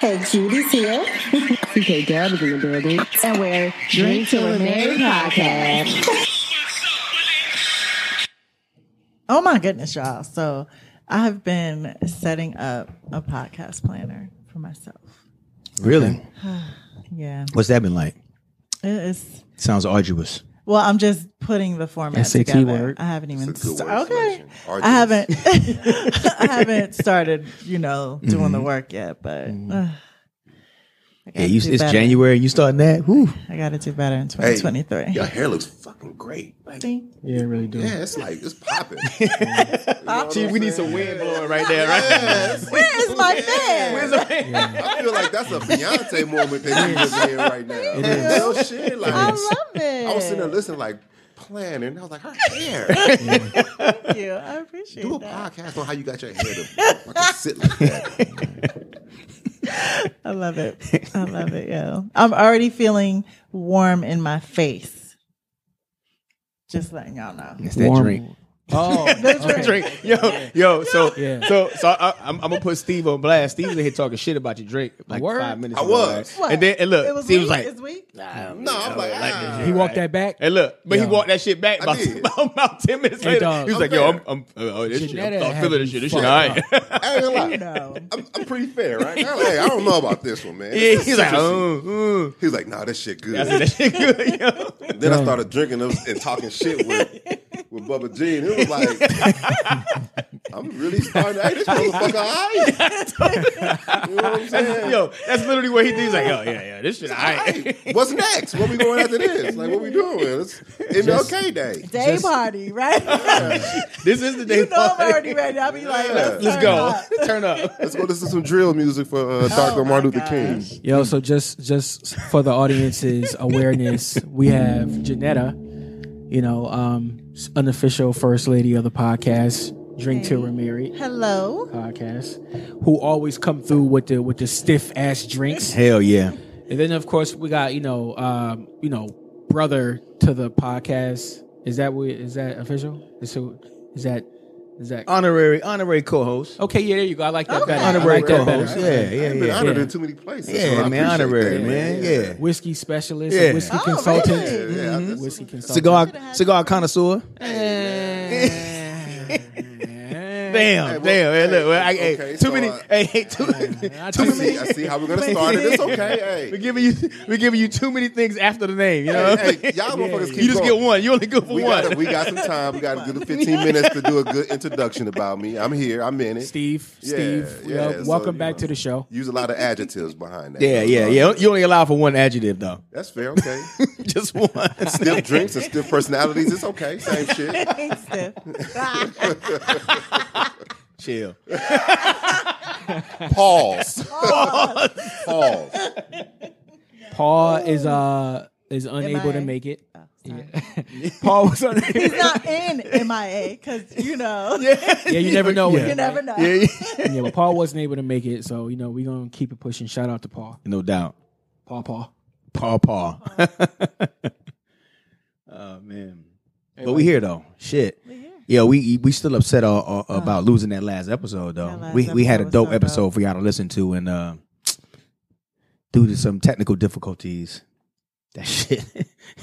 Hey, Judy's here. CK Dub is in the building. And we're Drink Till We're Married podcast. Oh my goodness, y'all. So I have been setting up a podcast planner for myself. Really? Yeah. What's that been like? It is Sounds arduous. well, I'm just putting the format SAT together. word. I haven't even It's a good sta- word okay. selection. I haven't I haven't started, you know, doing the work yet, but uh, I Mm-hmm. Yeah, gotta you, do it's better. January. You starting that? Whew. I gotta do better in Hey, twenty twenty three. Your hair looks fucking great. Like, Yeah, really do. yeah, it's like it's popping. we need some wind blowing right there, Where is my man? I feel like that's a Beyonce moment that you just in right now. It is. Real shit. Like I I, love it. was sitting there listening, like planning. and I was like, her hair. Thank you. I appreciate Do a that. podcast on how you got your hair to fucking sit like that. I love it. I love it. Yeah. I'm already feeling warm in my face. Just letting y'all know. It's that Warm. drink. Oh, drink. Yo, yo. So, Yeah. so, so I, I'm, I'm gonna put Steve on blast. Steve was in here talking shit about your drink like Word. five minutes. I ago, was. right? What? and then and look, it was Steve weak. was like, it's weak. No, I'm like, ah. He walked that back. and look, but Yo. he walked that shit back I about, did. about, about ten minutes Hey, later. dog. he was I'm like, yo, fair. I'm, I'm uh, oh, this shit, Janetta I'm, I'm had feeling me this shit. This shit, all fucked right. I ain't gonna You lie. know. I'm, I'm pretty fair, right? I'm like, hey, I don't know about this one, man. yeah, he's like, Interesting. mm, mm. he's like, nah, this shit good. I said that shit good. Yo. Then I started drinking and and talking shit with with Bubba G, and it was like, I'm really starting. Hey, this motherfucker, high. You know what I'm saying? yo, that's literally what he did. He's like, yo, yeah, yeah, this shit, all right. Hey, what's next? What we going after this? Like, what we doing? It's MLK Day. Day party, right? This is the day. you know I'm party. already ready. I'll be like, let's, Let's turn go. up. Turn up. Let's go listen to some drill music for uh, Dr. my Martin Luther gosh. King. Yo, so just just for the audience's awareness, we have Janetta, you know, um, unofficial first lady of the podcast, Drink Till We're Married Hello. podcast, who always come through with the with the stiff ass drinks, Hell yeah. and then of course we got you know, um, you know, brother to the podcast. Is that what is that official? Is who is that is that? Oh. Honorary, honorary co-host. Okay, yeah, there you go. I like that Okay. better. I Honorary like that co-host. better. Yeah, yeah, I've been yeah. honored Yeah. in too many places. so I Yeah, man. appreciate Honorary, that, man. Yeah. Whiskey specialist, Yeah. and whiskey Oh, consultant, really? Yeah, yeah, I- this- whiskey consultant. Cigar, cigar connoisseur. Damn, Hey, well, damn. Hey, look, well, I, hey, okay, too so, many. uh, hey, hey, too, I too I told many. see, I see how we're gonna start it. It's We're okay. Hey, giving you, we're giving you too many things after the name. You know, Hey, hey, y'all motherfuckers keep you just going. get one. You only go for we one. got we got some time. We got to do the 15 minutes to do a good introduction about me. I'm here. I'm in it. Steve, Yeah, Steve, yeah, so, well, welcome you back know. to the show. Use a lot of adjectives behind that. Yeah, yeah, yeah. You only allow for one adjective though. That's fair. Okay. Just one. stiff drinks and stiff personalities. It's okay. Same shit. Thanks, Steph. Chill. Pause. Pause. Paul is uh is unable to I? make it. sorry. Yeah. Paul was unable. He's not in MIA because, you know, yeah, you never know. you never know. Yeah, but Paul wasn't able to make it, so you know we're gonna keep it pushing. Shout out to Paul, No doubt. Paul, Paul. Paw paw. oh man. But we here though. Shit. Yeah, we we still upset all, all- about losing that last episode though. That last we we had a episode was dope so episode dope. for y'all to listen to, and uh, due to some technical difficulties, that shit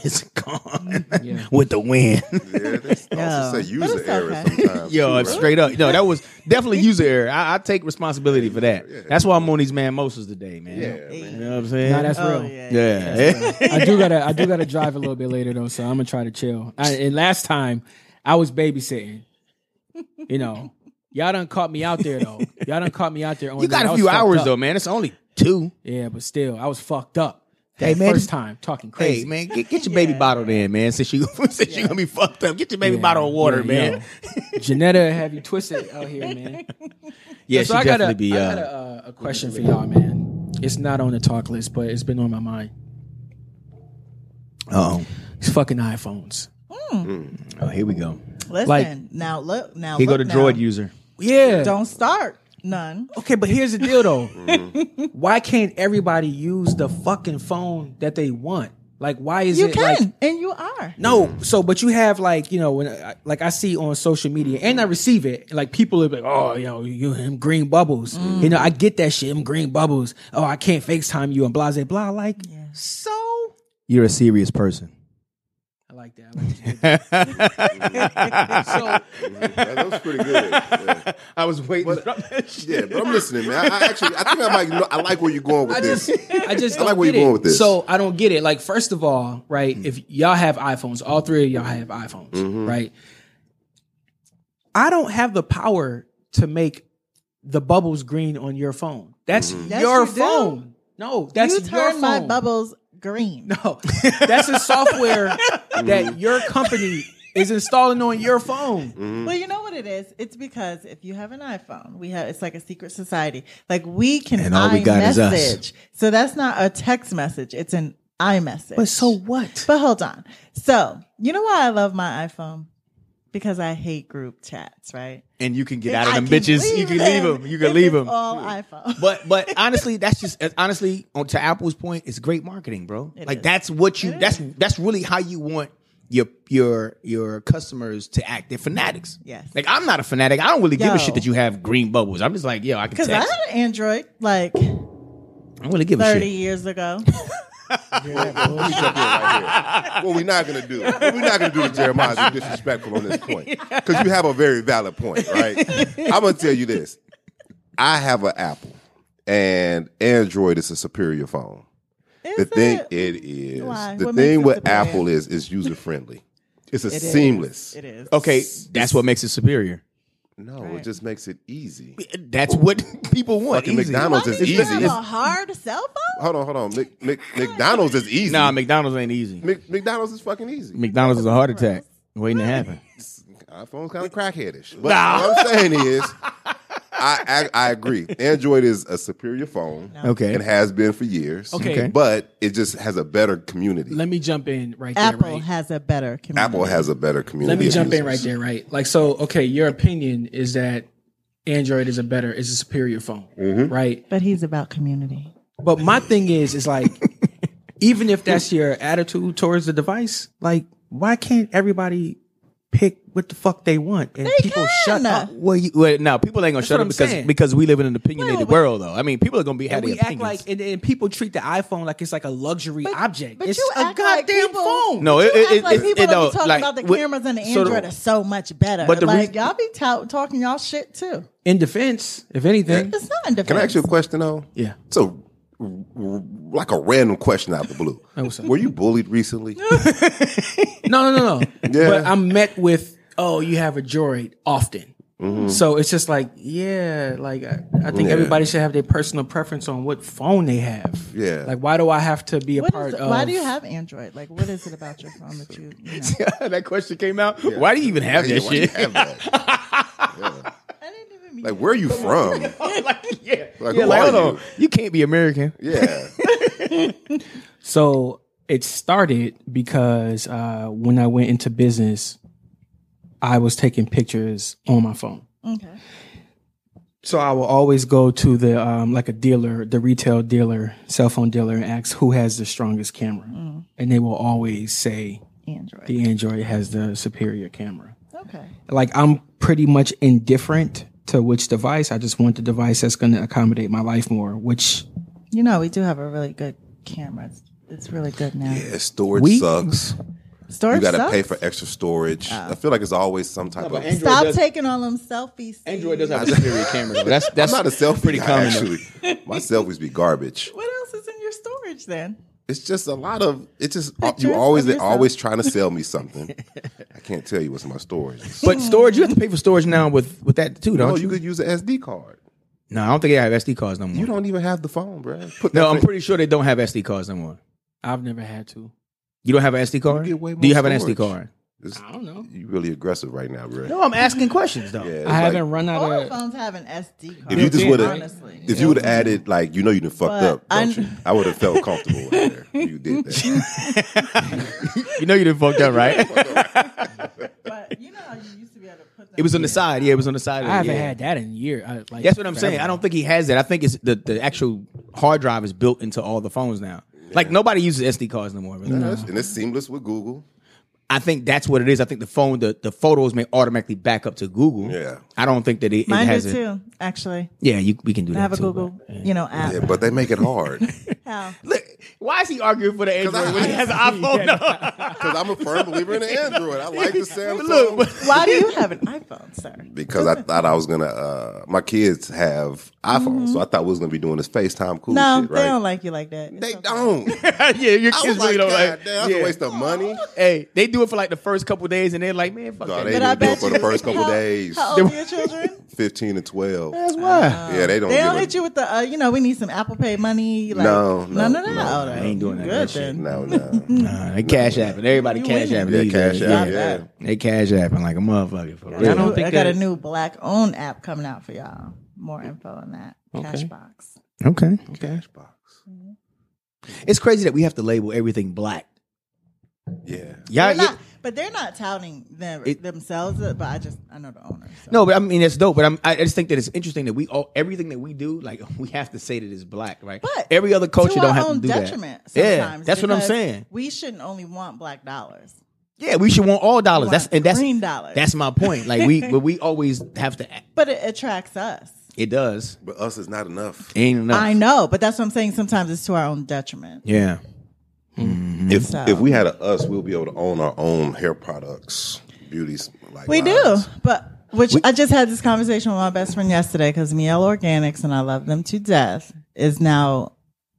is gone Yeah. with the wind. Yeah, they No. also say But user it's error okay. sometimes. Yo, too, right? straight up. No, that was definitely user error. I, I take responsibility for that. That's why I'm on these man mimosas today, man. Yeah, You man. know what I'm saying? Nah, that's Oh, real. yeah. yeah. I do gotta I do gotta drive a little bit later though, so I'm gonna try to chill. I, and last time I was babysitting, you know. Y'all done caught me out there though. Y'all done caught me out there. you got a few hours though, man. It's only two. Yeah, but still, I was fucked up. Hey, Hey, man, first time talking crazy. Hey man, get, get your baby bottle in, man. Since you since you gonna be fucked up, get your baby bottle of water, man. yo. Janetta have you twisted out here, man. Yeah, she I got, a, definitely be. I Uh, got a, uh, a question for y'all, man. It's not on the talk list, but it's been on my mind. oh, It's fucking iPhones. oh, here we go. Listen, Like- now look, now Here go look the now. droid user. Yeah. Don't start none. Okay, but here's the deal though. Why can't everybody use the fucking phone that they want? Like, why is you it can, like and you are. no? So, but you have like you know when I, like I see on social media and I receive it. Like people are like, oh, you know, you him green bubbles. You know, I get that shit. Him green bubbles. Oh, I can't FaceTime you and blah blah blah. Like, so You're a serious person. I like that. I like that. that was pretty good. Yeah. I was waiting. But, yeah, but I'm listening, man. I, I actually, I think I might. Know, I like where you're going with I this. just, I just I don't like where get you're it. going with this. Mm. So I don't get it. Like, first of all, right? If y'all have iPhones, all three of y'all have iPhones, Mm-hmm. right? I don't have the power to make the bubbles green on your phone. That's Mm-hmm. Yes, your you do. phone. No, that's you your turn phone. my bubbles green. No, that's a software Mm-hmm. that your company is installing on your phone. Well, you know what it is? It's because if you have an iPhone, we have it's like a secret society. Like we can And all we got is us. iMessage. So that's not a text message, it's an iMessage. But so what? But hold on. So, you know why I love my iPhone? Because I hate group chats, right? and you can And get out of I them can bitches. You can leave them. You if can leave it's them. All iPhone. But but honestly, that's just honestly on to Apple's point. It's great marketing, bro. It like is. that's what you. It that's that's really how you want your your your customers to act. They're fanatics. Yes. Like I'm not a fanatic. I don't really give Yo. a shit that you have green bubbles. I'm just like yo, I can because text. Oh, I had an Android like I don't really give a thirty shit. years ago. Let me jump in right here. What we're not gonna do, what we're not gonna do to Jeremiah is be disrespectful on this point, because you have a very valid point, right? I'm gonna tell you this: I have an Apple, and Android is a superior phone. Is the thing it? it is, Why? the What makes thing it with superior? Apple is, it's user friendly. It's a It is. seamless. It is. Okay, that's what makes it superior. No, Right. it just makes it easy. That's what people want. Fucking easy. McDonald's Why is do you easy. have a hard cell phone? Hold on, hold on. Mc, Mc, McDonald's is easy. Nah, McDonald's ain't easy. Mc, McDonald's is fucking easy. McDonald's is a heart attack waiting to happen. iPhone's kind of crackheadish. But what I'm saying is, I, I I agree. Android is a superior phone. Okay. It has been for years. Okay. Okay. But it just has a better community. Let me jump in right there. Apple Right? has a better community. Apple has a better community. Let me of jump users. in right there, right? Like, so, okay, your opinion is that Android is a better, is a superior phone, right? But he's about community. But my thing is, is like, even if that's your attitude towards the device, like, why can't everybody pick what the fuck they want and people shut up? Well, you, well, no, people ain't gonna shut what up I'm because saying. because we live in an opinionated Well, but- world, though. I mean, people are gonna be And having we act opinions. like, and, and people treat the iPhone like it's like a luxury object. but it's you a act goddamn like people- phone. no, it, You it, act it, like it, people it don't be don't talking like about the what- cameras and the so the- Android are so much better. But the like reas- y'all be tout- talking y'all shit too. In defense, if anything, It's not in defense. Can I ask you a question though? Yeah. So like a random question out the blue. Were you bullied recently? No, no, no, no. Yeah. But I'm met with, oh, you have a droid often. So it's just like, yeah, like I, I think Mm-hmm. Yeah. everybody should have their personal preference on what phone they have. Yeah. Like, why do I have to be a What part is, of? why do you have Android? Like, what is it about your phone that you? you know? that question came out. Why do you even have Yeah, that why you shit? have that? I didn't even mean. Like where are you from? like, yeah, Like, yeah who like, are hold on. you? You can't be American. Yeah. So it started because uh, when I went into business, I was taking pictures on my phone. okay. So I will always go to the um, like a dealer, the retail dealer, cell phone dealer, and ask who has the strongest camera, and they will always say Android. the Android has the superior camera. okay. Like I'm pretty much indifferent to which device. I just want the device that's going to accommodate my life more. Which You know, we do have a really good camera. It's, it's really good now. yeah storage We- sucks. Storage. You got to sucks. pay for extra storage. Ah. I feel like it's always some type of. Stop taking all them selfies. Steve. have a superior camera. Though. That's I'm that's not a selfie Pretty guy, common. actually. My selfies be garbage. What else is in your storage then? It's just a lot of. It's just Pictures you always of they yourself. always trying to sell me something. I can't tell you what's in my storage. But storage, you have to pay for storage now with with that too, No, don't you you? could use an SD card. No, I don't think they have SD cards no more. You don't even have the phone, bro. Put no, that I'm thing- pretty sure they don't have SD cards no more. I've never had to. You don't have an SD card. get way more Do you have an SD storage. card? It's- I don't know. You really aggressive right now, bro. No, I'm asking questions though. Yeah, it's I haven't like, run out All of. phones have an SD card. If you just Yeah, would have, honestly, if you would have added like you know you done fucked But up, don't I- you? I would have felt comfortable right there. You did that. You know you didn't fucked up, right? but you know how you used to be able to put. Them It was on the in. side. Yeah, it was on the side. of I it, haven't yeah. had that in years. I, like, That's what I'm forever. saying. I don't think he has that. I think it's the, the actual hard drive is built into all the phones now. Like nobody uses SD cards no more. Really. And it's- and it's seamless with Google. I think that's what it is. I think the phone, the, the photos may automatically back up to Google. Yeah. I don't think that it, it Mine has do it. too, actually. Yeah, you, we can do that. I have a too, Google, you know, app. Yeah, but they make it hard. How? Look, why is he arguing for the Android I- when he has an iPhone? Because I'm a firm believer in the Android. I like the Samsung. Why do you have an iPhone, sir? because I thought I was gonna. Uh, my kids have iPhones, so I thought we was gonna be doing this FaceTime cool No, shit, they don't right? like you like that. They don't. yeah, your I kids was really like, don't God like. damn, that's yeah. a waste of money. Hey, they do it for like the first couple days, and they're like, "Man, fuck that." No, they But didn't I do it bet for you- the first couple how- days. How old are your children? Fifteen and twelve. That's why. yeah, they don't. They don't give hit you with the, uh, you know, we need some Apple Pay money. Like, No, no, no, no. no. no. I ain't doing that Good shit. a- then. No, no. Nah, they cash app, and everybody You cash winning. app. yeah, cash out. Yeah, They cash app like a motherfucker for real. I, don't think got that- a new black owned app coming out for y'all. More info on that. Cashbox. Okay, Cashbox. it's crazy that we have to label everything black. Yeah. Yeah, They're not, but they're not touting them, It- themselves. But I just I know the owner. So. No, but I mean that's dope. But I'm, I just think that it's interesting that we all everything that we do, like we have to say that it's black, right? But every other culture to don't our have own to do detriment that. Yeah, sometimes that's what I'm because saying. We shouldn't only want black dollars. Yeah, we should want all dollars. want That's and that's green dollars. That's my point. Like we, but we always have to. But it attracts us. It does. But us is not enough. It ain't enough. I know, but that's what I'm saying. Sometimes it's to our own detriment. Yeah. If So- if we had a us, we'll be able to own our own hair products, beauties. Like We do, lines. but which I just had this conversation with my best friend yesterday because Miel Organics and I love them to death is now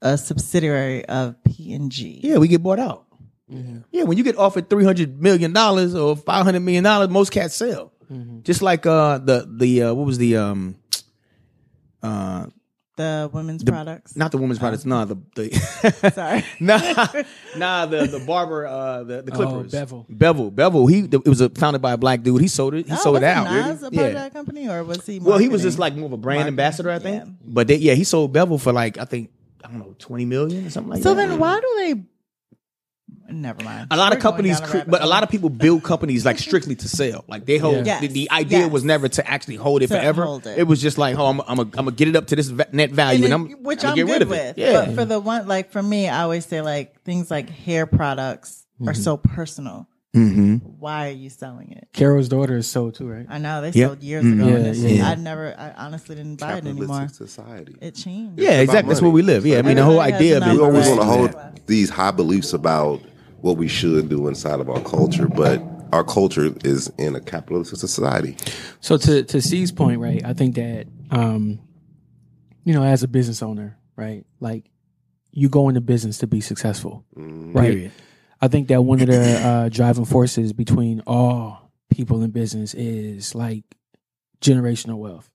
a subsidiary of P and G. Yeah, we get bought out. Yeah. when you get offered three hundred million dollars or five hundred million dollars, most cats sell. Just like uh the the uh, what was the um uh The women's products. not the woman's products, nah the the Sorry, nah nah the the barber uh the, the Clippers Bevel. Bevel Bevel he it was a, founded by a black dude he sold it he Oh, sold it wasn't out Nas a part yeah of that company, or was he? well he was marketing? just like more of a brand ambassador I think yeah. but they, yeah he sold Bevel for like I think I don't know twenty million or something like So that then, why do they? Never mind. a lot of We're going companies, down cre- rabbit but a hole. lot of people build companies like strictly to sell. Like they hold Yeah. the, Yes. the idea Yes. was never to actually hold it To forever. hold it. it. was just like, oh, I'm, I'm, a, I'm gonna get it up to this va- net value, and, And then- I'm which I'm, I'm, gonna get good rid of with. it. Yeah, But for the one, like for me, I always say like things like hair products are Mm-hmm. so personal. Why are you selling it? Carol's daughter is sold too, right? I know they Yep. sold years ago. and Mm-hmm. Yeah, it's yeah. just- I never, I honestly didn't buy it Capitalistic anymore. society. It changed. yeah, exactly. That's where money. we live. Yeah, I mean, the whole Everybody has idea an of it. we always Right. want to hold these high beliefs about what we should do inside of our culture, but our culture is in a capitalist society. So to to C's point, right? I think that um, you know, as a business owner, right? Like you go into business to be successful, Mm. right? I think that one of the uh, driving forces between all people in business is like generational wealth,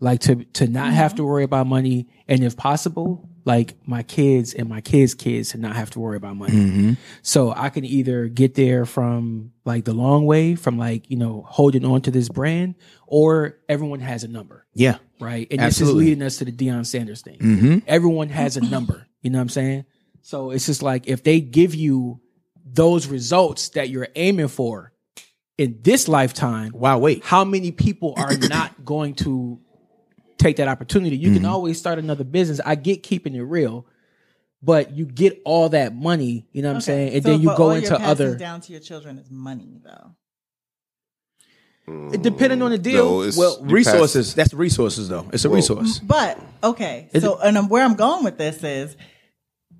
like to to not have Mm-hmm. to worry about money, and if possible, like my kids and my kids' kids to not have to worry about money. Mm-hmm. So I can either get there from like the long way, from like you know holding on to this brand, or everyone has a number, Yeah, right? And Absolutely. Mm. this is leading us to the Deion Sanders thing. Mm-hmm. Everyone has a number. You know what I'm saying? So it's just like if they give you those results that you're aiming for in this lifetime, Wow, wait. how many people are not going to take that opportunity? You can always start another business. I get keeping it real, but you get all that money, you know what I'm saying? And So, then you but go all into you're passing other down to your children is money though. depending on the deal. it's- Well, you resources. That's resources, though. It's a Well, resource. But okay, so and um, where I'm going with this is,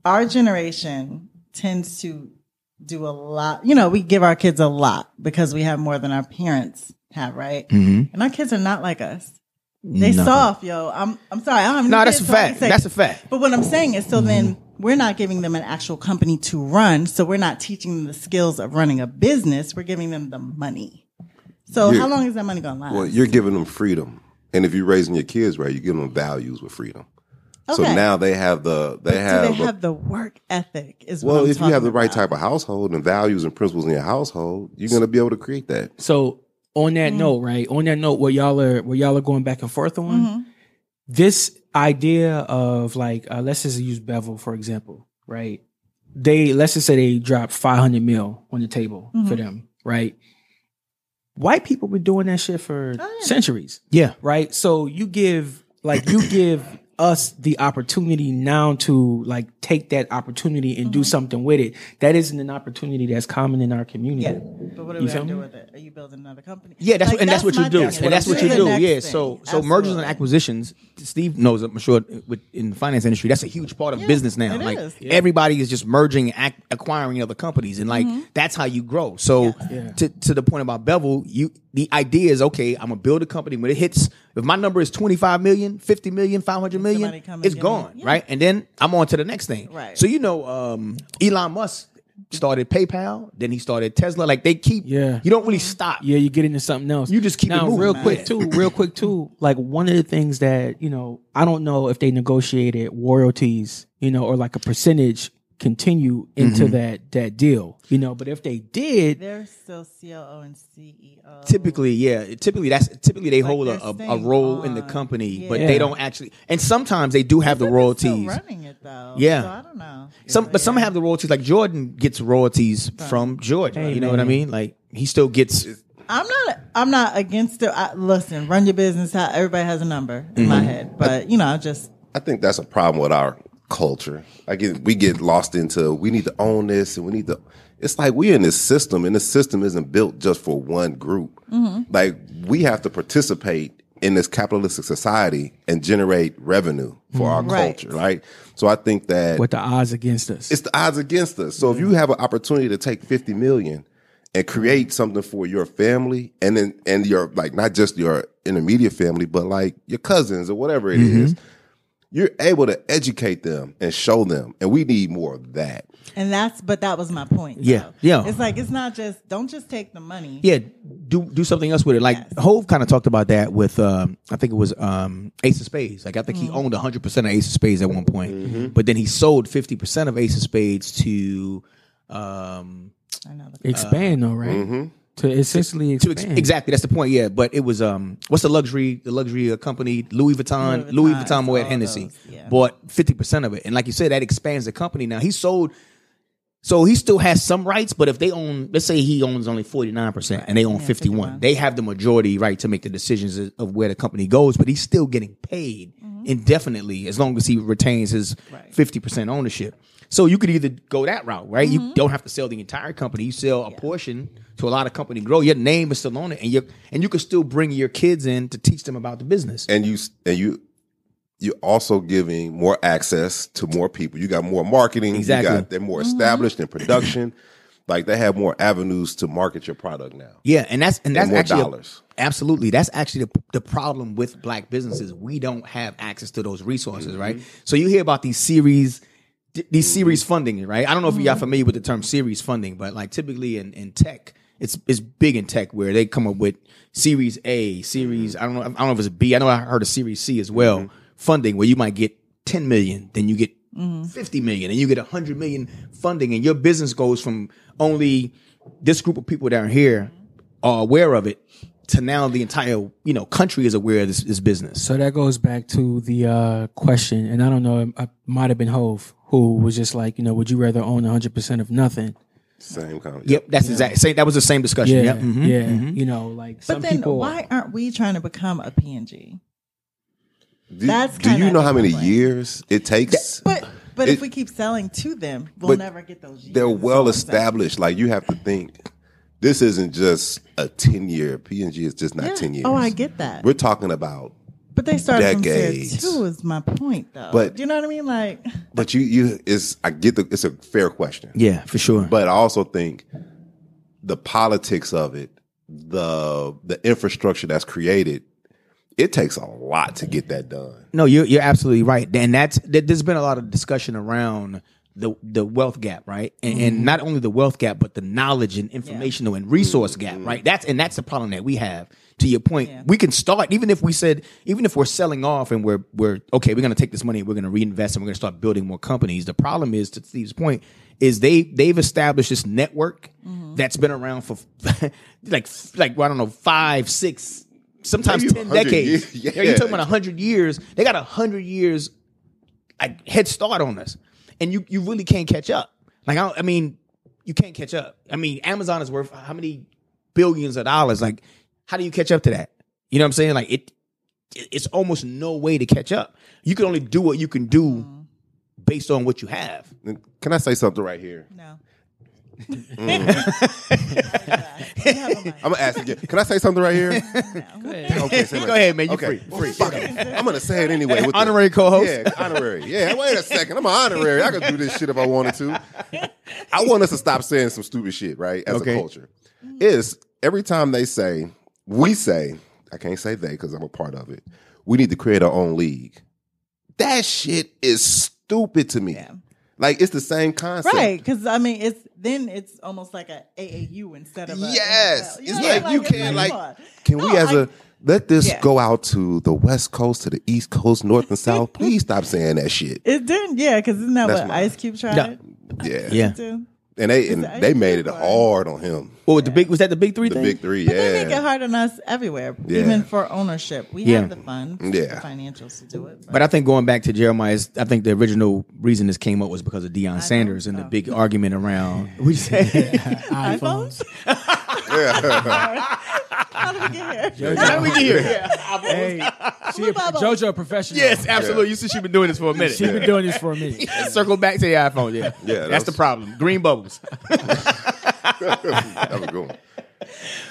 our generation tends to do a lot. You know, we give our kids a lot because we have more than our parents have, right? Mm-hmm. And our kids are not like us. They soft, yo. I'm I'm sorry. I don't have any No, that's kids, a so I can fact. say- That's a fact. Mm-hmm. But what I'm saying is, so then we're not giving them an actual company to run. So we're not teaching them the skills of running a business. We're giving them the money. So Yeah. how long is that money going to last? Well, you're giving them freedom, and if you're raising your kids right, you give them values with freedom. So Okay. now they have the they have, Do a- they have the work ethic? Is what well, I'm if you have talking the right about. type of household and values and principles in your household, you're going to be able to create that. So on Mm-hmm. that note, right? On that note, what y'all are what y'all are going back and forth on, Mm-hmm. this idea of like uh, let's just use Bevel for example, right? They let's just say they drop five hundred mil on the table for them, right? White people been doing that shit for centuries, Yeah, right? So you give like you give us the opportunity now to like take that opportunity and do something with it. That isn't an opportunity that's common in our community. Yeah. But what are You we feel gonna me? do with it? Are you building another company? Yeah, that's Like, and that's, what my you do, thing. and that's what you The do. next thing. Yeah. So so mergers and Absolutely. acquisitions. Steve knows, I'm sure, with, in the finance industry, that's a huge part of business now. it like is. everybody is just merging, and ac- acquiring other companies, and like Mm-hmm. that's how you grow. So to to the point about Bevel, you the idea is okay. I'm gonna build a company when it hits. If my number is 25 million, 50 million, 500 Somebody million, come and it's get it. gone, Yeah. right? And then I'm on to the next thing. Right. So you know, um, Elon Musk started PayPal, then he started Tesla. Like they keep. Yeah. You don't really Mm-hmm. stop. Yeah, you get into something else. You just keep it now, moving, real man. quick too. Real quick too. Like one of the things that you know, I don't know if they negotiated royalties, you know, or like a percentage continue into Mm-hmm. that that deal, you know. But if they did, They're still COO and E CEO. typically yeah typically that's typically they hold a, they're a, a staying role in the on. company but Yeah. they don't actually and sometimes they do have the Still royalties running it though. Yeah. So I don't know. some but some have the royalties like jordan gets royalties from jordan you know what i mean like he still gets I'm not. I'm not against it. I, listen, run your business. How everybody has a number in Mm-hmm. my head, but you know, I just I think that's a problem with our culture. I get we get lost into we need to own this and we need to. It's like we're in this system, and this system isn't built just for one group. Like we have to participate in this capitalistic society and generate revenue for our Right. culture, right? So I think that with the odds against us, it's the odds against us. So if you have an opportunity to take 50 million and create something for your family and then and your like not just your intermediate family, but like your cousins or whatever it Mm-hmm. is, you're able to educate them and show them. And we need more of that. and that's. But that was my point. Yeah. though. Yeah. It's like it's not just. Don't just take the money. yeah do do something else with it like hove kind of talked about that with um i think it was um ace of spades like i think he Mm-hmm. owned 100% of ace of spades at one point but then he sold 50% of ace of spades to um I know. the- expand though, right? To essentially mm-hmm. to expand. ex- exactly that's the point yeah but it was um what's the luxury the luxury uh, company louis vuitton Louis louis Vuitton, vuitton moet all hennessy those, yeah. bought 50% of it and like you said that expands the company now he sold so he still has some rights but if they own let's say he owns only 49% and they own 51, 51. they have the majority right to make the decisions of where the company goes but he's still getting paid indefinitely as long as he retains his Mm-hmm. Right. 50% ownership so you could either go that route right Mm-hmm. you don't have to sell the entire company you sell a portion to a lot of company grow your name is still on it and you and you can still bring your kids in to teach them about the business And you s- and you you're also giving more access to more people. You got more marketing. Exactly. You got they're more established in production. like they have more avenues to market your product now. Yeah, and that's and that's more actually a- dollars. absolutely, that's actually the, the problem with black businesses. We don't have access to those resources, right? So you hear about these series, th- these series funding, right? I don't know if y'all familiar with the term series funding, but like typically in, in tech, it's it's big in tech where they come up with series A, series I don't know I don't know if it's B. I know I heard of series C as well funding where you might get ten million, then you get 50 million and you get 100 million funding and your business goes from only this group of people down here are aware of it to now the entire you know country is aware of this, this business So that goes back to the uh, question, and I don't know, I might have been Hove who was just like, you know, would you rather own 100% of nothing? Same kind of yep that's exact same that was the same discussion Yeah, yep. mhm. yeah. You know, like But some then, people. why aren't we trying to become a PNG? Do, That's do kinda you know how many different. years it takes? But but if It- we keep selling to them, we'll But never get those. Years, They're well That's all I'm saying. established. Like you have to think, this isn't just a ten year PNG. is just not Yeah. ten years. Oh, I get that. We're talking about, But they started decades. from tier two. Is my point though? But- do you know what I mean? Like but you you is I get the it's a fair question. yeah for sure But I also think the politics of it, the the infrastructure that's created, it takes a lot to get that done. No, you're you're absolutely right, and that's th- there's been a lot of discussion around the the wealth gap, right? And, and not only the wealth gap, but the knowledge and informational and resource gap, right? That's and that's the problem that we have. To your point, we can start even if we said even if we're selling off and we're we're okay, we're going to take this money, and we're going to reinvest, and we're going to start building more companies. The problem is, to Steve's point, is they they've established this network that's been around for like like well, I don't know five six. Sometimes Maybe ten 100 decades. years. Yeah, you're talking Yeah. about a hundred years. They got a hundred years like head start on us, and you you really can't catch up. Like I, don't- I mean, you can't catch up. I mean, Amazon is worth how many billions of dollars? Like, how do you catch up to that? You know what I'm saying? Like it, it- it's almost no way to catch up. You can only do what you can do based on what you have. Can I say something right here? No. I'm gonna ask again. Can I say something right here? Okay, say it. Go ahead, man. You okay. free. Free. Fuck it. I'm gonna say it anyway. with the- Honorary co-host. Yeah, honorary. Yeah. Wait a second. I'm an honorary. I could do this shit if I wanted to. I want us to stop saying some stupid shit, right? As Okay. a culture, is every time they say we say I can't say they because I'm a part of it. We need to create our own league. That shit is stupid to me. Like it's the same concept. Right, because I mean, it's then it's almost like a AAU instead of a Yes, NFL. it's know, like, you it's can like. come on. Can we No, as I- a let this Yeah. go out to the West Coast, to the East Coast, North and South? Please stop saying that shit. It didn't, yeah, because isn't that That's what mine. Ice Cube tried Yeah. Yeah, Yeah. to do? And they and Is it they made it Asian or- hard on him. What was the big? Was that the big three The thing? big three, But they make it yeah. hard on us everywhere, Yeah. even for ownership. We Yeah. have the funds, Yeah. the financials to do it. But I think going back to Jeremiah's, I think the original reason this came up was because of Deion Sanders and the big argument around. What you say? iPhones. How did we get here? we here? Hey, she a, Bubble. JoJo a professional. Yes, absolutely. You said she's been doing this for a minute. She's been doing this for a minute. Circle back to the iPhone. Yeah, Yeah, That's, that's- the problem. Green bubbles. that was good. one.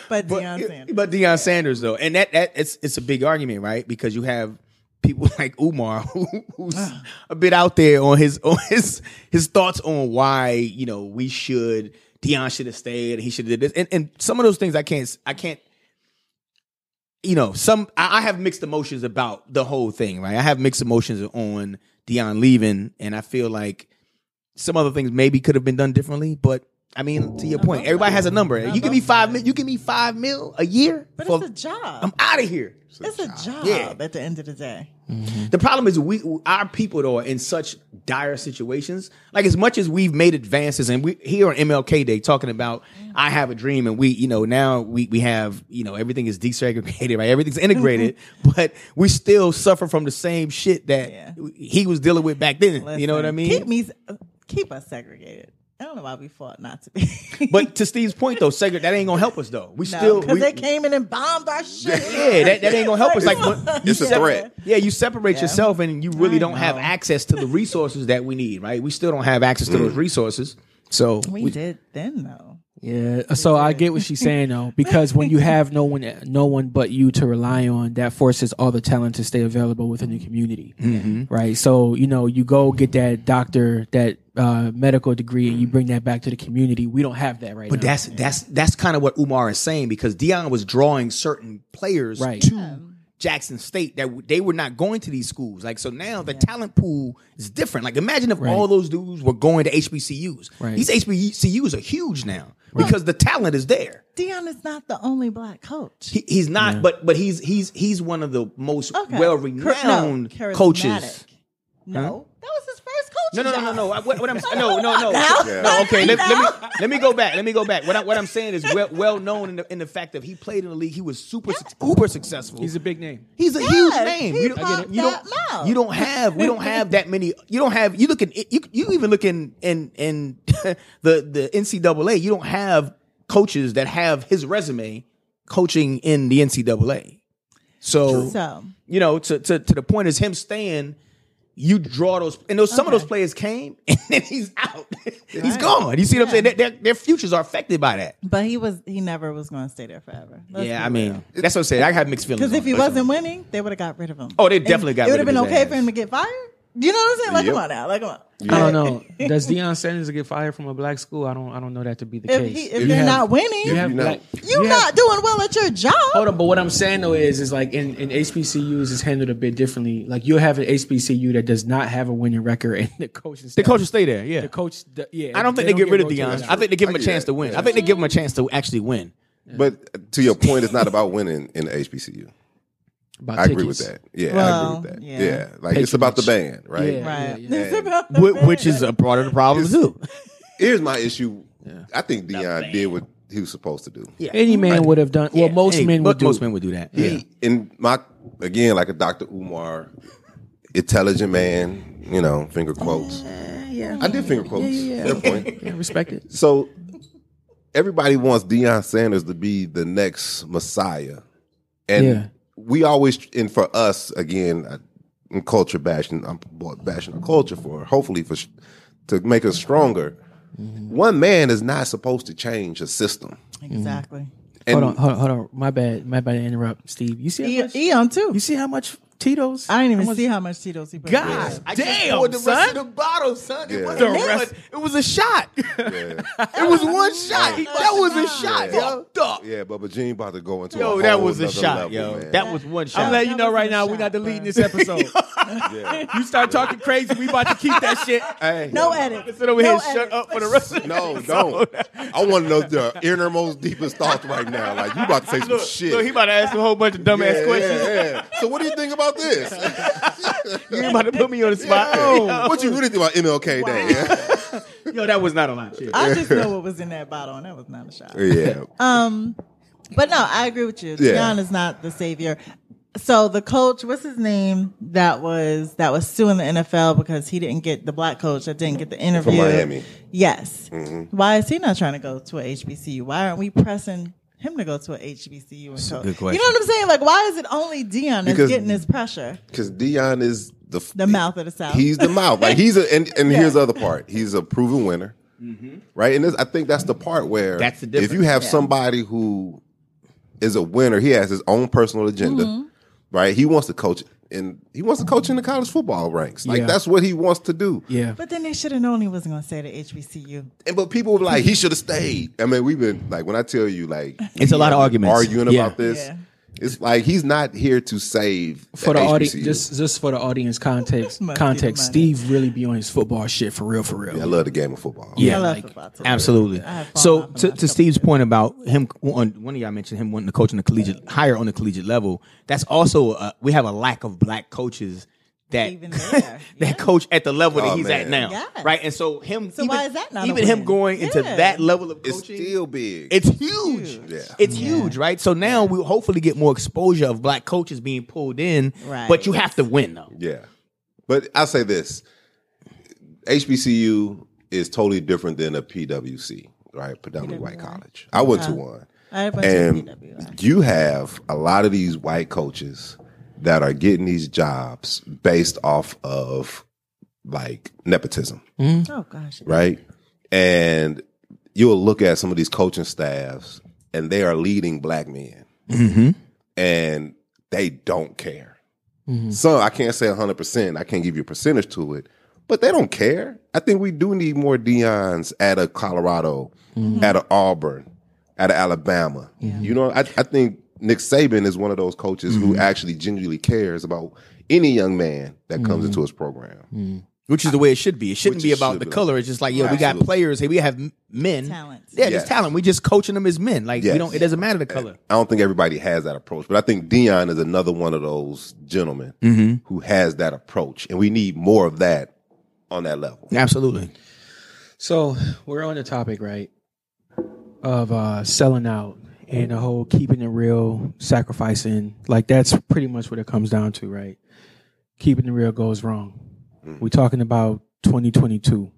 But Deion Sanders. But Deion Sanders though, and that that it's it's a big argument, right? Because you have people like Umar who, who's Ah. a bit out there on his on his his thoughts on why you know we should Deion should have stayed, he should have did this, and and some of those things I can't I can't. You know, some I I have mixed emotions about the whole thing, right? I have mixed emotions on Deion leaving, and I feel like some other things maybe could have been done differently. But I mean, to your point, everybody has a number. You give me five mil. You give me five mil a year. But for- it's a job. I'm out of here. it's a job Yeah. at the end of the day. The problem is we our people though are in such dire situations. Like as much as we've made advances and we here on MLK Day talking about Mm-hmm. I have a dream and we, you know, now we we have, you know, everything is desegregated, right? Everything's integrated, but we still suffer from the same shit that Yeah. he was dealing with back then. you know what I Listen, mean? Keep me, uh, keep us segregated. I don't know why we fought not to be. But to Steve's point though, segre- that ain't gonna help us though. We No, still because we- they came in and bombed our shit. yeah, that, that ain't gonna help us. Like, when- you It's a sep- threat. Yeah, you separate yourself, and you really I don't have know. access to the resources that we need. Right? We still don't have access to Mm. those resources. So we did then though. Yeah, so I get what she's saying though, because when you have no one, no one but you to rely on, that forces all the talent to stay available within the community, Mm-hmm. right? So you know, you go get that doctor, that uh, medical degree, and you bring that back to the community. We don't have that right But now. that's that's that's kind of what Umar is saying because Dion was drawing certain players Right. to Jackson State that w- they were not going to these schools. Like so now the talent pool is different. Like imagine if all those dudes were going to HBCUs. Right. These HBCUs are huge now because the talent is there. Dion is not the only black coach. He, he's not, but but he's he's he's one of the most Okay. well Charismatic. renowned coaches. No, that was his first coach. No, no, no, no, no. I- What, what I'm no, no, Now? no, no. Okay, let, let me let me go back. Let me go back. What, I, what I'm saying is well well known in the, in the fact that he played in the league. He was super suc- uber successful. He's a big name. He's a Yeah, huge name. he You don't, I get it. you popped don't, that mouth. you don't have we don't have that many. You don't have you look in you you even look in in in the the NCAA. You don't have coaches that have his resume coaching in the NCAA. So So you know, to to to the point is him staying. You draw those, and those some of those players came, and then he's out. he's gone. You see what I'm saying? Their, their, their futures are affected by that. But he was he never was going to stay there forever. Let's yeah, be I mean, real. that's what I'm saying. I have mixed feelings. because if on he it. wasn't winning, they would have got rid of him. Oh, they definitely got It rid would have of been his okay ass. for him to get fired. You know what I'm saying? Like, Yep. come on now, like, come on. I don't know. Does Deion Sanders get fired from a black school? I don't. I don't know that to be the If case. he if You they're have- not winning, you If have you know- black- you're you have- not doing well at your job. Hold on, but what I'm saying though is, is like in, in HBCUs is handled a bit differently. Like you'll have an HBCU that does not have a winning record, and the coach and the coaches stay there, yeah. the coach, the- yeah. I don't think they, get rid of Deion. rotated. I think they give him a I get chance that. to win. Yeah. I think they give him a chance to actually win. But to your point, it's not about winning in the HBCU. About I agree with tickets. that. Yeah, I Well, agree with that. yeah. Yeah, like it's about the band, right? Yeah. Right. Which is a part of the problem too. Here's my issue. I think Dion did what he was supposed to do. Any man would have done. Well, most Hey, men mo- would. do. Most men would do that. Yeah. He and my again, like a Dr. Umar, intelligent man. You know, finger quotes. yeah, I did finger quotes. Fair point. Yeah, respect it. So everybody wants Deion Sanders to be the next Messiah, and Yeah. we always and for us again, I, and culture bashing. I'm bashing our culture for hopefully for to make us stronger. Mm-hmm. One man is not supposed to change a system. Exactly. hold on, hold on, hold on. My bad, my bad to interrupt, Steve. You see, how much, E- Eon too. Mm-hmm. you see how much Tito's? I didn't even see how much Tito's he put. in. God damn, poured the son. rest of the bottle, son. It, Yeah. wasn't The that rest- much. it was a shot. Yeah, It was one shot. He- that was a shot, Yeah. yo. Fuck. yeah, but Gene about to go into a Yo, whole that was a nother shot, level, yo. man. That was one shot. I'm letting you know That right was now, a we're not shot, deleting bruh. this episode. Yeah. you start talking crazy, we about to keep that shit. Hey. No edits. Sit over no here, and edits. shut up for the rest of the No, don't. I want to know the innermost, deepest thoughts right now. Like you about to say some shit. Look, he about to ask a whole bunch of yeah, dumbass yeah, questions. yeah. So what do you think about this? You about to put me on the spot. What you really think about MLK Day? Yo, that was not a lot. Shit. I just know what was in that bottle, and that was not a shot. yeah. Um, but no, I agree with you. Yeah. John is not the savior. So the coach, what's his name? That was that was suing the NFL because he didn't get the black coach that didn't get the interview. From Miami. Mm-hmm. Yes. Why is he not trying to go to a HBCU? Why aren't we pressing him to go to a HBCU? And coach? good question. You know what I'm saying? Like, why is it only Dion that's Because- getting this pressure? Because Dion is the The mouth of the South. He's the mouth. Like he's a and, and here's the other part. He's a proven winner, right? And this, I think that's the part where That's the if you difference. have somebody who is a winner, he has his own personal agenda, right? He wants to coach and he wants to coach in the college football ranks. Like Yeah. that's what he wants to do. Yeah, But then they should have known he wasn't going to say the HBCU. And but people were like, he should have stayed. I mean, we've been like when I tell you, like It's a we lot of have been arguments. arguing Yeah. about this. Yeah. It's like he's not here to save for the audience, HBCU. just just for the audience Must context, be the context. money. Steve really be on his football shit for real, for real. I love the game of football. I Yeah, love like, football too. Absolutely. I have fallen off the So to, last to couple Steve's point about him, one one of y'all mentioned him wanting to coach on the collegiate, higher on the collegiate level. That's also uh we have a lack of black coaches that Even there, that yeah. coach at the level Oh, that he's at now, man. Yes. right? And so him, So even, why is that not a even him win? going into Yeah. that level of It's coaching? still big. it's huge. Yeah. It's huge, right? So now we hopefully get more exposure of black coaches being pulled in, Right. but you have to win though. Yeah. But I say this HBCU is totally different than a PWC, right? Predominantly white college. I went to one. I have a bunch of PWI. And you have a lot of these white coaches that are getting these jobs based off of like nepotism, Oh gosh. right? And you'll look at some of these coaching staffs and they are leading black men and they don't care. Some I can't say hundred percent. I can't give you a percentage to it, but they don't care. I think we do need more Dion's at a Colorado, at a Auburn, at a Alabama. You know, I, I think Nick Saban is one of those coaches who actually genuinely cares about any young man that comes into his program. Which is the way it should be. It shouldn't Which be it about should the be. color. It's just like, yeah, we got Absolutely. players here. We have m- men. Talent. Yeah, Yes. just talent. We just coaching them as men. Like Yes. we don't. It doesn't matter the color. I don't think everybody has that approach, but I think Dion is another one of those gentlemen Mm-hmm. who has that approach, and we need more of that on that level. Absolutely. So we're on the topic, right? Of uh selling out and the whole keeping it real, sacrificing. Like that's pretty much what it comes down to, right? Keeping it real goes wrong. We're talking about 2022.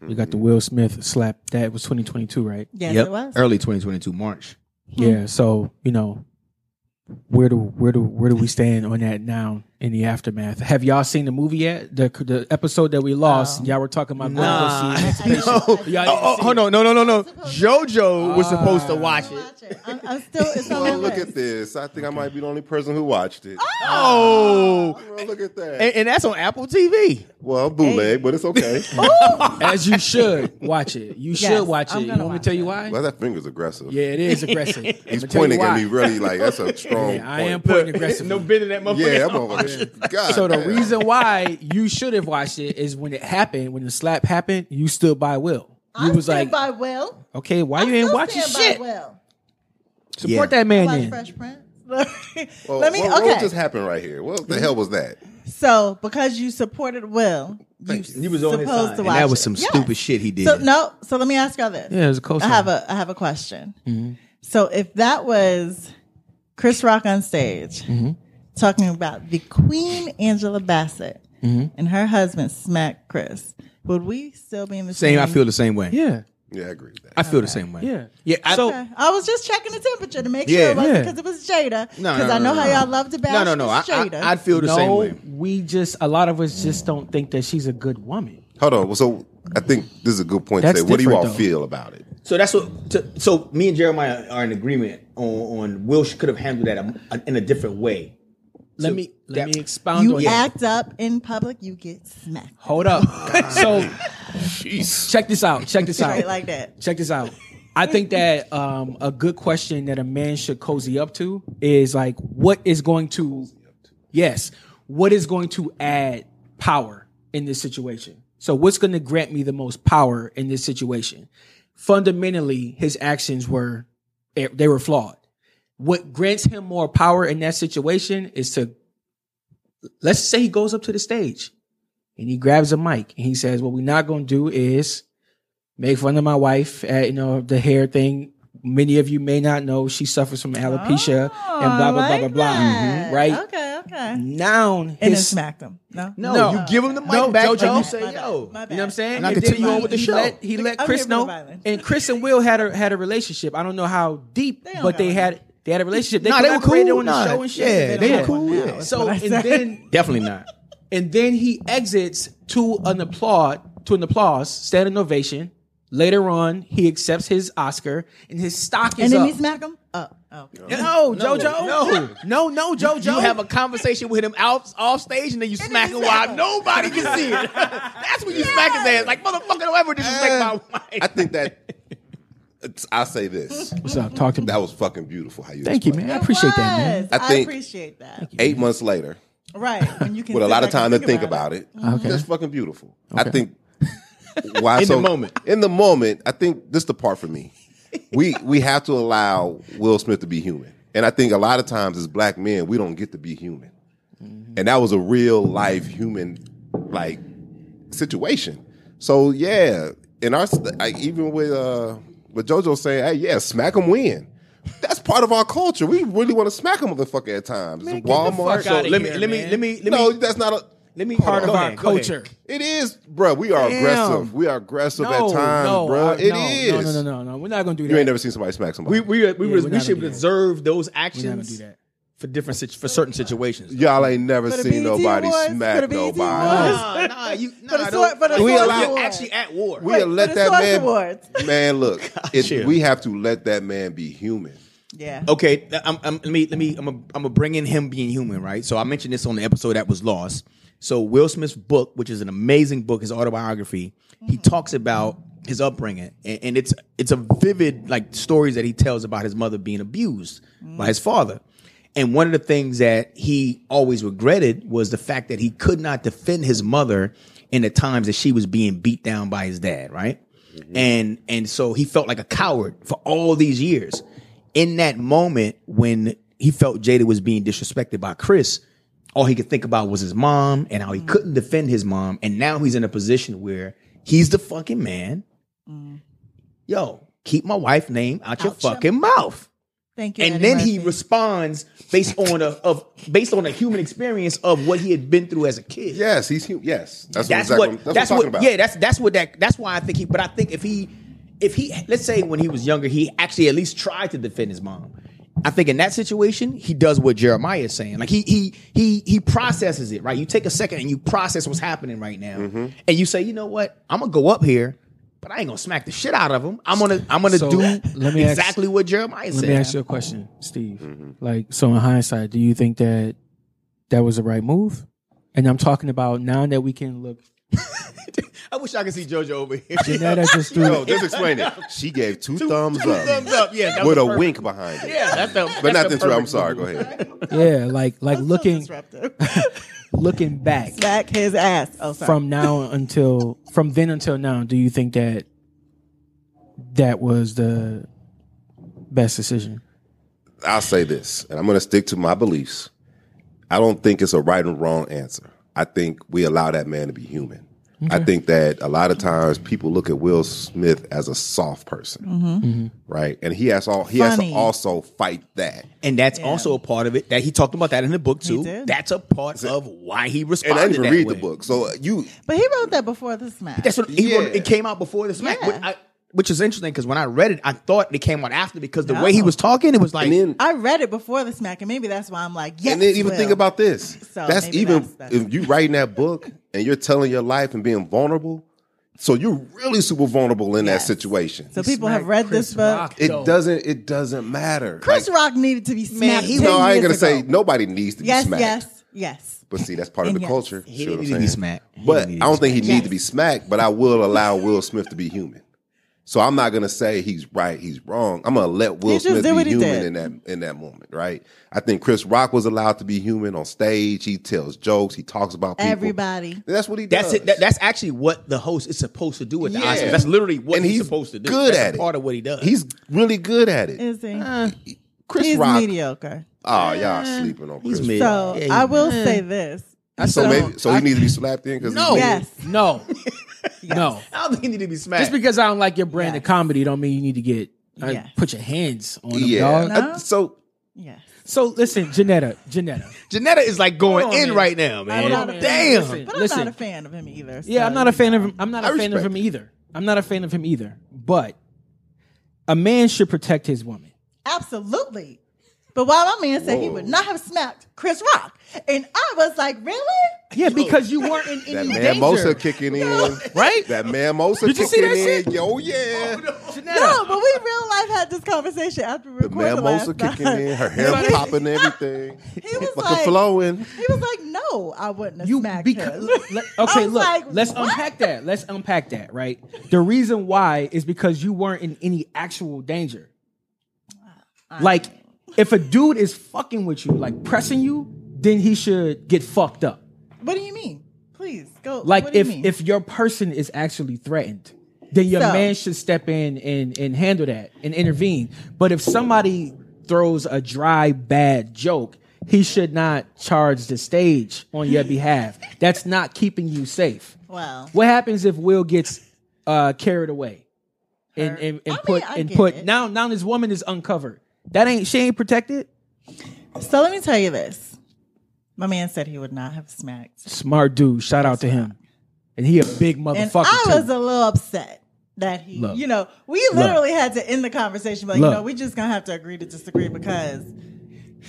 We got the Will Smith slap. That was 2022, right? Yes, it was. Early 2022, March. Hmm. Yeah. So you know, where do where do where do we stand on that now in the aftermath? Have y'all seen the movie yet? The the episode that we lost. Y'all were talking about going Nah. to go see. Emancipation. No. Y'all didn't Oh, see oh it? no, no, no, no, no. JoJo was supposed to watch it. Watch it. I'm, I'm still. It's on my Well, look list. at this. I think I might be the only person who watched it. Oh, Well, look at that. and, and that's on Apple TV. well, bootleg, but it's okay. As you should watch it. You Yes, should watch I'm it. You gonna want me to watch tell you it. why? well, that finger's aggressive. Yeah, it is aggressive. He's pointing at me really like that's a strong. Yeah, I point. am pointing aggressive. No bit of that motherfucker. Yeah, I'm over there. God. so the damn. reason why you should have watched it is when it happened, when the slap happened, you stood by Will. I You was stand like, by Will. okay, why I you ain't still watching stand by shit? Will. Support that man Watch then. Fresh Prince. Well, Let me. what, what Okay. just happened right here? What Mm-hmm. the hell was that? so because you supported Will, you, Thank He was on his supposed side. to And watch that was it. some Yes. stupid shit he did. So no. So let me ask y'all this. Yeah, it was a Mm-hmm. cosign. I have a I have a question. So if that was Chris Rock on stage Mm-hmm. talking about the Queen Angela Bassett Mm-hmm. and her husband smacked Chris, would we still be in the Same. Same I feel the same way. Yeah. Yeah, I agree with that. I feel the same way. Yeah. Yeah. I, So- Okay. I was just checking the temperature to make Yeah. sure it wasn't Yeah. because it was Jada. Because no, no, I know no, how no. y'all love to bash no, no, no. I, Miss I, Jada. I'd feel the no, same way. we just a lot of us just don't think that she's a good woman. Hold on. Well, so I think this is a good point. That's Today. What do you all different, though. feel about it? So that's what. To, so me and Jeremiah are in agreement on, on Will could have handled that a, in a different way. Let So me let that- me expound you on that. act up in public, you get smacked. Hold up. so check this out. Check this out. Straight like that. Check this out. I think that um, a good question that a man should cozy up to is like, what is going to, yes, what is going to add power in this situation? So, what's going to grant me the most power in this situation? Fundamentally, his actions were, eh, they were flawed. What grants him more power in that situation is to, let's say he goes up to the stage and he grabs a mic and he says, what we're not going to do is, make fun of my wife at you know the hair thing. Many of you may not know she suffers from alopecia Oh, and I blah blah blah blah like blah. Mm-hmm, that. Right Okay, okay. And now, then his, you smacked him. No, No, No. you give him the mic No, back. Jojo, and you- you My say, bad, "Yo, my bad. know what I'm saying? And I then continue he- on with the he show. Let, he let I'm Chris here for the know, violence. and Chris and Will had a had a relationship. I don't know how deep, They don't but they got had they had a relationship. They, Nah, they were collaborated cool, on the nah. show and shit. Yeah, they were yeah. cool, yeah. That's So what I and said. then definitely not." and then he exits to an applaud to an applause standing ovation later on he accepts his oscar and his stock is and then up he smacked him. Oh, oh. no, jojo no. no no jojo You have a conversation with him out off stage, and then you smack you him smack while him. nobody can see it. That's when you smack his ass, like motherfucker. Don't ever disrespect my wife. Eh, I think that it's, I'll say this. what's up talk to me That was fucking beautiful how you thank you explained man i It appreciate that man was. I I, think- appreciate that. it. Eight months later, Right. When you can with a sit lot of back and time to think about it. That's fucking beautiful. I think why In the so moment. In the moment, I think this is the part for me. We we have to allow Will Smith to be human. And I think a lot of times as black men, we don't get to be human. Mm-hmm. And that was a real life human like situation. So yeah, in our st- I, even with uh with JoJo saying, "Hey, yeah, smack him win." That's part of our culture. We really want to smack a motherfucker at times. Man, get the Walmart. fuck outta let me, here, let me, man. let me, let me, no, that's not a. let me. part of Go our ahead, go ahead. culture It is, bruh. We are Damn. aggressive. We are aggressive at times, no, bruh. I- It is. no, no no no no no we're not gonna do that You ain't never seen somebody smack We somebody. we we, Yeah, we're not we gonna should do that. reserve those we're not gonna do actions that for different situ- for certain situations. Y'all ain't never For the seen BET nobody Awards, for the smack BET nobody. Awards. Nah, nah, you, nah, For the I sword- don't- for the like, We you're allow- actually at war. We Wait, will let for the that Source man. Awards. Man, look, it- chill. we have to let that man be human. Yeah. okay, th- I'm, I'm, let me let me I'm a, I'm gonna bring in him being human, right? So I mentioned this on the episode that was lost. So Will Smith's book, which is an amazing book, his autobiography, he talks about his upbringing, and, and it's it's a vivid like stories that he tells about his mother being abused by his father. And one of the things that he always regretted was the fact that he could not defend his mother in the times that she was being beat down by his dad, right? And and so he felt like a coward for all these years. In that moment when he felt Jada was being disrespected by Chris, all he could think about was his mom and how he couldn't defend his mom. And now he's in a position where he's the fucking man. Yo, keep my wife's name Mm. out, your Out your- fucking mouth Thank you. and Eddie then Murphy. he responds based on a of based on a human experience of what he had been through as a kid. Yes, he's human. Yes, that's, that's what, exactly, what that's, what I'm talking about. yeah, that's that's what that that's why I think he. But I think if he if he let's say when he was younger, he actually at least tried to defend his mom. I think in that situation, he does what Jeremiah is saying. Like he he he he processes it right. You take a second and you process what's happening right now, Mm-hmm. and you say, you know what, I'm gonna go up here. But I ain't gonna smack the shit out of him. I'm gonna, I'm gonna So, do let me ask- exactly what Jeremiah said. let me ask you a question steve Mm-hmm. like so in hindsight do you think that that was the right move and i'm talking about now that we can look I wish I could see JoJo over here. Janetta just threw No, just explain it. She gave two, thumbs up, Thumbs up, yeah. that with a was perfect. wink behind it. Yeah, that's the. but that's not the this way. I'm perfect sorry. Go move. ahead. yeah like like So looking disruptive. looking back Smack his ass. Oh, sorry. from now until from then until now, do you think that that was the best decision? I'll say this, and I'm going to stick to my beliefs. I don't think it's a right and wrong answer. I think we allow that man to be human. I think that a lot of times people look at Will Smith as a soft person, right? And he has all he has Mm-hmm. Funny. to also fight that. And that's also a part of it that he talked about that in the book too. did. That's a part of why he And responded. I didn't even that read way. the book, so uh, you but he wrote that before the smack. That's what he wrote, Yeah. it came out before the smack. Yeah. What I, which is interesting because when I read it, I thought it came out after because the way he was talking, it was like And then I read it before the smack, and maybe that's why I'm like, uh, yes. and then even Will. think about this. So that's maybe even that's- that's- if you writing that book and you're telling your life and being vulnerable. So you're really super vulnerable in Yes. that situation. So people have read this book. it doesn't. It doesn't matter. Chris Like, Rock needed to be smacked. he- 10 no, I ain't gonna years say ago. nobody needs to Yes, be smacked. yes, yes. But see, that's part of And the yes. culture. He Sure, didn't I'm need to be saying. smacked. He But didn't need I to don't think he Yes. needs to be smacked. But I will allow Will Smith to be human. So I'm not gonna say he's right, he's wrong. I'm gonna let Will He just Smith did what be he human did. in that in that moment, right? I think Chris Rock was allowed to be human on stage. He tells jokes. He talks about people. Everybody. That's what he does. That's it. That, that's actually what the host is supposed to do with the Yeah. Oscars. That's literally what And he's, he's supposed to do. good That's a at it. Part of what he does. he's really good at it. Is he? Uh, Chris He's Rock. mediocre. Oh, y'all sleeping on Chris. mid. So Rock. Yeah, he's I will mid. say this. So maybe so he needs to be slapped in because No. Yes. No, no. I don't think he need to be smacked. Just because I don't like your brand of comedy, don't mean you need to get uh, Yes. put your hands on them, Yeah. dog. Uh, So Yes. So listen, Janetta, Janetta. Janetta is like going Hold on, in man. right now, man. Hold on, Damn. Listen, But I'm listen. not a fan of him either. Yeah, so, I'm not a fan of him. I'm not a I fan of respect him it. either. I'm not a fan of him either. But a man should protect his woman. Absolutely. But while my man said he would not have smacked Chris Rock, and I was like, really? Yeah, because you weren't in that any man danger, Mosa kicking in. right? That man Mosa Did you kicking see that shit? in. Yo, yeah. No, but we in real life had this conversation after we The recorded last mimosa kicking night. in, her hair Right. popping, everything. He was Fucking like- flowing. He was like, no, I wouldn't have You smacked because him. let- I okay, was look, like, let's what? unpack that. Let's unpack that, right? The reason why is because you weren't in any actual danger. Like, if a dude is fucking with you, like pressing you, then he should get fucked up. What do you mean? Please go. what Like do you if mean? if your person is actually threatened, then your So- man should step in and and handle that and intervene. But if somebody throws a dry bad joke, he should not charge the stage on your behalf. That's not keeping you safe. Wow. What happens if Will gets uh, carried away and and, and I mean, put I and get put it. now now this woman is uncovered. That ain't she ain't protected. So let me tell you this. My man said he would not have smacked. Smart dude, shout out to him, and he a big And motherfucker. I too. was a little upset that he, Look. you know, we literally had to end the conversation, but Look. you know, we just gonna have to agree to disagree because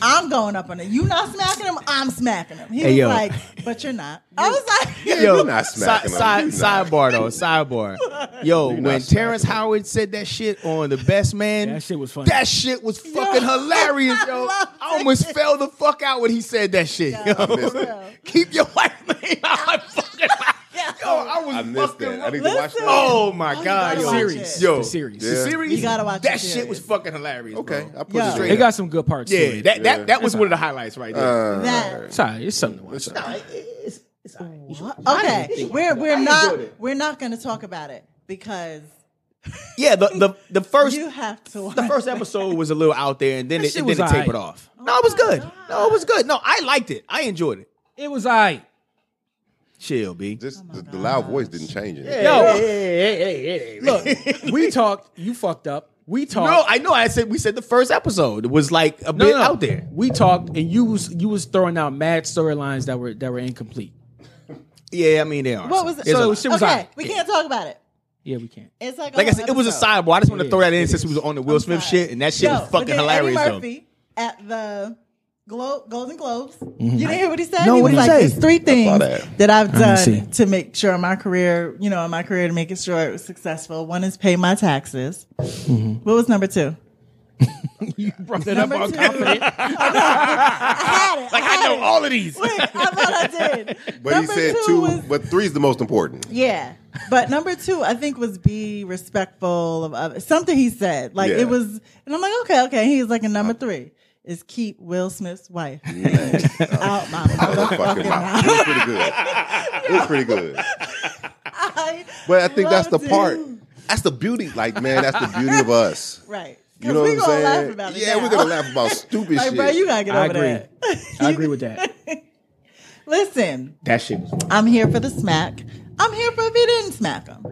I'm going up on it. You not smacking him, I'm smacking him. He was yo. like, but you're not. I was like, You're not smacking side, him. side, sidebar though, sidebar. Yo, not when smacking Terrence Howard said that shit on the Best Man, That shit was funny. That shit was fucking hilarious, yo. I loved I almost fell the fuck out when he said that shit. yo. missed it. Keep your white man out my fucking life. Yo, I was I missed fucking. that. I need to Listen. watch that. Oh my god, gotta yo. watch series, it. Yo, The series. Yeah. The series. You gotta watch that the shit was series. fucking hilarious. Okay, bro. I put Yo. it They straight. Uh, got some good parts. to Yeah, it. that that that was one of the highlights right there. that. It's all right. It's something to watch. Okay, we're we're not we're not gonna talk about it because yeah, the the the first you have to. Watch the first it. episode was a little out there, and then That it, shit and was then it alright. tapered off. No, it was good. No, it was good. No, I liked it. I enjoyed it. It was all right. Chill, b. Just the, the loud voice didn't change it. Yo. look. we talked. You fucked up. We talked. No, I know. I said we said the first episode was like a bit out there. We talked, and you was you was throwing out mad storylines that were that were incomplete. Yeah, I mean they are. What some. was it? There's a So lot. shit was okay, alright. we can't talk about it. Yeah, we can't. It's like a Like I whole said, it was a episode. sidebar. I just wanted to It throw that in is. since we was on the Will I'm Smith sorry. shit, and that shit Yo, was but fucking then hilarious Eddie though. Murphy at the Glo- Golden Globes. Mm-hmm. You didn't hear what he said? No, he what was like, did he say? "There's three things that. that. I've see. done to make sure my career, you know, my career to make it sure it was successful. One is pay my taxes. Mm-hmm. What was number two? You brought that Number up all two. confident. I had it. Like I had know it. all of these. Wait, I thought I did. But he number said two, two was but three's the most important. Yeah. But number two, I think was be respectful of others. Something he said. Like Yeah. it was and I'm like, okay, okay. He was like and number three is keep Will Smith's wife out my Motherfucking motherfucking mouth. mouth. It was pretty good. It was pretty good. I But I think that's the loved it. part. That's the beauty. Like, man, that's the beauty of us. Right. You know what we're I'm gonna saying? laugh about it. yeah, now. we're gonna laugh about stupid Like, shit. bro, you gotta get I over agree. that. I agree with that. Listen, That shit was. Wild. I'm here for the smack. I'm here for if he didn't smack him.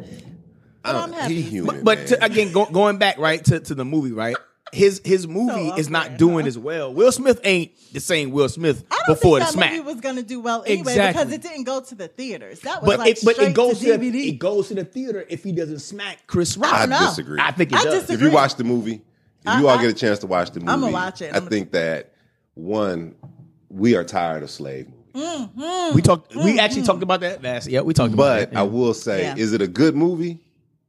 But I'm he happy. human. But to, man. again, go, going back right to, to the movie, right? his his movie So is not awkward. doing as well. Will Smith ain't the same Will Smith I don't before the think that smack. movie was going to do well anyway Exactly. because it didn't go to the theaters. That was but like it but straight it goes to, to the, DVD. it goes to the theater if he doesn't smack Chris Rock. I I know. disagree. I think it I does. disagree. if you watch the movie, if you all get a chance to watch the movie, I'ma watch it. I I'ma- think that one, we are tired of slave movies. Mm-hmm. We talked. We actually talked about that last. Yeah, we talked about But that. I will say, Yeah. is it a good movie?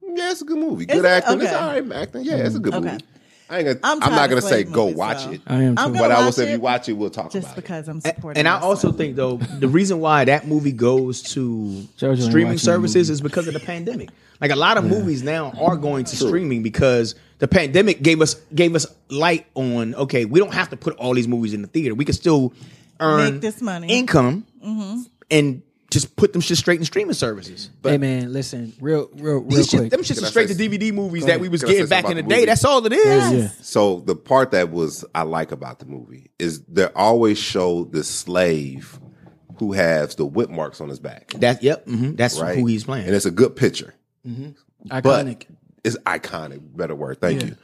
Yeah, it's a good movie. Good it? acting. It's Okay. Mm-hmm. all right acting. Yeah, it's a good Okay. movie. I ain't gonna, I'm I'm, not tired gonna of say slave go movies, watch so. it. I am I'm gonna too. But I will watch say, if it you watch it, we'll talk just about it. because I'm supporting. and I myself. also think though the reason why that movie goes to JoJo ain't watching streaming the services is because of the pandemic. Like a lot of movies now are going to streaming because the pandemic gave us gave us light on okay, we don't have to put all these movies in the theater. We can still earn Make this money. Mm-hmm. income and just put them shit straight in streaming services. Hey man, listen, real, real, real These shit, quick. them shit Can I straight say- to DVD movies ahead. that we was Can I say getting back in something the about day. the movie? That's all it is. Yeah. So the part that was I like about the movie is they always show the slave who has the whip marks on his back, That yep, mhm, that's right? who he's playing. and it's a good picture. but Iconic. it's iconic. Better word, thank you.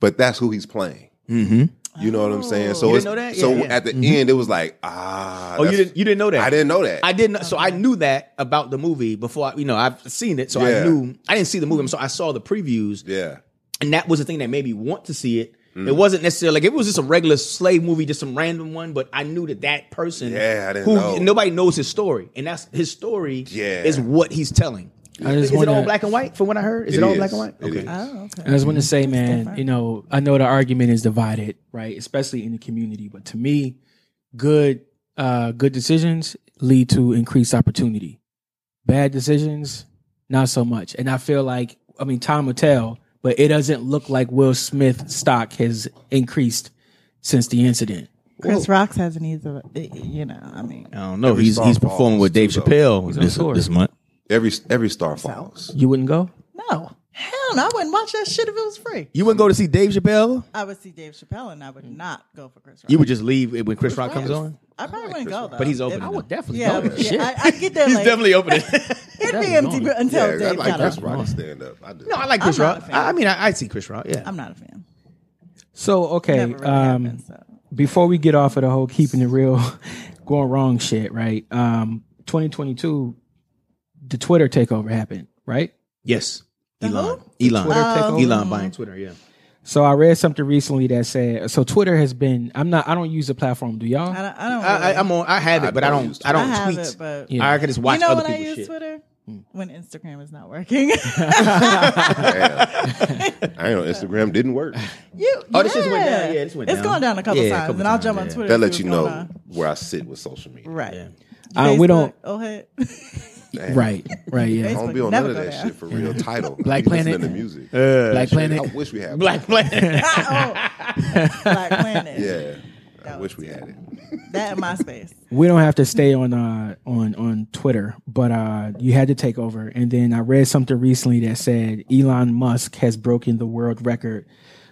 But that's who he's playing. Mm-hmm. You know what I'm saying? So Oh. You it's, didn't know that? so Yeah, yeah. at the end, it was like ah. Mm-hmm. Oh, you that's- didn't you didn't know that? I didn't know that. I didn't. So I Uh-huh. knew that about the movie before. I, you know, I've seen it, so Yeah. I knew. I didn't see the movie, so I saw the previews, yeah. Mm. and that was the thing that made me want to see it. It wasn't necessarily like it was just a regular slave movie, just some random one. But I knew that that person, Yeah, I didn't who know. nobody knows his story, and that's his story. Yeah. is what he's telling. I Is just it all wonder. black and white? From what I heard, is it, It all is. black and white? It is. Oh, okay. I just want to say, man, you know, I know the argument is divided, right? Especially in the community, but to me, good, uh, good decisions lead to increased opportunity. Bad decisions, not so much. And I feel like, I mean, time will tell, but it doesn't look like Will Smith's stock has increased since the incident. Chris Rocks hasn't either. eh, You know, I mean, I don't know. Every he's song he's performing falls, with Dave too, though. Chappelle this, tour. this month. Every every star falls. You wouldn't go? no, hell no, I wouldn't watch that shit if it was free. You wouldn't go to see Dave Chappelle. I would see Dave Chappelle, and I would not go for Chris Rock. Mm. You would just leave it when Chris Rock comes on. I probably wouldn't go though. But he's open. opening. I would Definitely Yeah, I would- yeah, I, I get there. like, opening. it'd be empty going. Yeah, until I Dave like got Chris up. Rock to stand up. I do. No, I like I'm Chris not a Rock. fan. I I mean, I, I see Chris Rock. Yeah, I'm not a fan. So, okay. Never really um, happened, so. before we get off of the whole keeping it real, going wrong shit, right? Um, 2022, the Twitter takeover happened, right? yes. Elon, Elon, Twitter takeover. Elon buying Twitter. Yeah, So I read something recently that said, so Twitter has been. I'm not. I don't use the platform. Do y'all? I don't. I don't. I, I, I'm on. I have it, but I don't don't. use I really- don't I have tweet. it, but Yeah. I can just watch you know other when I people's use shit. Mm. Twitter? When Instagram is not working. you, I ain't on Instagram. Didn't work. Oh, this just went yeah. down. Yeah, this went It's down. gone down a couple Yeah, a times, couple and I'll times, jump yeah. on Twitter. That to let see you what's know going on. where I sit with social media. Right. Uh, we don't. Oh, hey. Damn, Right. Right. I Yeah. don't be on Never none of go that there. shit for real. Title. Uh, Black I be listening Planet. to music. Black Planet. I wish we had. Black Planet. oh, Black Planet. Yeah. I wish we had it. That in MySpace. We don't have to stay on uh on on Twitter, but uh you had to take over. And then I read something recently that said Elon Musk has broken the world record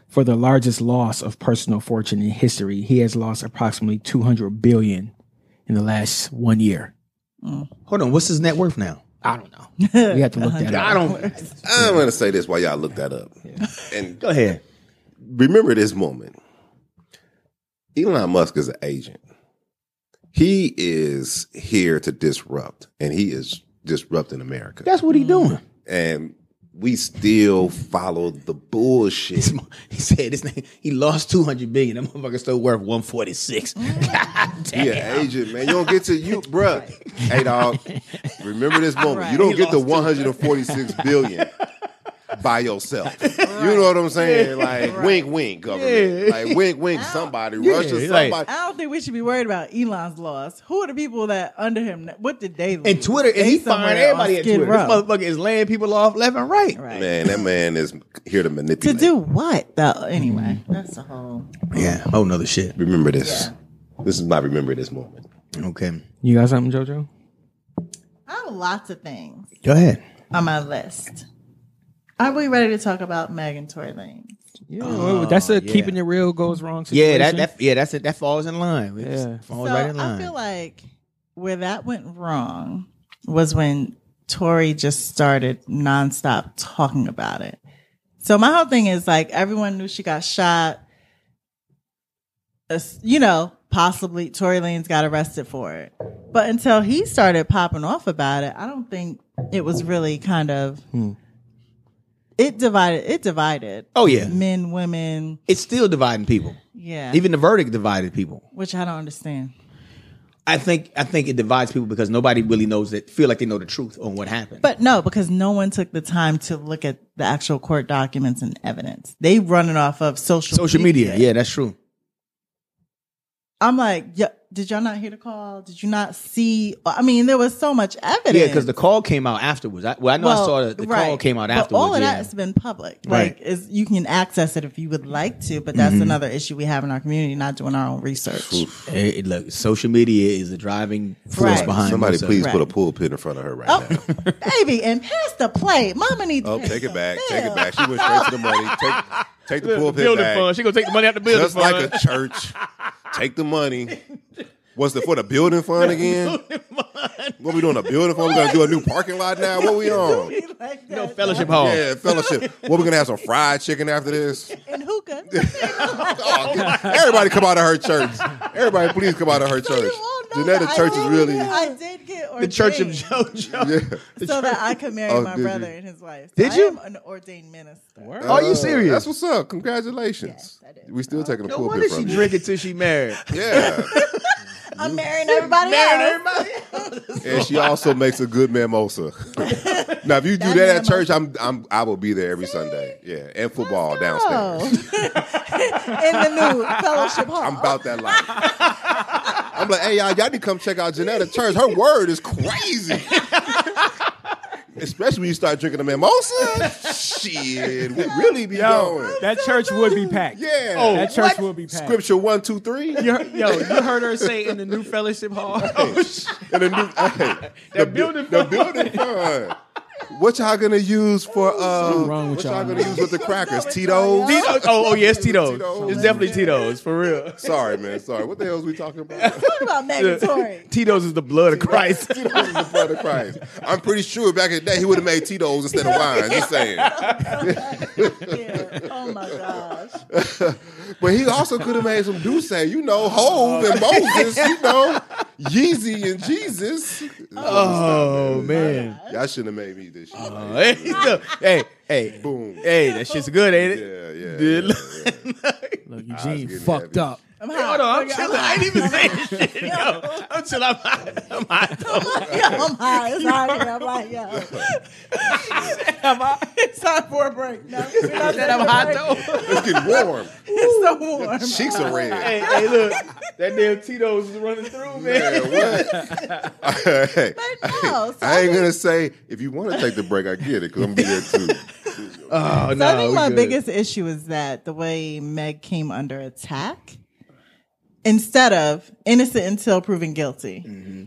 for the largest loss of personal fortune in history. He has lost approximately 200 billion in the last one year. Hold on. What's his net worth now? I don't know. We have to look that up. I don't. I'm gonna say this while y'all look that up. And Go ahead. remember this moment. Elon Musk is an agent. He is here to disrupt, and he is disrupting America. That's what he doing. and we still follow the bullshit. This mo- He said this name. He lost two hundred billion. That motherfucker's still worth one forty six. He an agent, man. You don't get to you, bruh. Hey, dog. Remember this moment. You don't He get to lost 146 billion by yourself. You know what I'm saying? Like wink, wink, government. Like wink, wink. Somebody, Russia, somebody. like- I don't think we should be worried about Elon's loss. Who are the people that under him? What did they lose? And Twitter, and he They somewhere firing everybody on at Skid Twitter. Row. This motherfucker is laying people off left and right. Right. man, that man is here to To manipulate. do what though? Anyway, Mm-hmm. that's the whole. Yeah. Oh, another shit. Remember this. This is my remember this moment. Okay. You got something, JoJo? I have lots of things Go ahead. on my list. Are we ready to talk about Megan Tory Lane? Yeah, well, that's a Oh, yeah. keeping it real goes wrong Yeah, that, situation. that yeah, that's it. That falls in line. It just Yeah. falls so right in line. I feel like where that went wrong was when Tori just started nonstop talking about it. So my whole thing is like everyone knew she got shot. as- you know, possibly Tory Lanez got arrested for it. But until he started popping off about it, I don't think it was really kind of. It divided. It divided. Hmm. Oh, yeah. men, women. It's still dividing people. Yeah, Even the verdict divided people. which I don't understand. I think I think it divides people because nobody really knows that feel like they know the truth on what happened. But no, because no one took the time to look at the actual court documents and evidence. They running off of social social media, yeah, that's true. I'm like, yeah, did y'all not hear the call? Did you not see? I mean, there was so much evidence. Yeah, because the call came out afterwards. I, well, I know I saw the, the call right. came out But afterwards. all of yeah. that's been public. Right. Mm-hmm. Like, is you can access it if you would like to, but that's another issue we have in our community, not doing our own research. It- it- look, social media is the driving force Right. behind. Somebody most of please it. put a Right. pulpit in front of her right Oh, now. baby, and pass the plate. Mama needs. to Oh, pay take it some back. Take it bills. back. She went straight to the money. Take, take the pulpit building fund. back. She gonna take the money out the building Just fund. like a church. Take the money. What's the for the building fund again? What we doing? A building fund? We gonna do a new parking lot now? What we on? Like no that. fellowship hall. Yeah, fellowship. What we gonna have some fried chicken after this? And hookah. Oh, get- everybody come out of her church. Everybody please come out of her church. You all know Janetta that I church is did really uh, get- I did get ordained the Church of JoJo. yeah. so that I could marry Oh, my did you? brother and his wife. So Did I you? am an ordained minister. Are you Uh, serious? That's what's up. Congratulations. we still taking the No pulpit wonder from she you. drinking till she married. Yeah. I'm marrying everybody else. and she also makes a good mimosa. now, if you do That that mimosa. at church, I'm I'm I will be there every Sunday. Yeah, and football Oh. downstairs. in the new fellowship hall. I'm about that life. I'm like, hey y'all, y'all need to come check out Janetta Church. Her word is crazy. Especially when you start drinking the mimosa. Shit, we really be going. That church would be packed. Yeah. that church would be packed. Scripture one, two, three. You heard, yo, you heard her say in the new fellowship hall. And the new hey, the, building the building fund. What y'all gonna use for uh wrong with what y'all y'all, gonna man. use with the crackers? Tito's? Tito, oh, oh yes, Tito's. Tito's. It's definitely Tito's for real. Sorry, man. Sorry. What the hell is we talking about? What about mandatory? Tito's is the blood of Christ. Tito's is the blood of Christ. I'm pretty sure back in the day he would have made Tito's instead of wine. Just saying. Yeah. Oh my gosh. But he also could have made some Duce, you know, Hove and Moses, you know, Yeezy and Jesus. oh man. Y'all shouldn't have made me this shit. Hey, look, hey, hey, Boom. hey, that shit's good, ain't it? Yeah, yeah. Dude, yeah. look, Look, Eugene getting fucked heavy. up. I'm high. hold on, I'm chilling. I ain't even saying shit. Yo, I'm chilling. I'm high. I'm high. Yeah, I'm high. It's high. I'm like, yo. It's time for a break. No, we're not That I'm high though. It's getting warm. it's so warm. Cheeks are red. hey, hey, look, that damn Tito's is running through, man. Yeah, what? Hey, But no, so I I ain't think, gonna say if you want to take the break, I get it because I'm gonna be there too. Oh so I think we my good. biggest issue is that the way Meg came under attack, instead of innocent until proven guilty. Mm-hmm.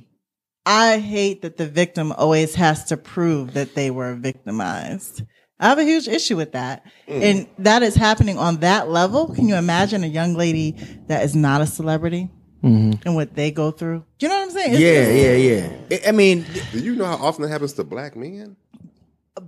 I hate that the victim always has to prove that they were victimized. I have a huge issue with that. Mm. And that is happening on that level. Can you imagine a young lady that is not a celebrity and what they go through? Do you know what I'm saying? It's Mm-hmm. Yeah, just- yeah, yeah. I- I mean, Do you know how often that happens to black men?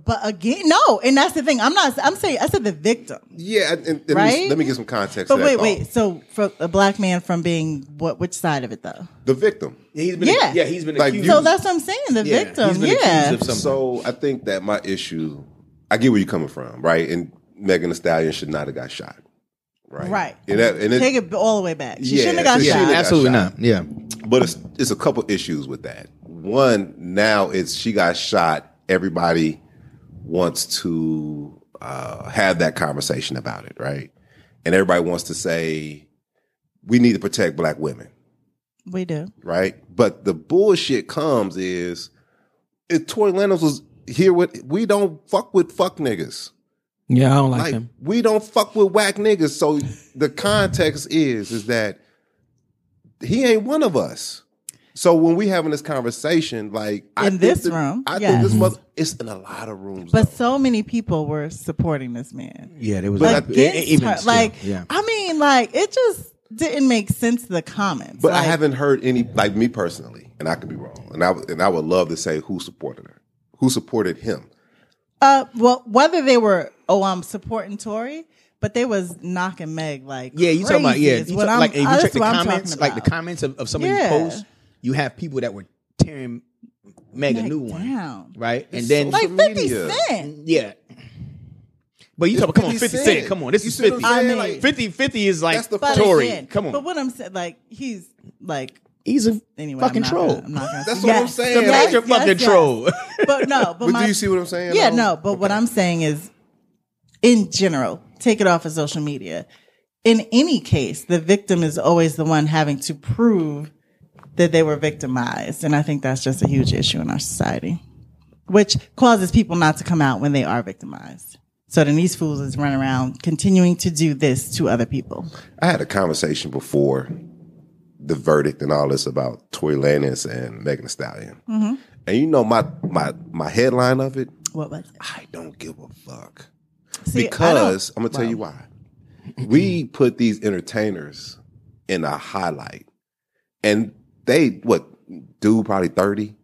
But again, no. And that's the thing. I'm not, I'm saying, I said the victim. Yeah, and, and let, me, Right? let me get some context. But to wait, that wait. thought. So for a black man from being what, which side of it though? the victim. he's been Yeah. yeah, he's been Like, accused. you- So that's what I'm saying. The yeah, victim. he's been yeah. accused of something. So I think that my issue, I get where you're coming from, right? And Megan Thee Stallion should not have got shot, right? Right. And, that, and it, Take it all the way back. She Yeah, shouldn't have got so she shot. shouldn't have absolutely not. shot. Yeah, but it's it's a couple issues with that. One, now it's she got shot. Everybody wants to uh, have that conversation about it, right? And everybody wants to say we need to protect black women. We do. right? But the bullshit comes is if Tory Lanez was here with we don't fuck with fuck niggas. Yeah, I don't like, Like him. we don't fuck with whack niggas. So the context is is that he ain't one of us. So when we having this conversation, like In think this that- room, I yes. think this mother it's in a lot of rooms. But though. so many people were supporting this man. yeah, there was But a- I- e- Against even her. still, Like, yeah. I mean, like, it just didn't make sense, the comments. But like, I haven't heard any like me personally, and I could be wrong. And I would- and I would love to say who supported her, who supported him. Uh, well, whether they were, oh, I'm supporting Tory, But they was knocking Meg like Yeah, you talking about crazy yeah? is You what talk- I'm- like if uh, you that's check the what I'm talking comments, like the about. comments of, of some of these Yeah. posts, you have people that were tearing Meg a Meg new one, down. right? And then social like Fifty media. Cent. yeah, but you talk. Come on, Fifty Cent. Cent. Come on, this You is see what I'm Fifty. saying? I mean- Like, 50 50 is like That's the But Tory. again, Come on, But what I'm saying, like he's like he's a anyway. fucking I'm not troll. Gonna, I'm not gonna That's say- what I'm Yes, saying, yes, like- Major yes, fucking yes. troll. But no, but, But my, do you see what I'm saying? Yeah, though? no, but what I'm saying is, in general, take it off of social media. In any case, the victim is always the one having to prove that they were victimized. And I think that's just a huge issue in our society, which causes people not to come out when they are victimized. So then these fools is running around continuing to do this to other people. I had a conversation before the verdict and all this about Tory Lanez and Megan Thee Stallion. Mm-hmm. And you know my my my headline of it, What was it? I don't give a fuck. See, I don't- because I'm gonna tell you why. We put these entertainers in a highlight, and they what dude probably thirty,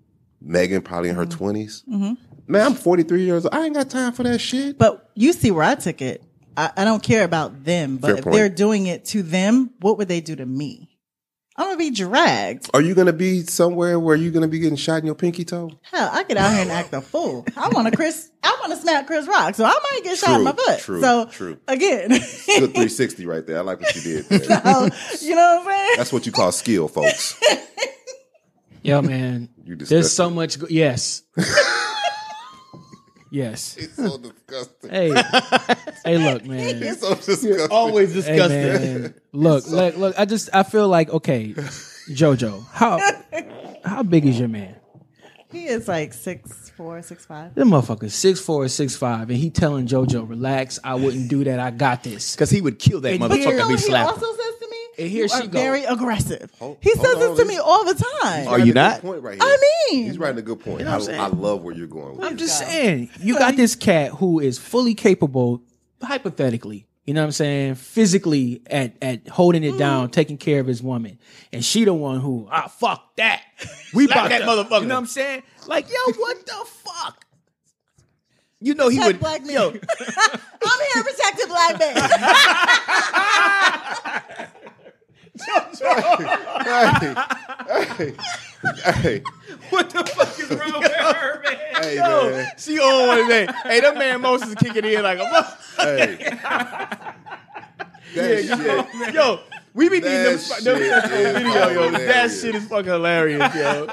Megan probably in her Mm-hmm. 20s Man, I'm 43 years old. I ain't got time for that shit. But you see where I took it. I, I don't care about them, but Fair if point. they're doing it to them, what would they do to me? I'm gonna be dragged. Are you gonna be somewhere where you're gonna be getting shot in your pinky toe? Hell, I get out here and act a fool. I want to Chris. I want to smack Chris Rock, so I might get shot in my True, butt. true, so true. again, Good you 360 right there. I like what you did. There. know what I'm saying? That's what you call skill, folks. Yo, man. You There's disgusting. so much. Go- yes. yes. It's so disgusting. Hey. hey, look, man. It's so disgusting. Always Hey, man. Look, look, look. I just, I feel like, okay, JoJo, how, how big is your man? He is like six four, six five. This motherfucker six four, six five, and he telling JoJo, "Relax, I wouldn't do that. I got this." because he would kill that And But you motherfucker. know what if he he slapped. him. also says to me? And here you she are go. very aggressive. Hold- he hold says on, this to me he's- all the time. Are you not? Point right here. I mean- he's writing a good point. I, I love where you're going. with I'm this. just saying, you got this cat who is fully capable, hypothetically, you know what I'm saying, physically at at holding it Mm. down, taking care of his woman, and she the one who ah fuck that, we Slap about that to-" motherfucker. You know what I'm saying? Like yo, what the fuck? You know he Protect would. black men. Yo, I'm here to protect the black man. hey, what the fuck is wrong with her, man? hey, man. She always oh, man. Hey, that man Moses is kicking in like a mother- Hey. That shit. yo. We be needing them, That them shit is video, yo. That hilarious. shit is fucking hilarious, yo.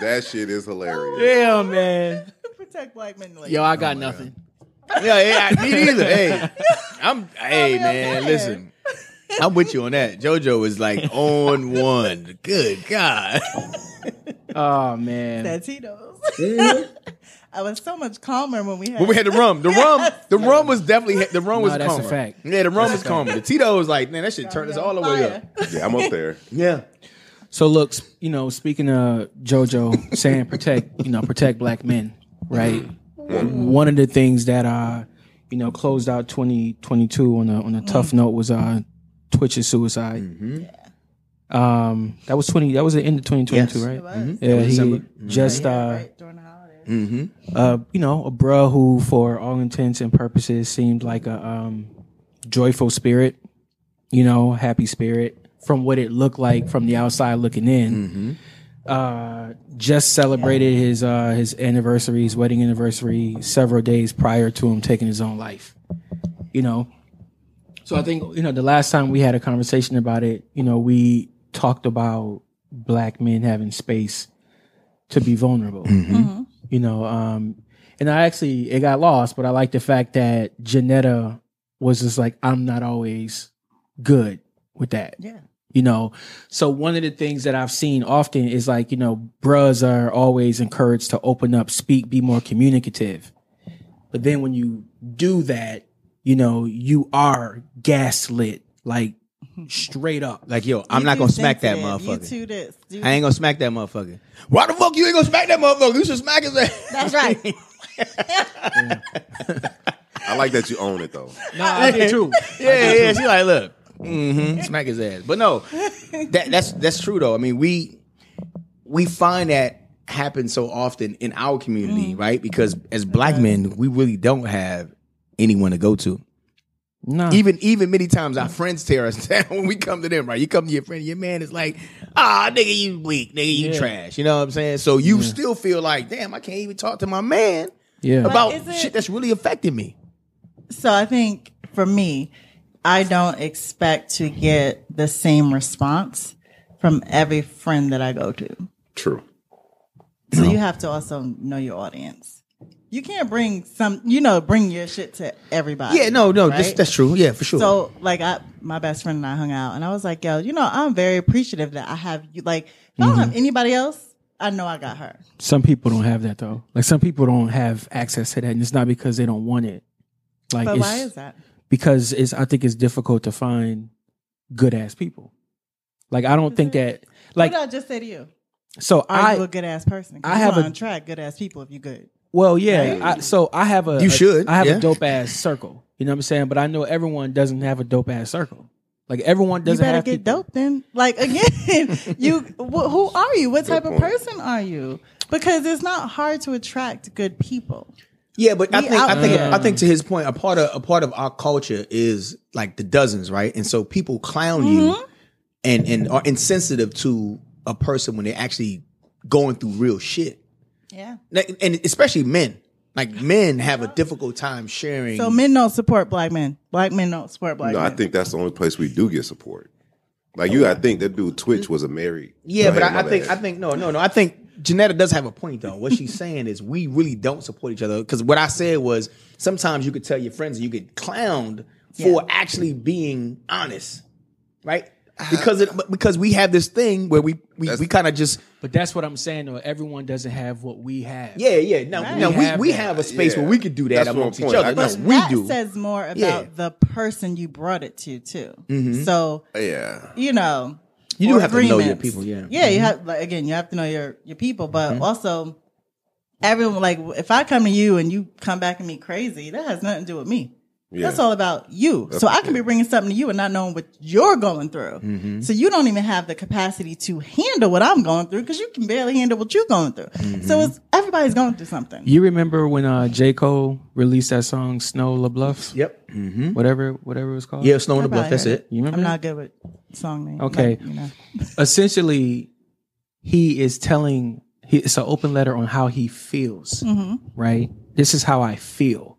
That shit is hilarious. Yeah, man. protect black men. Like, Yo, I got nothing. Yeah, yeah, me neither. Hey, I'm. Hey, I'm man, saying. listen. I'm with you on that. JoJo is like on one. Good God. Oh man. that Tito's. I was so much calmer when we had. When we had the rum, the rum, the rum was definitely the rum was No, that's a calmer. fact. Yeah, the rum was calmer. The Tito was like, man, that shit turned us all the way up. Fire. Yeah, I'm up there. Yeah. So look, s- you know, speaking of JoJo saying protect, you know, protect black men, right? Mm-hmm. One of the things that uh, you know, closed out 2022 on a on a Mm-hmm. tough note was uh Twitch's suicide. Um, that was 20 that was the end of 2022, Yes. right? Mm-hmm. was. Yeah, he December. just Yeah, uh right during the holidays. Mm-hmm. uh, you know, a bruh who, for all intents and purposes, seemed like a um, joyful spirit, you know, happy spirit from what it looked like from the outside looking in. Uh, just celebrated his uh, his anniversary, his wedding anniversary, several days prior to him taking his own life. You know, so I think you know the last time we had a conversation about it, you know, we talked about black men having space to be vulnerable Mm-hmm. you know um and i actually it got lost but i like the fact that janetta was just like i'm not always good with that Yeah. you know so one of the things that i've seen often is like you know bros are always encouraged to open up speak be more communicative but then when you do that you know you are gaslit like straight up Like, yo, I'm You not too gonna smack that sensitive. You motherfucker. too this. You- I ain't gonna smack that motherfucker. Why the fuck you ain't gonna smack that motherfucker? You should smack his ass. That's right. I like that you own it though. no i did too yeah, yeah. She like, look, hmm smack his ass. But no, that, that's that's true though. I mean, we we find that happens so often in our Mm. community, right? Because as black men, we really don't have anyone to go to. Uh. No. Even even many times our friends tear us down when we come to them, right? You come to your friend, your man is like, ah, nigga, you weak, nigga, you trash. You know what I'm saying? So you still feel like, damn, I can't even talk to my man Yeah. about is it- shit that's really affecting me. So I think for me, I don't expect to get the same response from every friend that I go to. True. So you have to also know your audience. You can't bring some, you know, bring your shit to everybody. Yeah, no, no, that's, Uh, right? that's true. Yeah, for sure. So like I my best friend and I hung out and I was like, yo, you know, I'm very appreciative that I have you like if I Mm-hmm. don't have anybody else, I know I got her. Some people don't have that though. Like some people don't have access to that, and it's not because they don't want it. Like, But it's, why is that? Because it's. I think it's difficult to find good ass people. Like I don't think that. Like what did I just say to you? so uh, Are you a I. good ass person? 'Cause I you have wanna a- attract good ass people if you good. Well, yeah. I, so I have a. You a- should, I have yeah. a dope ass circle. You know what I'm saying? But I know everyone doesn't have a dope ass circle. Like everyone doesn't you better have get people- dope then. Like again, you wh- who are you? What type of point. person are you? Because it's not hard to attract good people. Yeah, but I We think I out think there. I think to his point, a part of a part of our culture is like the dozens, right? And so people clown you and and are insensitive to a person when they're actually going through real shit, Yeah. Like, and especially men. Like men have a difficult time sharing. So men don't support black men. Black men don't support black No, I men. think that's the only place we do get support. Like you, I think that dude Twitch was a married. yeah, Go but ahead, I, I my think bad. I think no no no. I think Janetta does have a point though. What she's saying is we really don't support each other because what I said was sometimes you could tell your friends and you get clowned for actually being honest, right? Uh, Because it but- because we have this thing where we we, we kind of just But that's what I'm saying. Though everyone doesn't have what we have. yeah yeah no no We we, have we that. have a space Yeah. where we could do that That's my amongst each point. I other. No, just- we that do. says more about Yeah. the person you brought it to too. Mm-hmm. So Yeah, you know, You do or have to know your agreements. people, yeah. Mm-hmm. yeah. You have like again, you have to know your your people, but also everyone. Like if I come to you and you come back at me crazy, that has nothing to do with me. That's all about you. so I can be bringing something to you and not knowing what you're going through. Mm-hmm. So you don't even have the capacity to handle what I'm going through because you can barely handle what you're going through. So Mm-hmm. it's everybody's going through something. You remember when uh, J Cole released that song "Snow LaBeouf"? Yep. Whatever, whatever it was called. Yeah, snow in the bluff. Probably That's heard it. You remember? I'm that? not good with song names. Okay. but, you know. essentially he is telling he, it's an open letter on how he feels Mm-hmm. right this is how i feel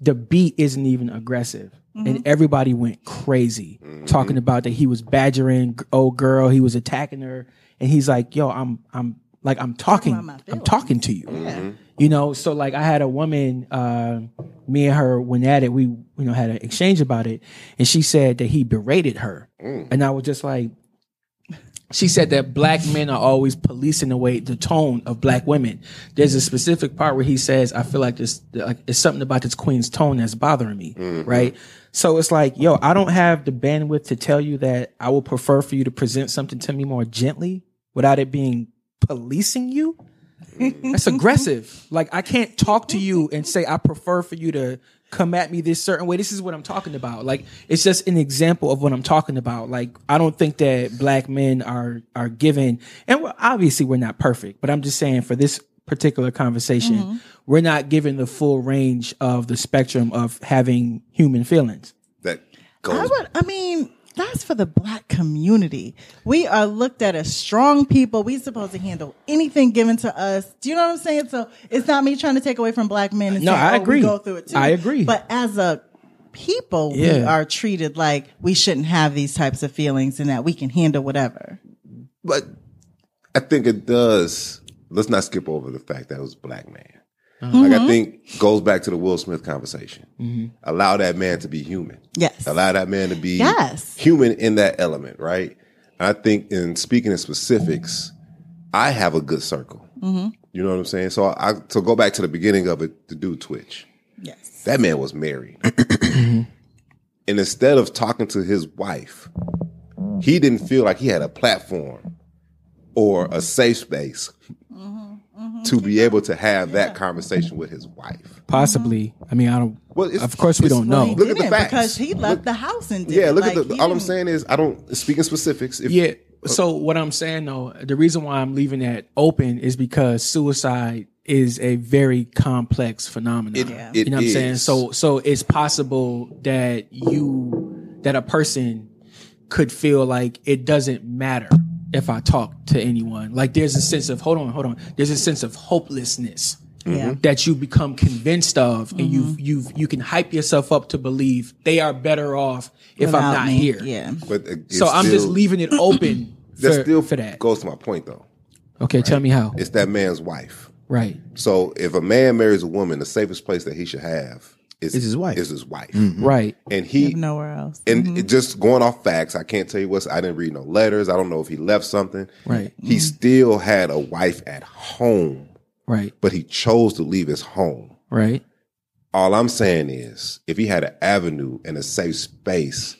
the beat isn't even aggressive Mm-hmm. and everybody went crazy talking about that he was badgering g- old girl he was attacking her and he's like yo i'm i'm like i'm talking my i'm feelings. talking to you you know so like i had a woman uh, me and her went at it we you know had an exchange about it and she said that he berated her and i was just like she said that black men are always policing the way the tone of black women. There's a specific part where he says, "I feel like this, like it's something about this queen's tone that's bothering me." Right. So it's like, yo, I don't have the bandwidth to tell you that I would prefer for you to present something to me more gently without it being policing you. That's aggressive. Like I can't talk to you and say I prefer for you to come at me this certain way. This is what I'm talking about. Like it's just an example of what I'm talking about. Like I don't think that black men are are given and we're, obviously we're not perfect, but I'm just saying for this particular conversation, we're not given the full range of the spectrum of having human feelings. that I goes. would. I mean, that's for the black community. We are looked at as strong people. We supposed to handle anything given to us. Do you know what I'm saying? So it's not me trying to take away from black men. And No, say, I "Oh, we agree. go through it too. I agree. But as a people, we Yeah. are treated like we shouldn't have these types of feelings and that we can handle whatever. But I think it does. Let's not skip over the fact that it was a black man. Uh-huh. Like I think goes back to the Will Smith conversation. Allow that man to be human. Mm-hmm. Yes. Allow that man to be Yes. human in that element, right? I think in speaking in specifics, I have a good circle. Mm-hmm. You know what I'm saying? So I to go back to the beginning of it, to do Twitch. Yes. That man was married. and instead of talking to his wife, he didn't feel like he had a platform or a safe space to be able to have that conversation with his wife. Possibly. I mean, I don't. Well, it's- of course, we it's don't like- Oh, know. Look at the Didn't, facts. because he left the house and did. Yeah, it. look Like, at the. he All I'm didn't- saying is, I don't speaking specifics. If, uh, Yeah. So what I'm saying though, the reason why I'm leaving that open is because suicide is a very complex phenomenon. It- Yeah. it you know what I'm saying? is. So so it's possible that you that a person could feel like it doesn't matter if I talk to anyone. Like there's a sense of hold on, hold on. There's a sense of hopelessness Mm-hmm. Yeah. Mm-hmm. that you become convinced of and you've you've you can hype yourself up to believe they are better off if Without I'm not me. here. Yeah. But it- it's So I'm just still- leaving it open for, That still for that. goes to my point though. Okay, tell me how. It's that man's wife. Right. So if a man marries a woman, the safest place that he should have is, Is his wife. Is his wife. Right. And he Nowhere else. and it just going off facts, I can't tell you what's. I didn't read no letters. I don't know if he left something. Right. Mm-hmm. He still had a wife at home, Right. but he chose to leave his home. Right. All I'm saying is, if he had an avenue and a safe space,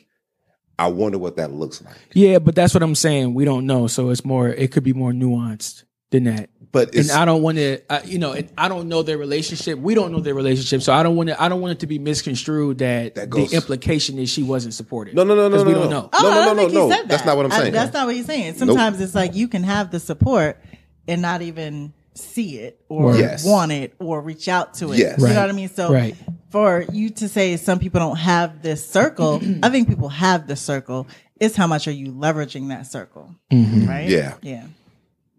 I wonder what that looks like. Yeah, but that's what I'm saying. We don't know, so it's more. It could be more nuanced than that. But it's, and I don't want to, uh, you know, and I don't know their relationship. We don't know their relationship, so I don't want to. I don't want it to be misconstrued that, That goes- the implication is she wasn't supported. no, no, no, no, 'Cause no, we no. don't know. Oh, no, I no, don't no, think no, he no. said that. That's not what I'm I- saying. that's not what he's saying. Sometimes it's like you can have the support and not even see it or Yes. want it or reach out to it. Yes. You know Right. what I mean? So Right. for you to say some people don't have this circle, I think people have the circle. It's how much are you leveraging that circle? Right? Mm-hmm. Yeah. Yeah.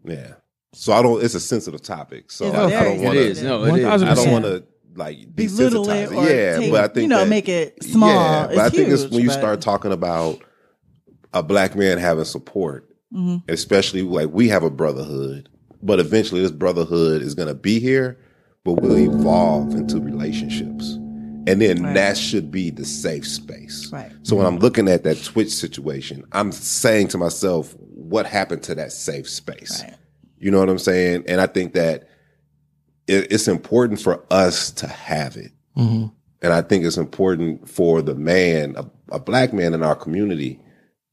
Yeah. So I don't. It's a sensitive topic. So It's I, I very don't want It is. to. No, it is. I don't Yeah. want to like Belittle it desensitize or Yeah, take- but I think you know, that- make it small. Yeah, but It's I think it's huge, when you but- start talking about a black man having support, Mm-hmm. especially like we have a brotherhood, but eventually this brotherhood is going to be here, but will evolve into relationships, and then Right. that should be the safe space. Right. So when I'm looking at that Twitch situation, I'm saying to myself, what happened to that safe space? Right. You know what I'm saying? And I think that it, it's important for us to have it. And I think it's important for the man, a, a black man in our community,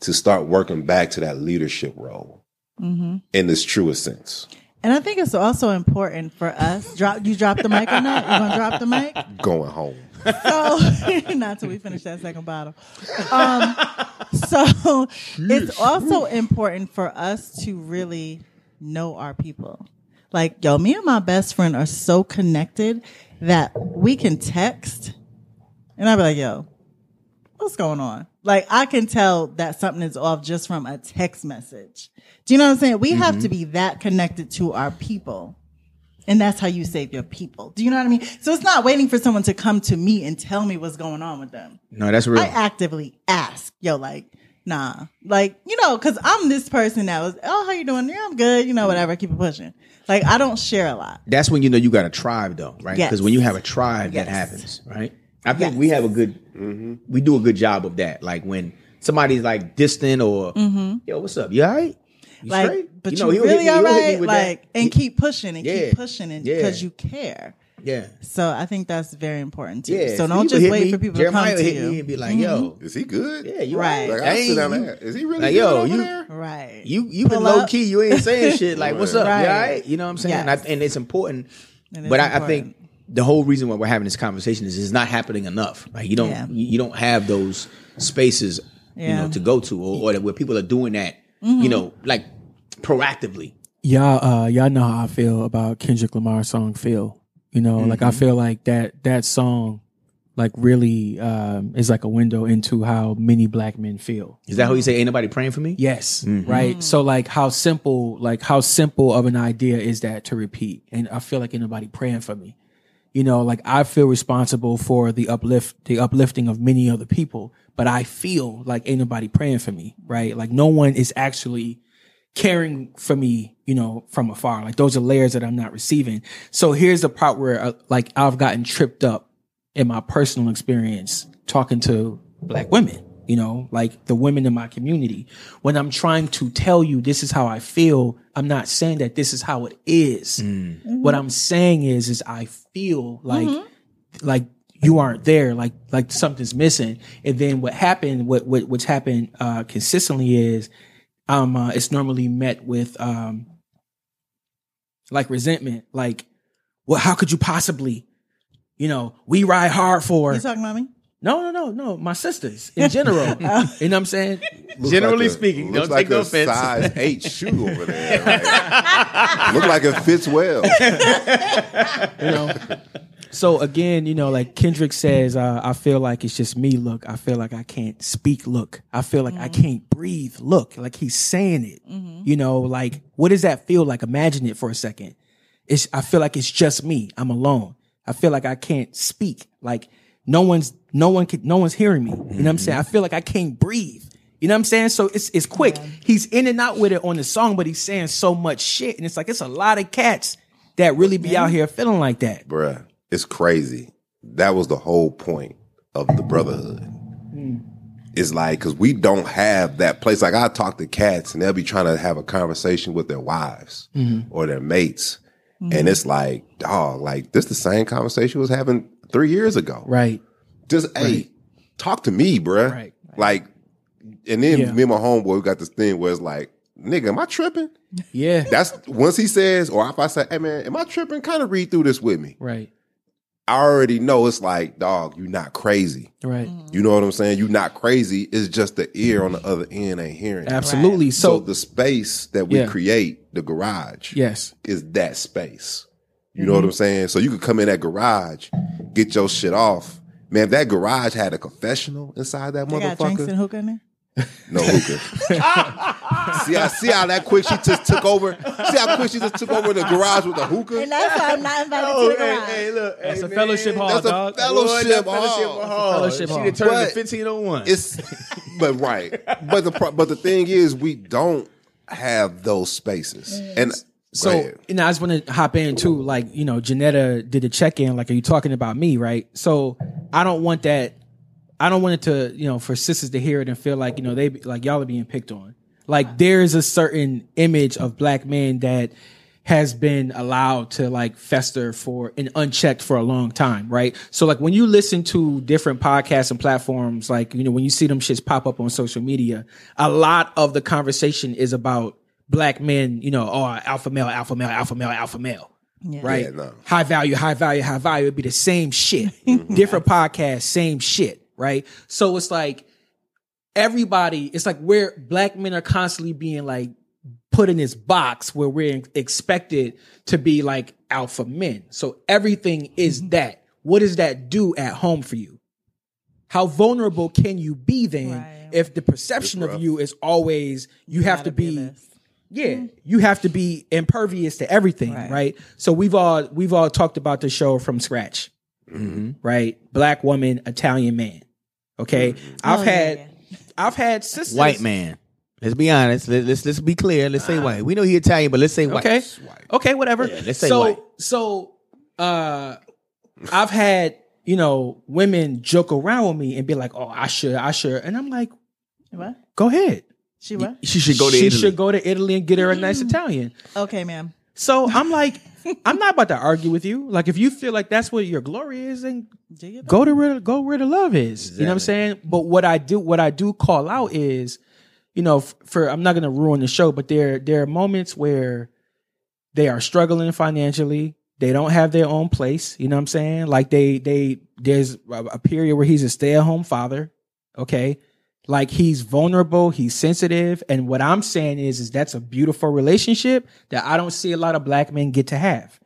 to start working back to that leadership role in its truest sense. And I think it's also important for us. Drop you drop the mic or not? You gonna drop the mic? Going home. So not till we finish that second bottle. Um, so it's also important for us to really know our people. Like yo, me and my best friend are so connected that we can text, and I'll be like, yo, what's going on? Like I can tell that something is off just from a text message. Do you know what I'm saying? We have to be that connected to our people. And that's how you save your people. Do you know what I mean? So it's not waiting for someone to come to me and tell me what's going on with them. No, that's real. I actively ask, yo, like, nah, like, you know, cause I'm this person that was, oh, how you doing? Yeah, I'm good. You know, whatever. Keep it pushing. Like, I don't share a lot. that's when you know you got a tribe though, right? Yes. Because when you have a tribe, that Yes. happens, right? I think we have a good, Mm-hmm. we do a good job of that. Like when somebody's like distant or, yo, what's up? You all right? You Mm-hmm. Like, straight? but know, you, he'll hit me- really all he'll hit me right? with that. Like, and keep pushing and Yeah. keep pushing and Yeah. because you care. yeah, So I think that's very important too. yeah. so you don't hit just wait me, for people Jeremiah to come hit to me you. Mm-hmm. and be like, yo, Is he good? yeah, you Right. right? Like, I Dang, sit down you- and ask, is he really Like, good yo, over you- there? Right. You you been Pull low up. key. You ain't saying shit. Like, what's up? Right. You all right? You know what I'm saying? Yes. I, and it's important. It is but I, I important. think the whole reason why we're having this conversation is it's not happening enough. Like you don't Yeah. you you don't have those spaces you Yeah. Mm-hmm. know to go to or, or that where people are doing that. You know, like proactively. Y'all, uh, y'all know how I feel about Kendrick Lamar's song "Feel." You know, like I feel like that that song, like really, um, is like a window into how many black men feel. Is that how you say? Ain't nobody praying for me? Yes, right. So like how simple, like how simple of an idea is that to repeat? And I feel like ain't nobody praying for me. You know, like I feel responsible for the uplift, the uplifting of many other people, but I feel like ain't nobody praying for me, right? Like no one is actually caring for me, you know, from afar. Like those are layers that I'm not receiving. So here's the part where uh, like I've gotten tripped up in my personal experience talking to black women, you know, like the women in my community. When I'm trying to tell you this is how I feel, I'm not saying that this is how it is. What I'm saying is, is I feel like, like you aren't there, like, like something's missing. And then what happened, what, what, what's happened, uh, consistently is, um, uh, it's normally met with, um, like resentment, like, well, how could you possibly, you know, we ride hard for You talking about me? No, no, no, no. My sisters in general. you know what I'm saying? Looks Generally like a- speaking, looks don't like take no a offense. size eight shoe over there. Like, look like it fits well. You know. So again, you know, like Kendrick says, uh, I feel like it's just me. Look, I feel like I can't speak. Look, I feel like I can't breathe. Look, like he's saying it. You know, like what does that feel like? Imagine it for a second. It's I feel like it's just me. I'm alone. I feel like I can't speak. Like no one's no one can no one's hearing me. You know what I'm saying? I feel like I can't breathe. You know what I'm saying? So it's it's quick. He's in and out with it on the song, but he's saying so much shit, and it's like it's a lot of cats that really be out here feeling like that. Bruh, it's crazy. That was the whole point of the brotherhood. Hmm. It's like, because we don't have that place. Like, I talk to cats and they'll be trying to have a conversation with their wives Mm-hmm. or their mates. And it's like, dog, like, this the same conversation we was having three years ago. Right. Just, hey, talk to me, bruh. Right. Like, and then Yeah. me and my homeboy got this thing where it's like, nigga, am I tripping? Yeah. That's once he says, or if I say, hey, man, am I tripping? Kind of read through this with me. Right. I already know it's like, dog, you not crazy. Right. You know what I'm saying? You not crazy. It's just the ear on the other end ain't hearing. it. Absolutely. So, So, the space that we Yeah. create, the garage, yes. is that space. You Mm-hmm. know what I'm saying? So you could come in that garage, get your shit off. Man, if that garage had a confessional inside that They got drinks and motherfucker. hookah in there. No hookah. see, I see how that quick she just took over. See how quick she just took over the garage with the hookah. And that's why I'm not invited Oh, to the garage. look, That's a fellowship hall, That's a Oh, dog. fellowship oh. hall. Fellowship hall. She turned But to fifteen oh one. It's but right. But the pro- but the thing is, we don't have those spaces. And So, you know, I just want to hop in too. Like, you know, Janetta did a check in. Like, are you talking about me? Right. So, I don't want that. I don't want it to, you know, for sisters to hear it and feel like, you know, they be- like y'all are being picked on. Like, there is a certain image of black men that has been allowed to like fester for and unchecked for a long time, right? So like when you listen to different podcasts and platforms, like you know when you see them shits pop up on social media, a lot of the conversation is about black men, you know, oh, alpha male, alpha male, alpha male, alpha male. Right? Yeah, no. Mm-hmm. High value, high value, high value. It'd be the same shit. Different podcast, same shit. Right? So it's like everybody, it's like where black men are constantly being like put in this box where we're expected to be like alpha men. So everything is that. What does that do at home for you? How vulnerable can you be then Right. if the perception of you is always you, have Gotta to be, this. yeah, you have to be impervious to everything, right. Mm-hmm. Right. So we've all we've all talked about the show from scratch, Mm-hmm. right? Black woman, Italian man. Okay, I've Oh, yeah, had yeah. I've had sisters Mm-hmm. white man. Let's be honest. Let, let's let's be clear. Let's say white. We know he Italian, but let's say white. Okay, okay, whatever. Yeah, let's say so white. so uh, I've had you know women joke around with me and be like, "Oh, I should, I should," and I'm like, What? "Go ahead." She what? She should go to she Italy. should go to Italy and get her a nice Mm-hmm. Italian. Okay, ma'am. So I'm like, I'm not about to argue with you. Like, if you feel like that's what your glory is, then Do you go to where go where the love is. You know what I'm saying? But what I do what I do call out is, you know, f- for I'm not gonna ruin the show, but there there are moments where they are struggling financially. They don't have their own place. You know what I'm saying? Like they they there's a a period where he's a stay at home father. Okay. Like he's vulnerable, he's sensitive, and what I'm saying is, is that's a beautiful relationship that I don't see a lot of black men get to have.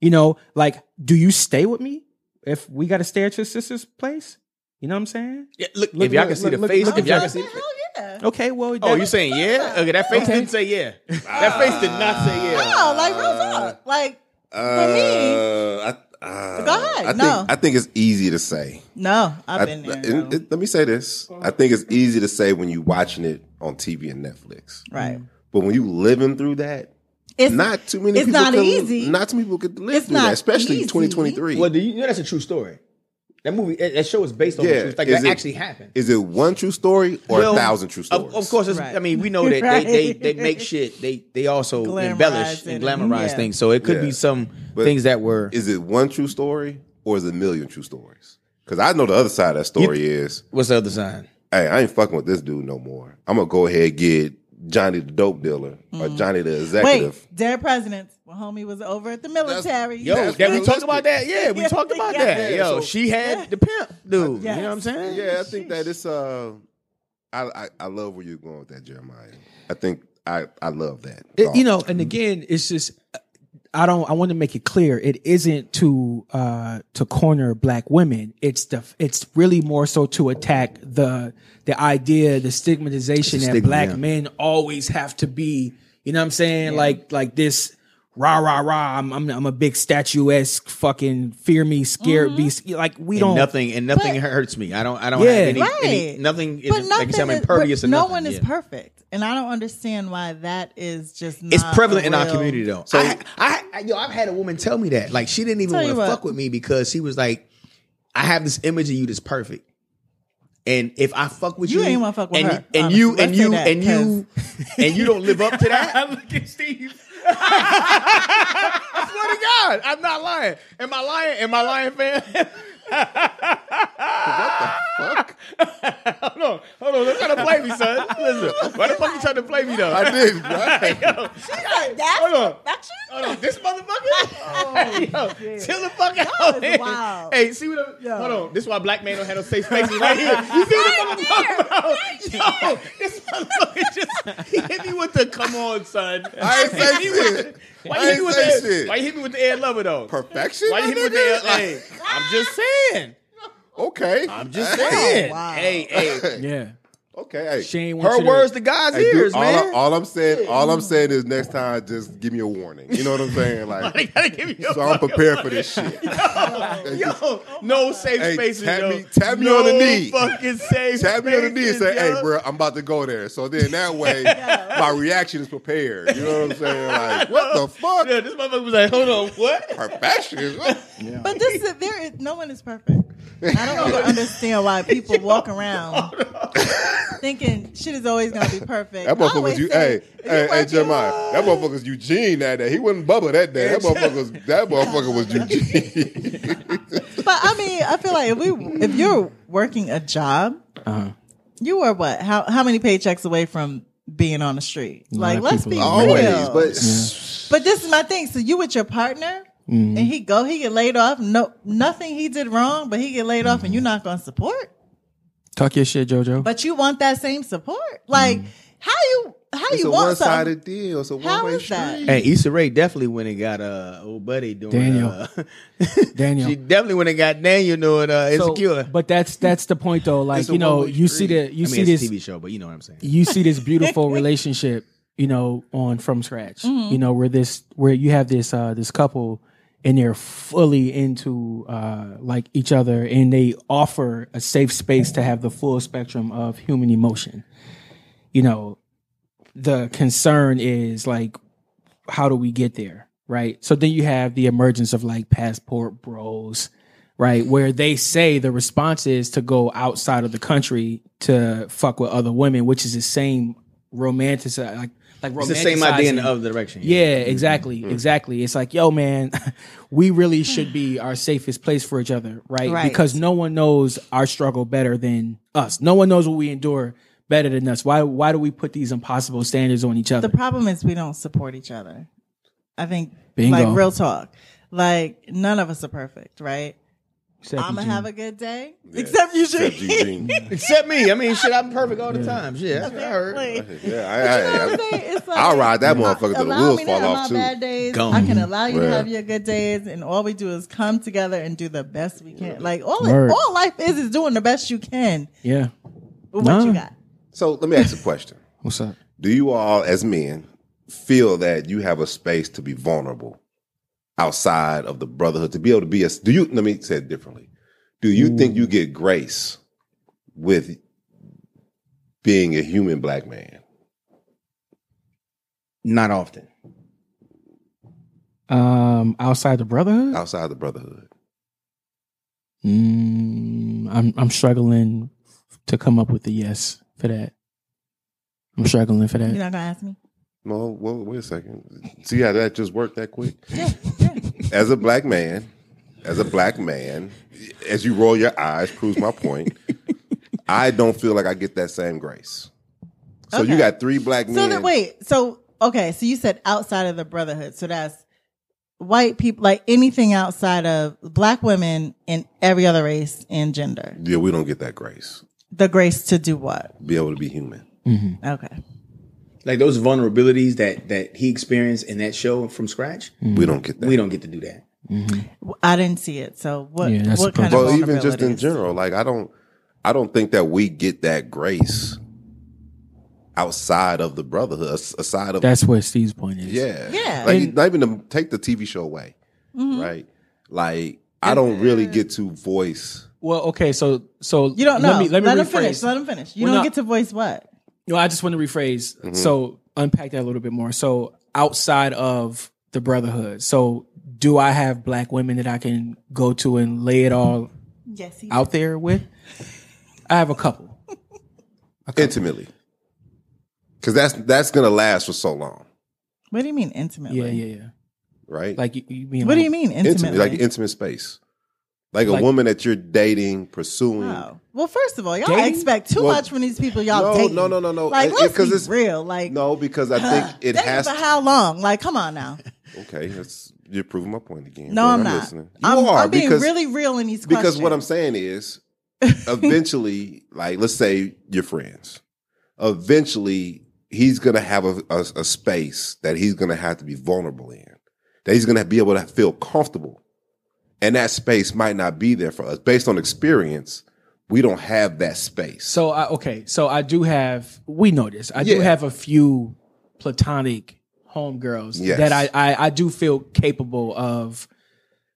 You know, like, do you stay with me if we got to stay at your sister's place? You know what I'm saying? Yeah, look, Look, if y'all look, can see look, the look, face, look if y'all at can that. see. Hell yeah. Okay, well, Oh, that- you saying yeah? Okay, Ah. that face didn't say yeah. That face did not say yeah. No, Oh, like real talk. Like for me, Uh, I, uh, Go ahead. I think, No. I think it's easy to say. no, I- I've been there. it- though. it- let me say this. I think it's easy to say when you're watching it on TV and Netflix, right. but when you living through that, It's not too many. it's people not can, easy. Not too many people could live It's through that, not especially easy. 2023. Well, do you you know that's a true story? That movie, that that show is based on Yeah, the truth. Like is that it- actually happened. is it one true story or Well, a thousand true stories? Of, of course, it's, Right. I mean we know that they, Right. they, they make shit. They they also Glamorize embellish it and- and glamorize yeah. things. So it could Yeah. be some But things that were. Is it one true story or is it a million true stories? Because I know the other side of that story is, What's the other sign? hey, I ain't fucking with this dude no more. I'm gonna go ahead and get Johnny the dope dealer or Mm. Johnny the executive. Wait, dead presidents. Well, homie was over at the military. Yo, that That's we realistic. talked about that. Yeah, we Yeah, talked about yeah. that. Yeah, Yo, so- she had the pimp dude. Yes. You know what I'm saying? Yeah, I think that it's uh, I, I I love where you're going with that, Jeremiah. I think I I love that. It- you know, and again, it's just I don't. I want to make it clear. It isn't to uh to corner black women. It's the. It's really more so to attack the the idea, the stigmatization that stigma, black yeah. men always have to be. You know what I'm saying? Like like this. Rah rah rah! I'm I'm, I'm a big statuesque fucking fear me, scared beast. Like Mm-hmm. we And don't. nothing and nothing hurts me. I don't I don't Yeah. have any, Right. any nothing is But like nothing you said, I'm is- impervious but and no nothing. one is Yeah. perfect, and I don't understand why that is just. Not It's prevalent a in our real- community though. So I, I, I- yo, I've had a woman tell me that. Like she didn't even Tell want you to what. fuck with me because she was like, I have this image of you that's perfect. And if I fuck with you, You ain't wanna fuck with and, her, and honestly. you Let's and say you that, and you and you don't live up to that. Look at Steve. swear to God, I'm not lying. Am I lying? Am I lying, fam? what the fuck? hold on, hold on. Don't try to play me, son. Listen, why the fuck you trying to play me though? I did. Right? That's Hold on. that's you? Hold on, this motherfucker. Oh, hey, yo, chill the fuck out. is man. wild. Hey, see what? I'm, Hold on. This is why black man don't have no safe spaces right here. You see what I'm talking about? Yo, this motherfucker just he hit me with the come on, son. I ain't say He with shit. the- Why I you hit me ain't with say the shit. Why you hit me with the Ed Lover though? Perfection. Why you hit me with the nigga? L? Hey, I'm just saying. Okay. I'm just saying. wow. Hey, hey. Yeah, Okay. Hey. she ain't want Her you to- words to God's Hey, dude, ears, all, man. I, all I'm saying, all I'm saying is next time, just give me a warning. You know what I'm saying? they Like, gotta give you a so I'm prepared for this shit. Yo, no safe Hey, spaces. tap yo. me- tap me no on the knee. Fucking safe. Tap me on the knee and spaces, say, yo. "Hey, bro, I'm about to go there." So then that way, my reaction is prepared. You know what I'm saying? Like, what the fuck? Yeah, this motherfucker was like, hold on, what? Perfection. But this is there is no one is perfect. I don't even understand why people walk around thinking shit is always gonna be perfect. That I motherfucker always was you. say, Hey, if you hey, hey, work Jeremiah. hard- That motherfucker was Eugene that day. He wasn't Bubba that day. That motherfucker was. That motherfucker was Eugene. But I mean, I feel like if we if you're working a job, you are what? How how many paychecks away from being on the street? Like, let's be Always, real. but But this is my thing. So you with your partner, and he go, he get laid off. No, nothing he did wrong, but he get laid off, and you're not gonna support. Talk your shit, JoJo. But you want that same support. Like how you how Mm. it's you a want something? one-sided deal. It's a How one-way is that? street. Hey, Issa Rae definitely went and got uh old buddy doing Daniel. Uh, Daniel. she definitely went and got Daniel doing uh So- insecure. but that's that's the point though. Like It's a you know, one-way you see street. the you I see mean, this it's a TV show, but you know what I'm saying. you see this beautiful relationship, you know, on from scratch. You know, where this where you have this uh this couple and they're fully into uh like each other and they offer a safe space to have the full spectrum of human emotion. You know, the concern is like how do we get there? Right. So then you have the emergence of like passport bros, right? Where they say the response is to go outside of the country to fuck with other women, which is the same romantic, like, like It's the same idea in the romanticizing- other direction. yeah, Mm-hmm. exactly, exactly. It's like, yo, man, we really should be our safest place for each other, right? Right. Because no one knows our struggle better than us. No one knows what we endure better than us. Why? Why do we put these impossible standards on each other? The problem is we don't support each other. I think, Bingo. like real talk, like none of us are perfect, right? Except I'm gonna Eugene. have a good day, except you Except should. Eugene. Except me. I mean, shit, I'm perfect all the time. Yeah, that's what I heard. Yeah, know I, I, what I'm saying? It's like- I'll ride that motherfucker till the allow wheels me to fall have off my too. bad days. Gone. I can allow you to Yeah. have your good days, and all we do is come together and do the best we can. Like all, Word. all life is is doing the best you can Yeah. with what Nah. you got. So let me ask a question. What's up? Do you all, as men, feel that you have a space to be vulnerable outside of the brotherhood to be able to be a? Do you? Let me say it differently. Do you think Mm. you get grace with being a human black man? Not often. Um, outside the Oh. brotherhood, outside the brotherhood. mm, I'm I'm struggling to come up with a yes for that. I'm struggling for You're that. not gonna ask me. Well, well, wait a second. See how that just worked that quick? Yeah, yeah. As a black man, as a black man, as you roll your eyes, proves my point. I don't feel like I get that same grace. So you Okay. got three black men. So that wait, so okay, so you said outside of the brotherhood. So that's white people like anything outside of black women and every other race and gender. Yeah, we don't get that grace. The grace to do what? Be able to be human. Okay. Like those vulnerabilities that that he experienced in that show from scratch, We don't get that. we don't get to do that. Well, I didn't see it. So what Yeah, that's what a kind of well, even just in vulnerabilities? general, like I don't, I don't think that we get that grace outside of the brotherhood, as- aside of That's what Steve's point is. yeah, Yeah. Mm-hmm. Like not even to take the TV show away, right? Like I don't really get to voice. Well, okay, so so You don't know. Let me let me him rephrase. finish. Let him finish. You Well, don't no. get to voice what? No, I just want to rephrase. Mm-hmm. So unpack that a little bit more. So outside of the brotherhood, so do I have black women that I can go to and lay it all Yes, he out there with? I have a couple. intimately because that's that's gonna last for so long What do you mean intimately? Yeah, yeah, yeah. right Like you, you mean What do like- you mean intimate intimately? like intimate space like a Like- woman that you're dating pursuing Oh. Well, first of all, y'all Dating? expect too Well, much from these people y'all no, dating. no, no, no, no. Like, It- it- let's 'cause be it's- real. Like, no because i think it dating has for to how long? Like, come on now. okay that's you're proving my point again No, but I'm, not. listening. you I'm, are I'm being because really real in these because questions. what i'm saying is eventually like let's say you're friends eventually he's gonna have a, a, a space that he's gonna have to be vulnerable in that he's gonna be able to feel comfortable and that space might not be there for us based on experience we don't have that space So I okay, so I do have we know this. I do Yeah. have a few platonic homegirls Yes. that I, I I do feel capable of,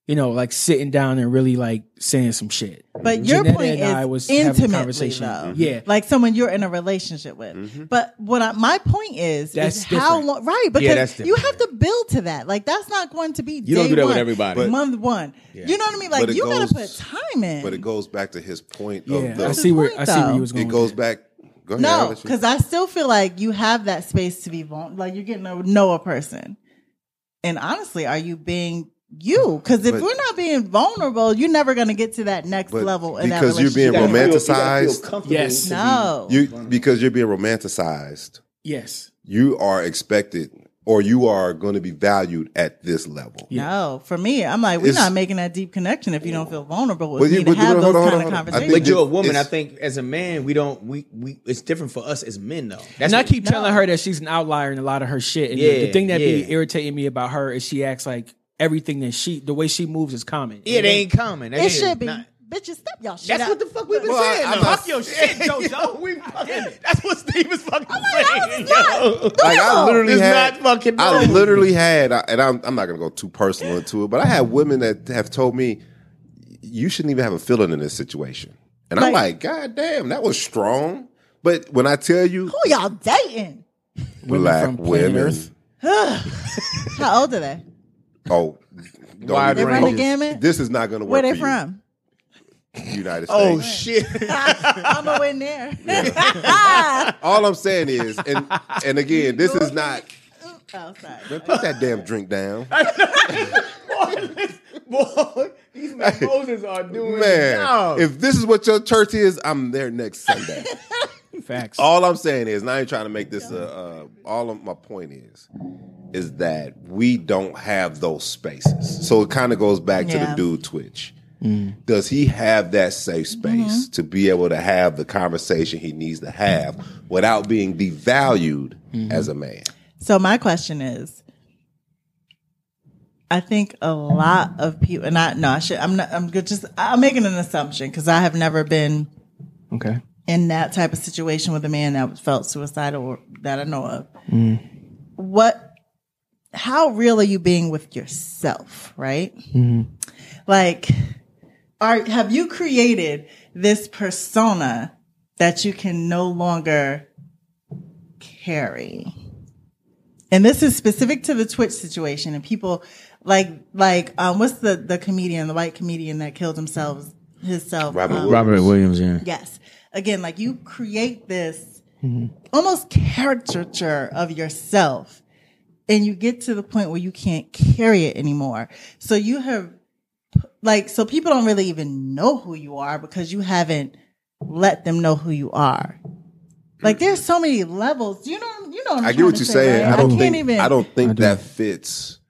you know, like sitting down and really like saying some shit. but your Janetta point and I is was having a intimately, conversation. Mm-hmm. though. Yeah. like someone you're in a relationship with. Mm-hmm. But what I, my point is That's is how different. long? Right, Yeah, because that's you have different. to build to that. Like, that's not going to be You don't day do that with one, everybody. But- month one. you know what I mean? but Like, it you got to put goes- time in. but it goes back to his point Yeah, of the I see where I see where though. you was going. it with goes that. back go ahead I'll No, let you- because I still feel like you have that space to be vulnerable. Like you're getting to know a person. And honestly, are you being you? Because if But- we're not being vulnerable, you're never going to get to that next But level. In because that you're being relationship. romantic. Yes. to be- No. you because you're being romanticized Yes. you are expected or you are going to be valued at this level. no, for me, I'm like, we're It's- not making that deep connection if you don't feel vulnerable with Well, you- me but- to have hold on, those hold on, kind of hold on. I think conversations. But you're a woman. I It's- think as a man, we don't. We we. It's different for us as men, though. That's and I what- keep telling her that she's an outlier in a lot of her shit. And the- the, Yeah, thing that yeah. be irritating me about her is she acts like everything that she, the way she moves is common. It ain't common. That it shit should is be. not- Bitches, step y'all shit That's up. what the fuck we've been Well, I- saying. I'm though. not- JoJo. We fucking, that's what Steve is fucking saying. yo. Like I literally It's had, not fucking I normal. literally had, and I'm, I'm not going to go too personal into it, but I had women that have told me you shouldn't even have a feeling in this situation, and I'm like, Like- God damn, that was strong. But when I tell you, Who y'all dating? black from planet women, Earth? How old are they? oh, don't Wide even- They run the gamut? This is not going to Where work. they for you, from? United States. Oh shit. I'm a win there. All I'm saying is, and and again, this is not. oh, sorry. Man, put that damn drink down. Boy, these Moses are doing Man, if this is what your church is, I'm there next Sunday. Facts. all I'm saying is, and I ain't trying to make this a. Uh, all of my point is, is that we don't have those spaces. So it kind of goes back to the Yeah. dude Twitch. Does he have that safe space Mm-hmm. to be able to have the conversation he needs to have without being devalued as a man? So my question is, I think a lot of people, and I no, I should, I'm not, I'm good, just, I'm making an assumption because I have never been okay. in that type of situation with a man that felt suicidal or that I know of. What, how real are you being with yourself, right? Like, are have you created this persona that you can no longer carry? And this is specific to the Twitch situation and people like like um, what's the the comedian, the white comedian that killed himself himself Robin um, Williams. Robert Williams, yeah. Yes. Again, like you create this almost caricature of yourself and you get to the point where you can't carry it anymore. So you have like so people don't really even know who you are because you haven't let them know who you are. Like there's so many levels. You know, you know. What I'm I get trying what you're to say, saying. right? I don't can't think even. I don't think that fits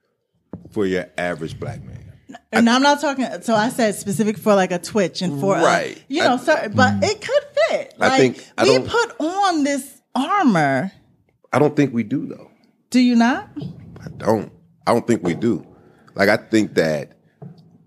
for your average black man. And I'm not talking. So I said specific for like a Twitch and for right. Right. you know, I- Mm-hmm. certain, but it could fit. I Like, think- I we don't- put on this armor. I don't think we do though. Do you not? I don't. I don't think we do. Like I think that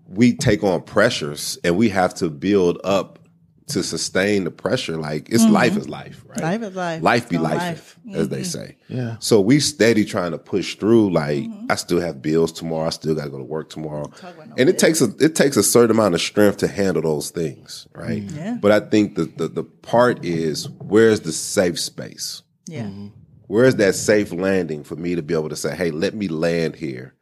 we take on pressures and we have to build up to sustain the pressure. Like it's life is life, right? Mm-hmm. Life is life. Life be It's all life, life. Mm-hmm. as they say. Yeah. So we steady trying to push through. Like Mm-hmm. I still have bills tomorrow. I still got to go to work tomorrow. And it takes a it takes a certain amount of strength to handle those things, right? Mm-hmm. Yeah. But I think the the, the part is where's the safe space Yeah. Mm-hmm. where's that safe landing for me to be able to say hey let me land here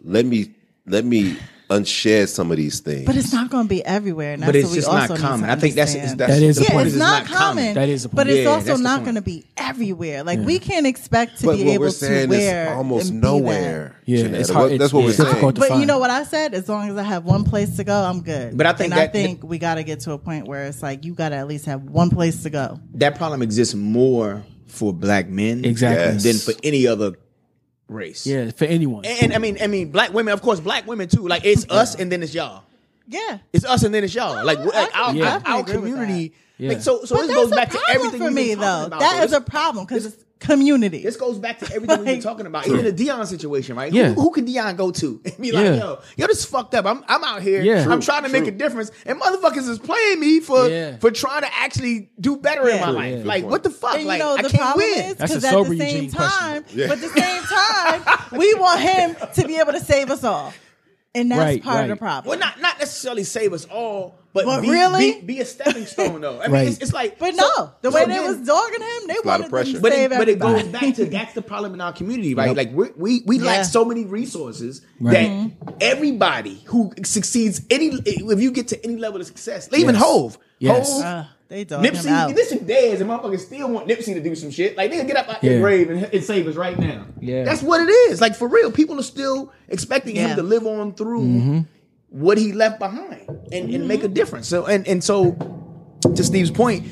let me let me unshed some of these things But it's not going to be everywhere, and that's but it's what just we not also common. Need to I think that's, it's, understand. that's That is the a yeah, point. it's is not common. That is the But point. it's Yeah, also that's the not point. going to be everywhere. Like we can't expect to but be what able we're to saying wear is almost and be that. nowhere Yeah, Jeanette. it's hard- What- that's what we're it's- yeah, it's saying difficult to- But you know Fine. what I said? As long as I have one place to go, I'm good. But I think and I that- think we got to get to a point where it's like you got to at least have one place to go. that problem exists more for black men Exactly. than for any other race. Yeah, for anyone. And I mean, I mean, black women, of course, black women too. Like it's us, and then it's y'all. Yeah. It's us, and then it's y'all. Oh, Like, we're- like our, Yeah. our agree with community. that. Like, Yeah. so, so But this that's goes a back to problem everything for we've been me, talking though. about, That though. is a problem because it's community. This goes back to everything we've been Like- talking about. Even the Dion situation, right? Yeah. Who, who can Dion go to and be like, Yeah. yo, yo, this is fucked up. I'm I'm out here. Yeah. I'm trying to make a difference. And motherfuckers is playing me for Yeah. for trying to actually do better in Yeah. my True, life. yeah. Like, what the fuck? And like, you know I the can't problem win. is That's a because at sober the same Eugene question. time, but at the same time, we want him to be able to save us all, and that's Right, part of the right. problem. Well, not not necessarily save us all, but, But be, really? be, be a stepping stone, though. I mean, Right. it's, it's like, but so- no, the way so they then- was dogging him, they a lot wanted of Him to pressure. But save it, but it everybody. goes back to that's the problem in our community, right? Yep. Like we're, we we Yeah. Mm-hmm. lack so many resources that everybody who succeeds any if you get to any level of success, like even Yes. Hove, Yes. Hove, Uh, they dogged him Nipsey, out. this is dead, and motherfuckers still want Nipsey to do some shit. Like they get up out Yeah. their grave and, and save us right now. Yeah. that's what it is. Like for real, people are still expecting Yeah. him to live on through Mm-hmm. what he left behind and, and make a difference. So and and so to Steve's point,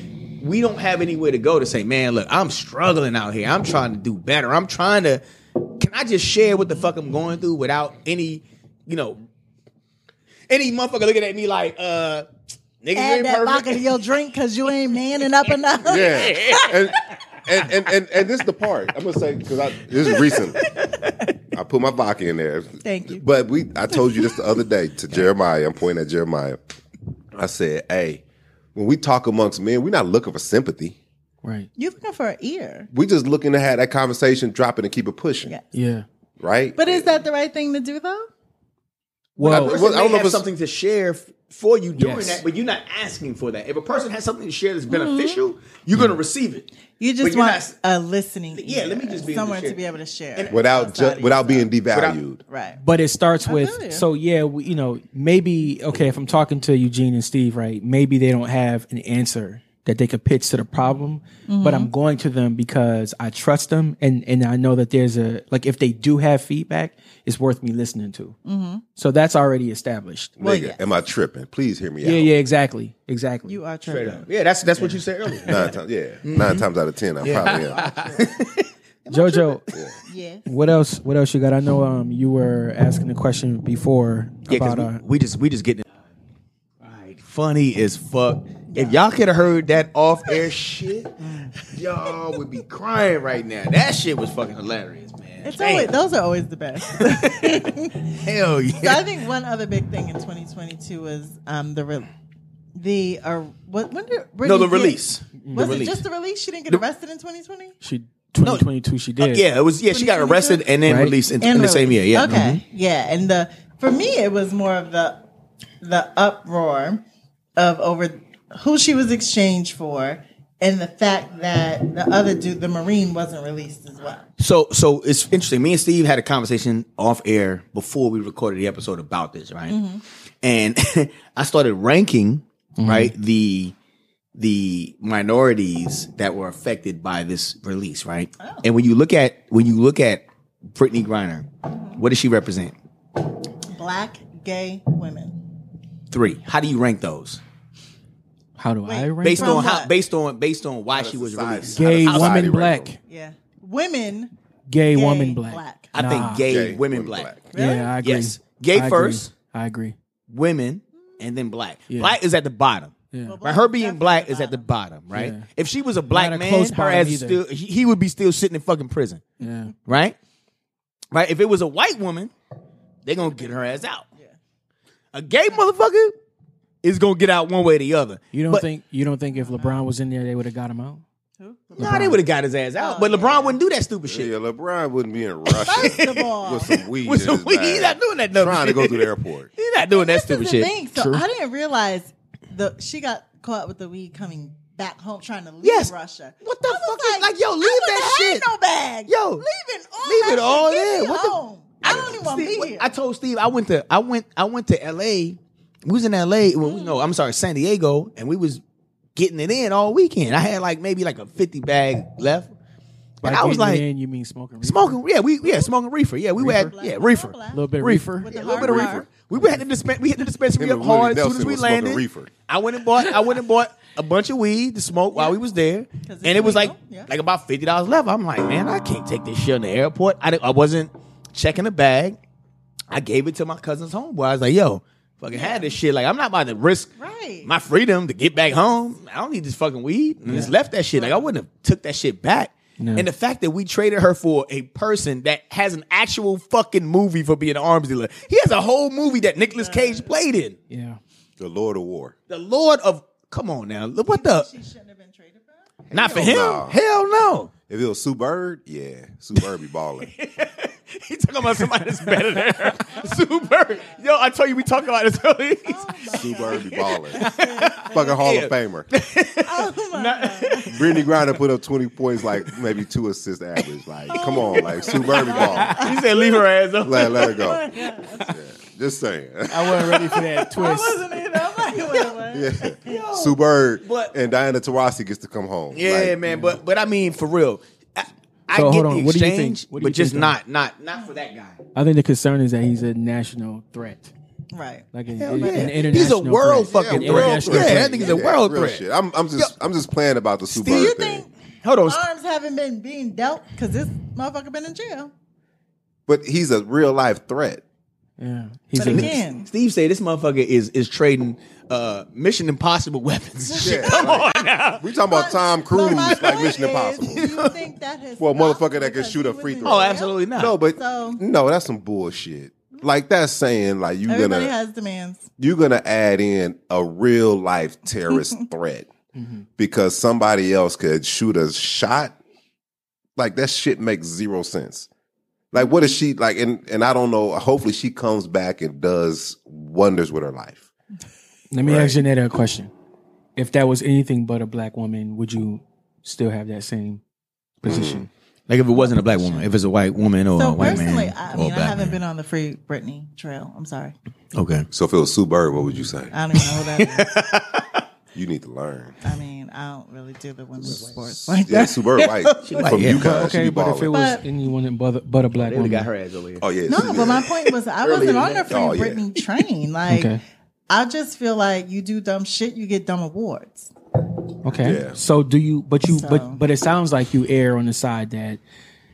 we don't have anywhere to go to say, man, look, I'm struggling out here. I'm trying to do better. I'm trying to. Can I just share what the fuck I'm going through without any, you know, any motherfucker looking at me like, uh, niggas Add ain't that perfect. vodka to your drink because you ain't manning up enough. yeah and, and, and and and this is the part i'm gonna say because i this is recent i put my vodka in there Thank you. but we i told you this the other day to jeremiah i'm pointing at jeremiah i said hey when we talk amongst men we're not looking for sympathy right. You looking for an ear? we're just looking to have that conversation drop it and keep it pushing Yeah. Yeah. right But is that the right thing to do though? Well, I- person well, may don't know if have it's- something to share f- for you during Yes. that, but you're not asking for that. If a person has something to share that's Mm-hmm. beneficial, you're gonna receive it. You But just you're want not- a listening. Yeah, let me ear, just be able to somewhere to share. be able to share without outside ju- of without being yourself. devalued. right. but it starts feel you. with so yeah we, you know maybe okay if i'm talking to eugene and steve right maybe they don't have an answer that they could pitch to the problem but Mm-hmm. i'm going to them because i trust them and and i know that there's a like if they do have feedback it's worth me listening to Mm-hmm. so that's already established Nigga, am I tripping? Please hear me out. yeah yeah exactly exactly You are tripping. Yeah, that's that's what you said earlier. Nine times, yeah. Mm-hmm. Nine times out of ten, I probably am. jojo Yes. what else what else you got i know um you were asking a question before about uh we just we just getting. Funny as fuck. If y'all could have heard that off air shit, y'all would be crying right now. That shit was fucking hilarious, man. It's Damn. always, those are always the best. Hell So yeah. I think one other big thing in 2022 was um, the re- the uh, what when did Britney No, the get- release. Was The it release. just the release? She didn't get arrested in 2020. she 2022 she Uh, did Yeah, it was. Yeah, she got arrested and then Right. released in, in the release. same year. Yeah. Mm-hmm. Okay. Yeah, and the for me it was more of the the uproar of over who she was exchanged for and the fact that the other dude, the Marine, wasn't released as well. So, so it's interesting. Me and Steve had a conversation off air before we recorded the episode about this, right? Mm-hmm. And I started ranking, right, the the minorities that were affected by this release, right? Oh. And when you look at when you look at Brittany Griner, Mm-hmm. what does she represent? Black gay women. Three. How do you rank those? How do I Wait, rank? based From on how what? based on based on why she was society. released. gay How- how society woman rank black. them. Yeah. Women. gay, Gay, woman black. I Nah. think gay, Gay, women, black. Really? Yeah, I agree. Yes. Gay I agree. first. I agree. women, and then black. Yeah. Black is at the bottom. Yeah. Right, her being Definitely black the is at the bottom, right? Yeah. If she was a black Not a man, close her bottom ass is either. still he, he would be still sitting in fucking prison, Yeah. right? Right. If it was a white woman, they're gonna get her ass out. A gay motherfucker is gonna get out one way or the other. You don't But- think you don't think if LeBron was in there they would have got him out? No, they would have got his ass out, but LeBron wouldn't do that stupid Yeah, shit. LeBron wouldn't be in Russia First of all, with some weed. With in some his weed, bag, he's not doing that dumb Trying to shit. go through the airport. He's not doing that this stupid is shit. the thing. So True. I didn't realize the she got caught with the weed coming back home trying to leave Yes. Russia. What the I was fuck is- like, yo, I leave wouldn't that have had shit. No bag. Yo, leave it all. leave that it all shit. Get there. me What the- home. I don't even want to Steve, be what- here. I told Steve I went to I went I went to L.A. We was in L.A. Well, no, I'm sorry, San Diego, and we was getting it in all weekend. I had like maybe like a 50 bag left, and I was getting like in, you mean smoking? reefer? smoking. Yeah, we yeah smoking reefer. Yeah, we were Black at yeah on reefer. black. a little bit Reefer, reefer. With Yeah, the a little bit of hard R. reefer. We went to dispen- we hit the dispensary Him up and Willie hard as soon Nelson as we was smoking landed. reefer. I went and bought I went and bought a bunch of weed to smoke while we was there, it's and it was like legal, yeah. like about fifty dollars left. I'm like, man, I can't take this shit in the airport. I didn't- I wasn't checking a bag. I gave it to my cousin's homeboy. I was like, yo, fucking had this shit. Like, I'm not about to risk Right. my freedom to get back home. I don't need this fucking weed. And just left that shit. Like, I wouldn't have took that shit back. No. And the fact that we traded her for a person that has an actual fucking movie for being an arms dealer. He has a whole movie that Nicolas Cage played in. Yeah. The Lord of War. The Lord of Come on now. Look what the She shouldn't have been traded for. that? Not for Hell him. no. Hell no. If it was Sue Bird, yeah, Sue Bird be balling. He talking about somebody that's better than her. Super. Yo, I told you we talked about this earlier. Sue Bird be balling. Fucking Hall Yeah. of Famer. Oh my God. Brittany Grinder put up twenty points, like maybe two assists average. Like, come on, like Sue Bird be balling. He said leave her ass up. Let, let her go. Yeah, just saying. I wasn't ready for that I twist. wasn't either. I'm like, wait, what? Yeah. Sue Bird but- and Diana Taurasi gets to come home. Yeah, Like, man, but but I mean for real. I, I So, get hold the exchange, on, what do you think? What do you but just think, though? not not not for that guy. I think the concern is that he's a national threat. Right. Like an, Hell an yeah. international He's a world threat. fucking An world international threat. That nigga's a world real threat. shit. I'm, I'm just I'm just playing about the Sue Do you Bird thing. think Hold on. arms haven't been being dealt because this motherfucker been in jail? But he's a real life threat. Yeah. He's But a, again, Steve said this motherfucker is is trading uh Mission Impossible weapons. Yeah, come on now. We talking about Tom Cruise But my like point Mission is, Impossible. Do you think that has Well, stopped motherfucker that can because shoot he a was free in throw. oh, jail? absolutely not. No, but So- no, that's some bullshit. Like that's saying like you Everybody gonna has demands. you're gonna add in a real life terrorist threat Mm-hmm. because somebody else could shoot a shot. Like that shit makes zero sense. Like what is she like? And and I don't know. Hopefully she comes back and does wonders with her life. let me Right. ask Janetta a question. If that was anything but a black woman, would you still have that same position? Like if it wasn't a black woman, if it's a white woman or So personally, I I mean, I haven't been on the free Britney trail. I'm sorry, Okay. So if it was Sue Bird, what would you say? I don't even know who that is. You need to learn. I mean, I don't really do the women's sports like Yeah, that. Sue Bird white from white, yeah. UConn. she Okay, be but if it balling. was But- anyone but, but a black They woman, got her ass over here. Oh yeah. No, Sue- but my point was I Earlier wasn't on the than that. free Oh, yeah. Britney train. Like Okay. I just feel like you do dumb shit, you get dumb awards. Okay. Yeah. So do you? But you? So- But but it sounds like you err on the side that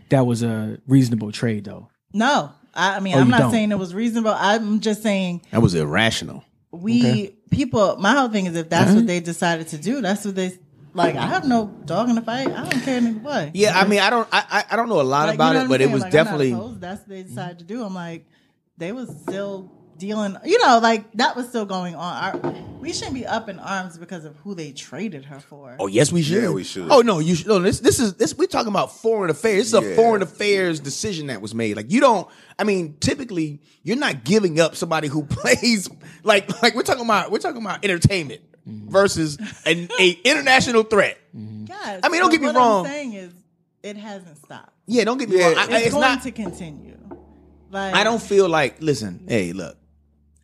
that was a reasonable trade, though. No, I, I mean Oh, I'm you not don't. saying it was reasonable. I'm just saying That was irrational. we people. My whole thing is if Uh-huh. that's what they decided to do, that's what they like. I have no dog in the fight. I don't care nigga what. Yeah, I mean, I don't, I, I I don't know a Like, lot you about know what it, but I'm it saying? was Like, I'm not definitely opposed. that's what they decided to do. I'm like, they was still dealing, you know, like that was still going on. Our, we shouldn't be up in arms because of who they traded her for. Oh yes, we should. Yeah, we should. Oh no, you should. No, this this is this. We're talking about foreign affairs. This is a Yeah. foreign affairs decision that was made. Like you don't. I mean, typically you're not giving up somebody who plays like like we're talking about we're talking about entertainment Mm-hmm. versus an a international threat. Yes, I mean, don't but get me what wrong. I'm saying is, it hasn't stopped. Yeah, don't get me wrong. I, It's, I, it's going not. to continue. Like I don't feel like. Listen, hey, look.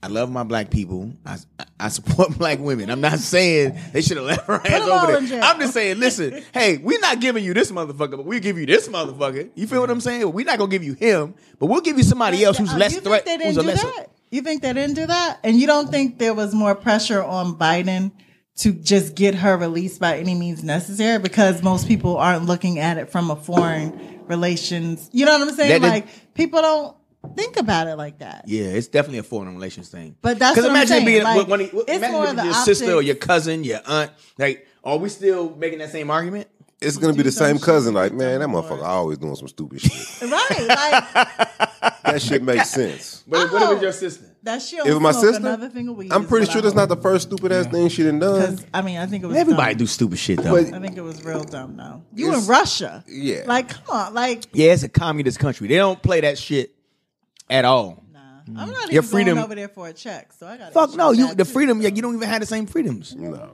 I love my black people. I I support black women. I'm not saying they should have left her ass them all over in jail. there. I'm just saying, listen, hey, we're not giving you this motherfucker, but we'll give you this motherfucker. You feel what I'm saying? We're not gonna give you him, but we'll give you somebody else who's Oh, less you threat. Think they Who's didn't a do lesser. that? You think they didn't do that? And you don't think there was more pressure on Biden to just get her released by any means necessary because most people aren't looking at it from a foreign relations. You know what I'm saying? That- that- like people don't think about it like that. Yeah, it's definitely a foreign relations thing. But that's because what I'm imagine saying, being like, when he, it's imagine more if of the your sister or optics. your cousin, your aunt. Like, are we still making that same argument? It's gonna be the some same shit cousin. Like, like man, that that motherfucker before. always doing some stupid shit. Right. Like that shit makes sense. But what if Oh. it's your sister? that's your It was my sister. another thing of weed I'm is pretty what sure I that's not the first stupid ass thing she done done. Because I mean, I think it was Everybody dumb. do stupid shit though. But I think it was real dumb though. You It's- in Russia? yeah. Like, come on, like yeah, it's a communist country. They don't play that shit at all. nah. I'm not Your even Mm. freedom- going over there for a check. So I got Fuck no, you the freedom. Yeah, you don't even have the same freedoms. No,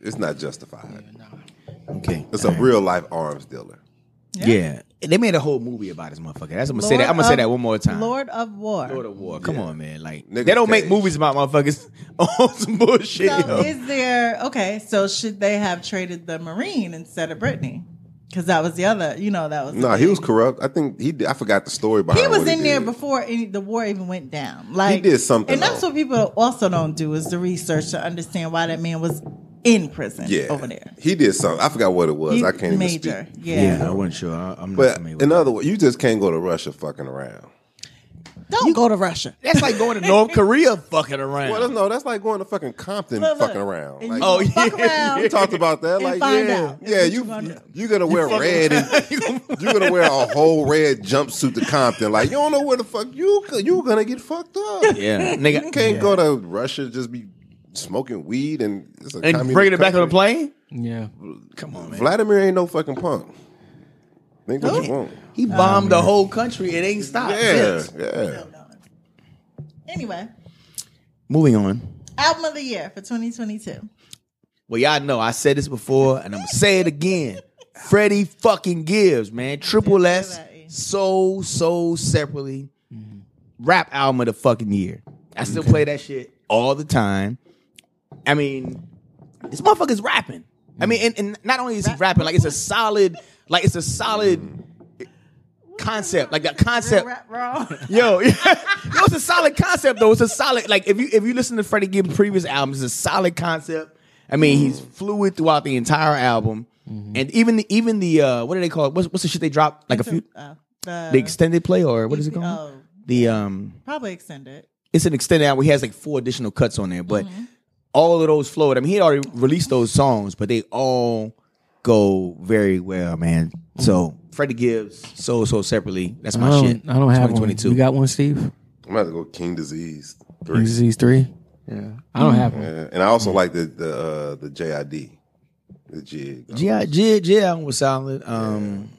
it's not justified. Okay, It's a real life arms dealer. yeah. They made a whole movie about this motherfucker. That's I'm gonna say Lord that. I'm gonna say of- that one more time. Lord of War. Lord of War. Come on, man. Like Nigga they don't make Cage. movies about motherfuckers on some bullshit. So yo. is there okay? So should they have traded the Marine instead of Brittany? Because that was the other. You know that was. the No, he thing. was corrupt. I think he. Did, I forgot the story behind. He was what in there did. before any, the war even went down. Like did something, and that's though. what people also don't do is the research to understand why that man was in prison Yeah, over there. He did something. I forgot what it was. He- I can't even major, speak. yeah. I wasn't sure. I, am But in other words, you just can't go to Russia fucking around. Don't go to Russia. That's like going to North Korea fucking around. Well, that's, no, that's like going to fucking Compton Look, look. fucking around. And Like, you Oh, fuck yeah, around. We talked about that. And like, find yeah, out. yeah, That's you what you gonna you're gonna wear red and you're gonna wear a whole red jumpsuit to Compton. Like, you don't know where the fuck you go- you gonna get fucked up. yeah, nigga. You can't go to Russia just be smoking weed and it's a and communist bringing it back on the plane. country. Yeah. Come on, man. Vladimir ain't no fucking punk. Think what you want. He bombed the whole country. It ain't stopped. Yeah, since. yeah. Anyway, Moving on. album of the year for 2022. Well, y'all know I said this before, and I'm gonna say it again. Freddie fucking gives, man. Triple S, that, yeah. so so separately. Rap album of the fucking year. I still play that shit all the time. I mean, this motherfucker's rapping. I mean, and, and not only is he rapping, like it's a solid, like it's a solid concept, like that concept. Rap raw. Yo, yeah. yo, it's a solid concept though. It's a solid like if you if you listen to Freddie Gibbs' previous albums, it's a solid concept. I mean, he's fluid throughout the entire album, and even the even the uh, what do they call it? What's, what's the shit they dropped? Like a few Uh, the- the extended play or what is it called? Oh. The um, probably extended. it's an extended album. He has like four additional cuts on there, but all of those flowed. I mean, he had already released those songs, but they all go very well, man. So Freddie Gibbs, so so separately. That's my I don't, shit. I don't have one. 2022. You got one, Steve? I'm about to go King Disease three. Disease three. Yeah. I don't have one. Yeah, and I also like the the uh, the JID, the jig. Yeah, Jid, Jid album was solid. Um,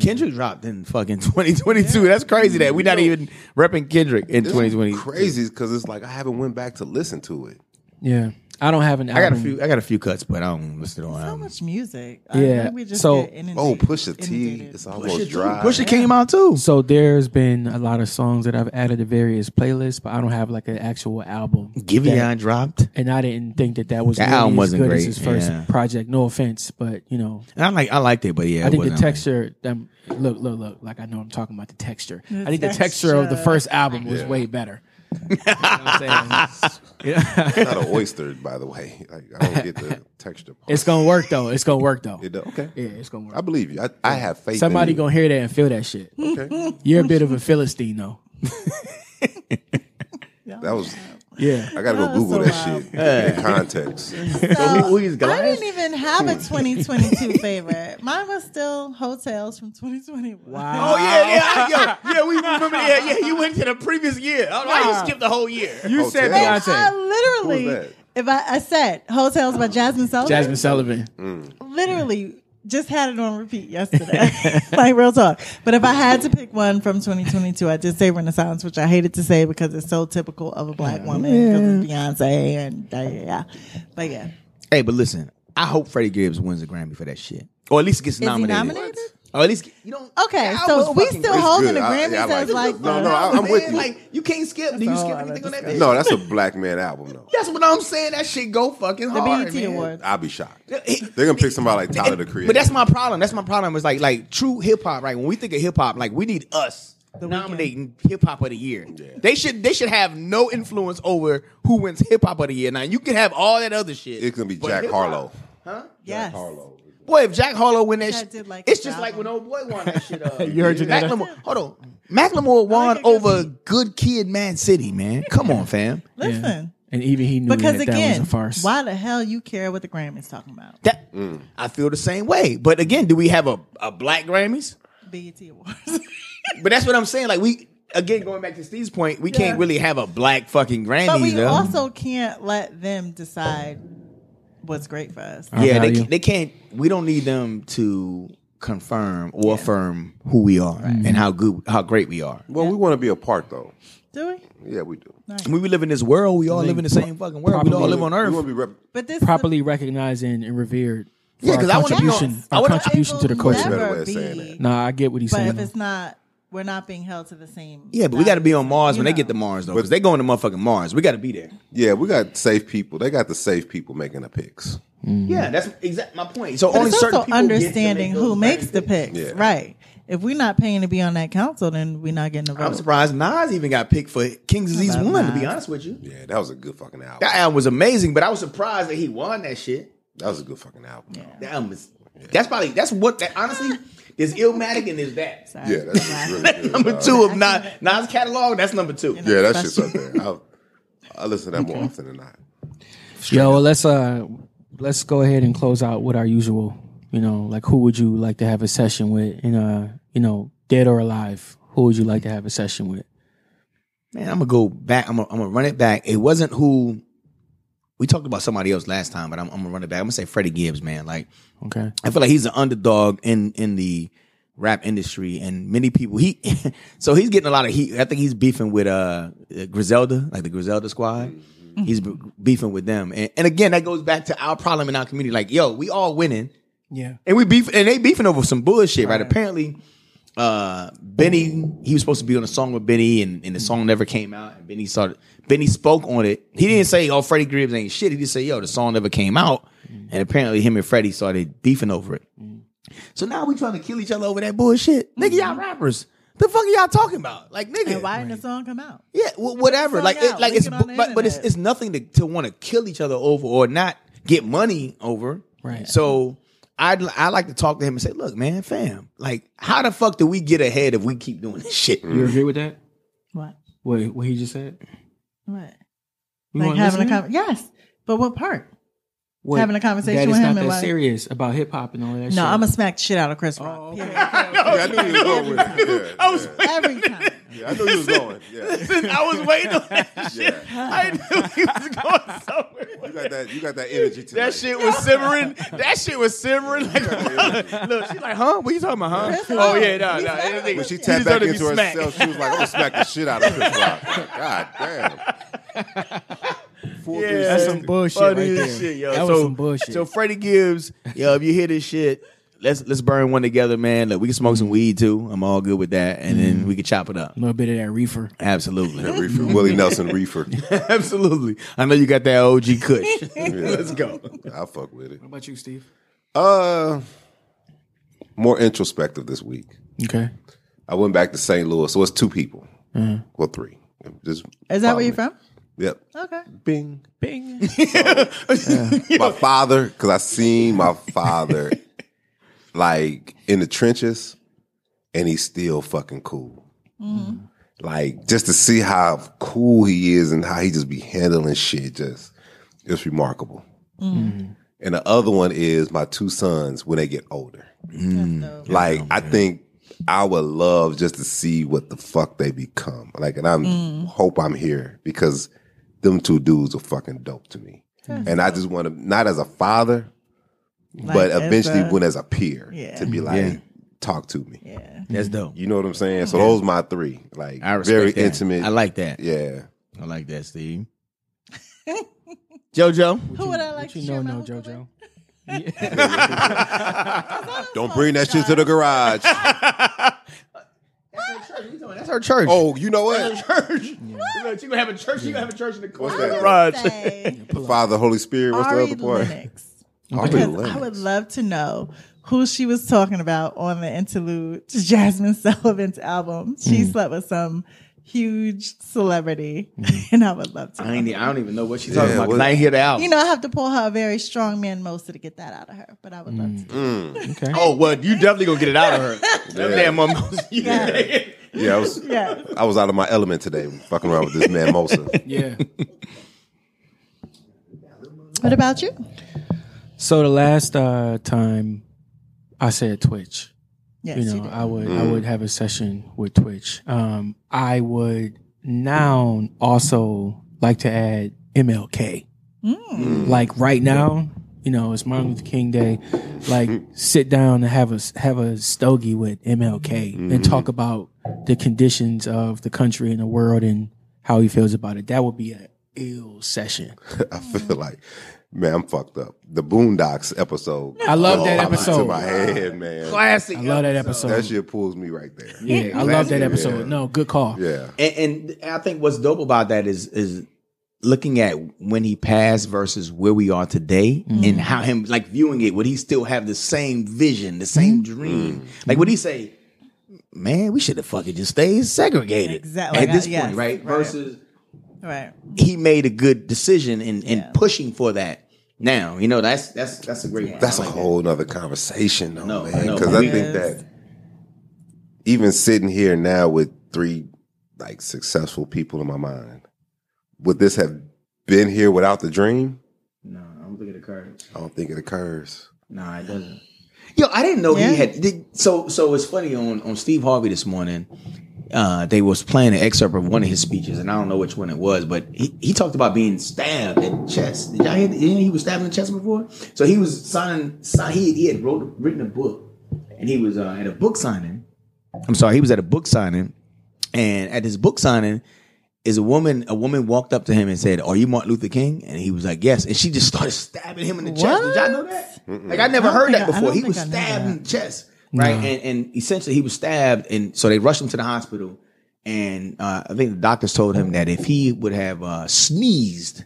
Kendrick dropped in fucking 2022. That's crazy that we're not even repping Kendrick in It's 2020. crazy because it's like I haven't went back to listen to it. Yeah. I don't have an I album. got a few. I got a few cuts, but I don't listen to So them. much music. yeah, I think we just so- get inundated, Oh, Pusha T, inundated. it's almost dry. Pusha came out too. So there's been a lot of songs that I've added to various playlists, but I don't have like an actual album. that, Giveon dropped, and I didn't think that that was That really album as wasn't good great, as his first yeah. project. No offense, but you know, and I like I liked it, but yeah, I it think the wasn't- texture. Um, look, look, look. Like I know I'm talking about the texture. I think the texture texture. of the first album was way better. You know what I'm saying? It's not an oyster, by the way. Like I don't get the texture. Part. it's gonna work though. It's gonna work though. It do- okay. Yeah, it's gonna work. I believe you. I, I have faith. Somebody in you. gonna hear that and feel that shit. Okay. You're a bit of a philistine though. That was. Yeah. I gotta go That was Google so that wild. shit in context. So, who is Glass? I didn't even have a 2022 favorite. Mine was still hotels from 2021. Wow. Oh yeah, yeah, I- yo, yeah. We remember. Yeah, yeah. You went to the previous year. I, I just skipped the whole year. You said And Hotel. I Beyonce, Who was literally, that? if I, I said hotels by Jasmine Sullivan, Jasmine Sullivan. literally just had it on repeat yesterday. like real talk. But if I had to pick one from 2022, I did say Renaissance, which I hated to say because it's so typical of a black woman because it's Beyonce and yeah, yeah, yeah. But yeah, Hey, but listen, I hope Freddie Gibbs wins a Grammy for that shit, or at least gets he nominated. nominated? Or at least get- you don't. okay. That So was we fucking still great. holding good. the I- Grammys yeah, I like as it. like No, the- no, I- I'm Man, with you. Like you can't skip. Do you That's all skip I anything on that bitch? No, that's a black man album though. That's what I'm saying. That shit go fucking the E hard. BET man. Awards. I'll be shocked. It- They're gonna pick somebody like Tyler the it- Creator. But that's my problem. That's my problem. Is like like true hip hop. Right when we think of hip hop, like we need us The nominating hip hop of the year. They should they should have no influence over who wins hip hop of the year. Now you can have all that other shit. It can be but Jack hip-hop- Harlow. Yes. Harlow. Boy, if Jack Harlow win that, I shit, did like it's his just like album. when old boy won that shit. Up. You heard Janetta? Macklemore, hold on. Macklemore won it 'cause over Good Kid, Man City. Man, come on, fam. Listen, And even he knew because that that again, was a farce. why the hell you care what the Grammys talking about? That I feel the same way. But again, do we have a, a black Grammys? BET Awards. But that's what I'm saying. Like we again going back to Steve's point, we can't Yeah. really have a black fucking Grammys. but we though. also can't let them decide what's great for us. yeah, they, value. ca- they can't. We don't need them to confirm or affirm who we are and how good, how great we are. Well, we want to be a part though. Do we? Yeah, we do. I mean, we live in this world. We all live in the same fucking world. We all properly- live on We Earth. want to be rep- But this properly recognized and, and revered for Yeah, our 'cause I wanna be on- contribution, I our wanna- contribution to the It will culture. Better never way of saying be, that. Nah, I get what he's But saying. if it's not, we're not being held to the same. Yeah, but we got to be on Mars when You they get to know. Mars though, because they going to motherfucking Mars. We got to be there. Yeah, we got safe people. They got the safe people making the picks. Yeah, that's exactly my point. So But only it's certain also people get to make Mm-hmm. understanding those who certain makes the things. picks, Yeah. right? If we're not paying to be on that council, then we're not getting a vote. I'm surprised Nas even got picked for King's Disease love One. To be Nas. honest with you, Yeah, that was a good fucking album. that album was amazing, but I was surprised that he won that shit. That was a good fucking album. Yeah, That album is. That's probably that's what that honestly. There's Illmatic and there's that. Sorry. that that's really good. number dog. two of Nas, Nas catalog. That's number two. Yeah, that shit's up there. I, I listen to that more often than not. Yo, well, let's uh let's go ahead and close out with our usual. You know, like who would you like to have a session with? And uh, you know, dead or alive, who would you like to have a session with? Man, I'm gonna go back. I'm gonna, I'm gonna run it back. It wasn't who we talked about somebody else last time, but I'm, I'm gonna run it back. I'm gonna say Freddie Gibbs, man. Like Okay. I feel like he's an underdog in in the rap industry, and many people he so he's getting a lot of heat. I think he's beefing with uh Griselda, like the Griselda squad. He's b- beefing with them, and, and again, that goes back to our problem in our community. Like, yo, we all winning. Yeah. and we beef and they beefing over some bullshit, right? Apparently, uh, Benny he was supposed to be on a song with Benny, and, and the Mm-hmm. song never came out. And Benny started Benny spoke on it. He didn't say, "Oh, Freddie Gibbs ain't shit." He just said, "Yo, the song never came out." Mm-hmm. And apparently, him and Freddie started beefing over it. So now we trying to kill each other over that bullshit, nigga. Y'all rappers, the fuck are y'all talking about? Like, nigga, Mm-hmm. And why didn't the song come out? yeah, wh- whatever. song Like, it, out, like leak it's it bu- on the but, but it's internet. it's nothing to to want to kill each other over or not get money over. Right. So I would I like to talk to him and say, look, man, fam, like, how the fuck do we get ahead if we keep doing this shit? You agree with that? What? What what he just said? What? You like having wanna a listen? conversation? Yes, but what part? What? having a conversation That with it's him not and that like- serious about hip hop and all that shit. No, I'm gonna smack the shit out of Chris Rock. period. Oh, Yeah, I knew you was going with it. Yeah, yeah. Every time. Yeah, I knew you was going. Yeah, I was waiting on that shit. yeah. I knew he was going somewhere. You got that. You got that energy tonight. That shit was simmering. That shit was simmering. Like, look, she's like, huh? What you talking about, huh? Chris Oh, Rock. yeah, nah, He's nah. better. anything- When she you deserve tapped back to be into smacked. herself, she was like, "I'm gonna smack the shit out of Chris Rock." God damn. Full Yeah. 360. That's Some bullshit Funny right as there. shit, yo. That so, was some bullshit. So Freddie Gibbs, yo, if you hear this shit, let's let's burn one together, man. Look, we can smoke some weed too. I'm all good with that, and then we can chop it up. a little bit of that reefer. Absolutely, That reefer, Willie Nelson reefer. absolutely. I know you got that OG Kush. let's go. I fuck with it. What about you, Steve? Uh, more introspective this week. Okay. I went back to St. Louis, so it's two people. Well, three. Just Mm-hmm. Is that where you're from? Yep. Okay. Bing. Bing. my father, because I seen my father like in the trenches, and he's still fucking cool. Mm-hmm. Like just to see how cool he is and how he just be handling shit, just it's remarkable. And the other one is my two sons when they get older. So, Like I think I would love just to see what the fuck they become. Like, and I'm Mm. hope I'm here because them two dudes are fucking dope to me. And I just want to not as a father, like, but as eventually a- when as a peer Yeah. to be like, talk to me. Yeah. That's dope. You know what I'm saying? So those my three. Like I respect very that. intimate. I like that. Yeah. I like that, Steve. JoJo, Who would I like to you share know, my no, hookah with? JoJo. Don't bring that shit to the garage. that's her church. oh, you know what? church. Look, you gonna have a church. You gonna have a church in the What's car. that? Say The Father, Holy Spirit. What's Ari the other part? Lennox. Ari Because I Lennox. would love to know who she was talking about on the interlude to Jasmine Sullivan's album. She Hmm. slept with some huge celebrity, Hmm. and I would love to. I ain't. e, I don't even know what she's Yeah, talking about. 'cause what- I ain't hear the album. you know, I have to pull her a very strong man mostly to get that out of her, but I would love Hmm. to. Mm. oh well, you definitely gonna get it out of her. That Yeah. damn mimosa. Yeah. Yeah, I was Yeah. I was out of my element today, fucking around with this man Mosa. Yeah. What about you? so the last uh, time I said Twitch, Yes, you you, know, did. I would I would have a session with Twitch. Um, I would now also like to add MLK. Mm. Like right now, you know, it's Martin Luther King Day. Like sit down and have a have a stogie with MLK and talk about the conditions of the country and the world and how he feels about it. That would be an ill session. I feel like, man, I'm fucked up. The Boondocks episode. Oh, I love that popped into episode. my head, man. Classic. I love that episode. That shit pulls me right there. yeah, I love that Yeah. episode. No, good call. Yeah. And, and I think what's dope about that is is looking at when he passed versus where we are today, Mm-hmm. and how him like viewing it. Would he still have the same vision, the same Mm-hmm. dream? Like would he say, "Man, we should have fucking just stayed segregated Exactly. at this Yes, point, right?" right. Versus right? he made a good decision in in Yeah. pushing for that. Now you know that's that's that's a great one. That's I a like that. whole nother conversation, though, No, man. no, Because it I think is. that even sitting here now with three like successful people in my mind, would this have been here without the dream? No, I'm looking at the card. I don't think it occurs. No, it doesn't. Yo, I didn't know Yeah. he had. Did, so, so it's funny on on Steve Harvey this morning. Uh, they was playing an excerpt of one of his speeches, and I don't know which one it was, but he, he talked about being stabbed in the chest. Did y'all hear? Didn't he was stabbed in the chest before? So he was signing. Sign, he he had wrote written a book, and he was uh, at a book signing. I'm sorry, he was at a book signing, and at his book signing, is a woman a woman walked up to him and said, "Are you Martin Luther King?" And he was like, "Yes." And she just started stabbing him in the chest. Did y'all know that? Like I never I don't heard think that I- I before. don't He was think I knew stabbed that. in the chest, right? And, and essentially, he was stabbed, and so they rushed him to the hospital. And uh, I think the doctors told him that if he would have uh, sneezed,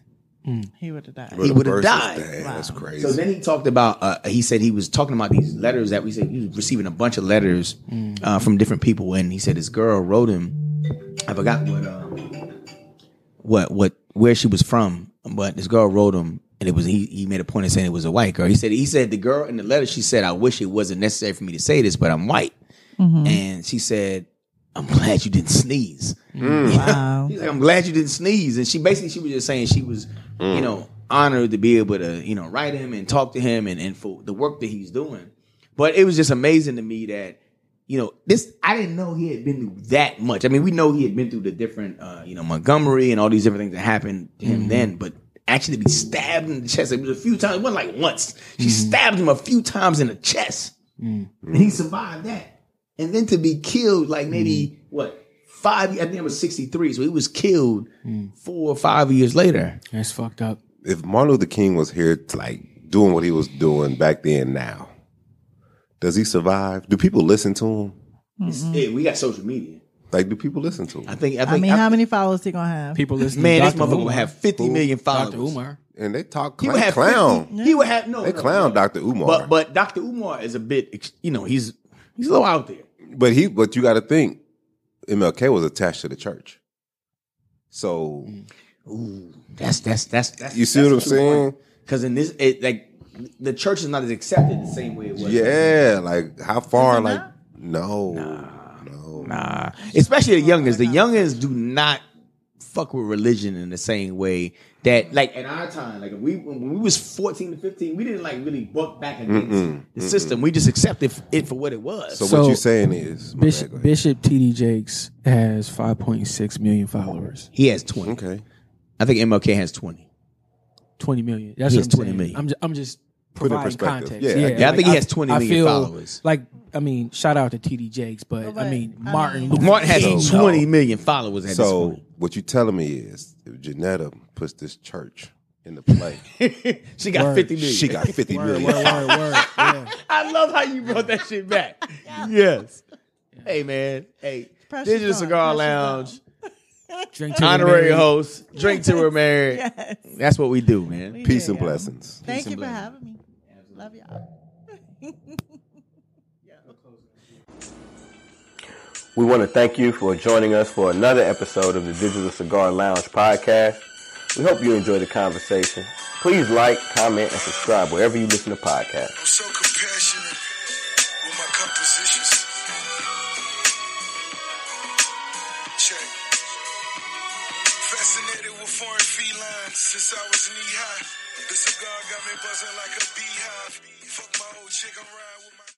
He would have died. He The would've verses, died. Damn, That's crazy. so then he talked about. Uh, he said he was talking about these letters that we said he was receiving a bunch of letters uh, from different people, and he said his girl wrote him. I forgot what um, what what where she was from, but this girl wrote him, and it was he. He made a point of saying it was a white girl. He said he said the girl in the letter she said, "I wish it wasn't necessary for me to say this, but I'm white," and she said, "I'm glad you didn't sneeze." Wow. She's like, I'm glad you didn't sneeze. And she basically she was just saying she was, you know, honored to be able to, you know, write him and talk to him and, and for the work that he's doing. But it was just amazing to me that, you know, this I didn't know he had been through that much. I mean, we know he had been through the different uh, you know, Montgomery and all these different things that happened to him then, but actually to be stabbed in the chest. It was a few times, it wasn't like once. She stabbed him a few times in the chest. And he survived that. And then to be killed, like maybe what five? I think it was sixty three. So he was killed four or five years later. That's fucked up. if Martin Luther King was here, to, like doing what he was doing back then, now, does he survive? Do people listen to him? It's- Mm-hmm. yeah, we got social media. Like, do people listen to I him? think. I think. I mean, I- how many followers he gonna have? People listening. man, to this Dr. motherfucker Umar. would have fifty million followers. Dr. Umar. And they talk He cl- would have clown. 50 He would have no. They no, clown no. Dr. Umar. But but Dr. Umar is a bit. ex- You know, he's he's a little out there. But he, but you got to think, MLK was attached to the church. So Mm. Ooh, that's that's that's that's. You see what I'm saying? Because in this, it, like, the church is not as accepted the same way it was. yeah, like how far? Is it Like not? no, no. Nah, especially the youngins. The youngins do not fuck with religion in the same way that, like, in our time, like, if we when we was fourteen to fifteen, we didn't like really buck back against the system. We just accepted it for what it was. So, So- what you saying is my bad, go Bishop ahead. Bishop TD Jakes has 5.6 million followers. he has twenty. Okay, I think MLK has twenty. 20 million. That's He what has I'm 20 20 saying. million. I'm just, I'm just in providing perspective. context. Yeah, I get it. Yeah, I think he has 20 I million feel followers. Like I mean, shout out to TD Jakes, but, But, I mean I Martin mean- Luther Martin has King, twenty dog. million followers at this so point. what you telling me is if Janetta puts this church in the play, she got Word. fifty million. she got fifty Word, million. word, word, word. Yeah. I love how you brought that shit back. yes. Hey man. Hey. Pressure's Digital on, Cigar pressure's Lounge. Drink to Honorary Mary. host. Drink till we're married. Yes. That's what we do, man. Peace and Yeah. blessings. Thank you and for blessings. having me. Love y'all. We want to thank you for joining us for another episode of the Digital Cigar Lounge podcast. We hope you enjoyed the conversation. Please like, comment, and subscribe wherever you listen to podcasts. I'm so compassionate with my compositions. Check. Fascinated with foreign felines since I was knee high. The cigar got me buzzing like a beehive. Fuck my old chick, I'm riding with my.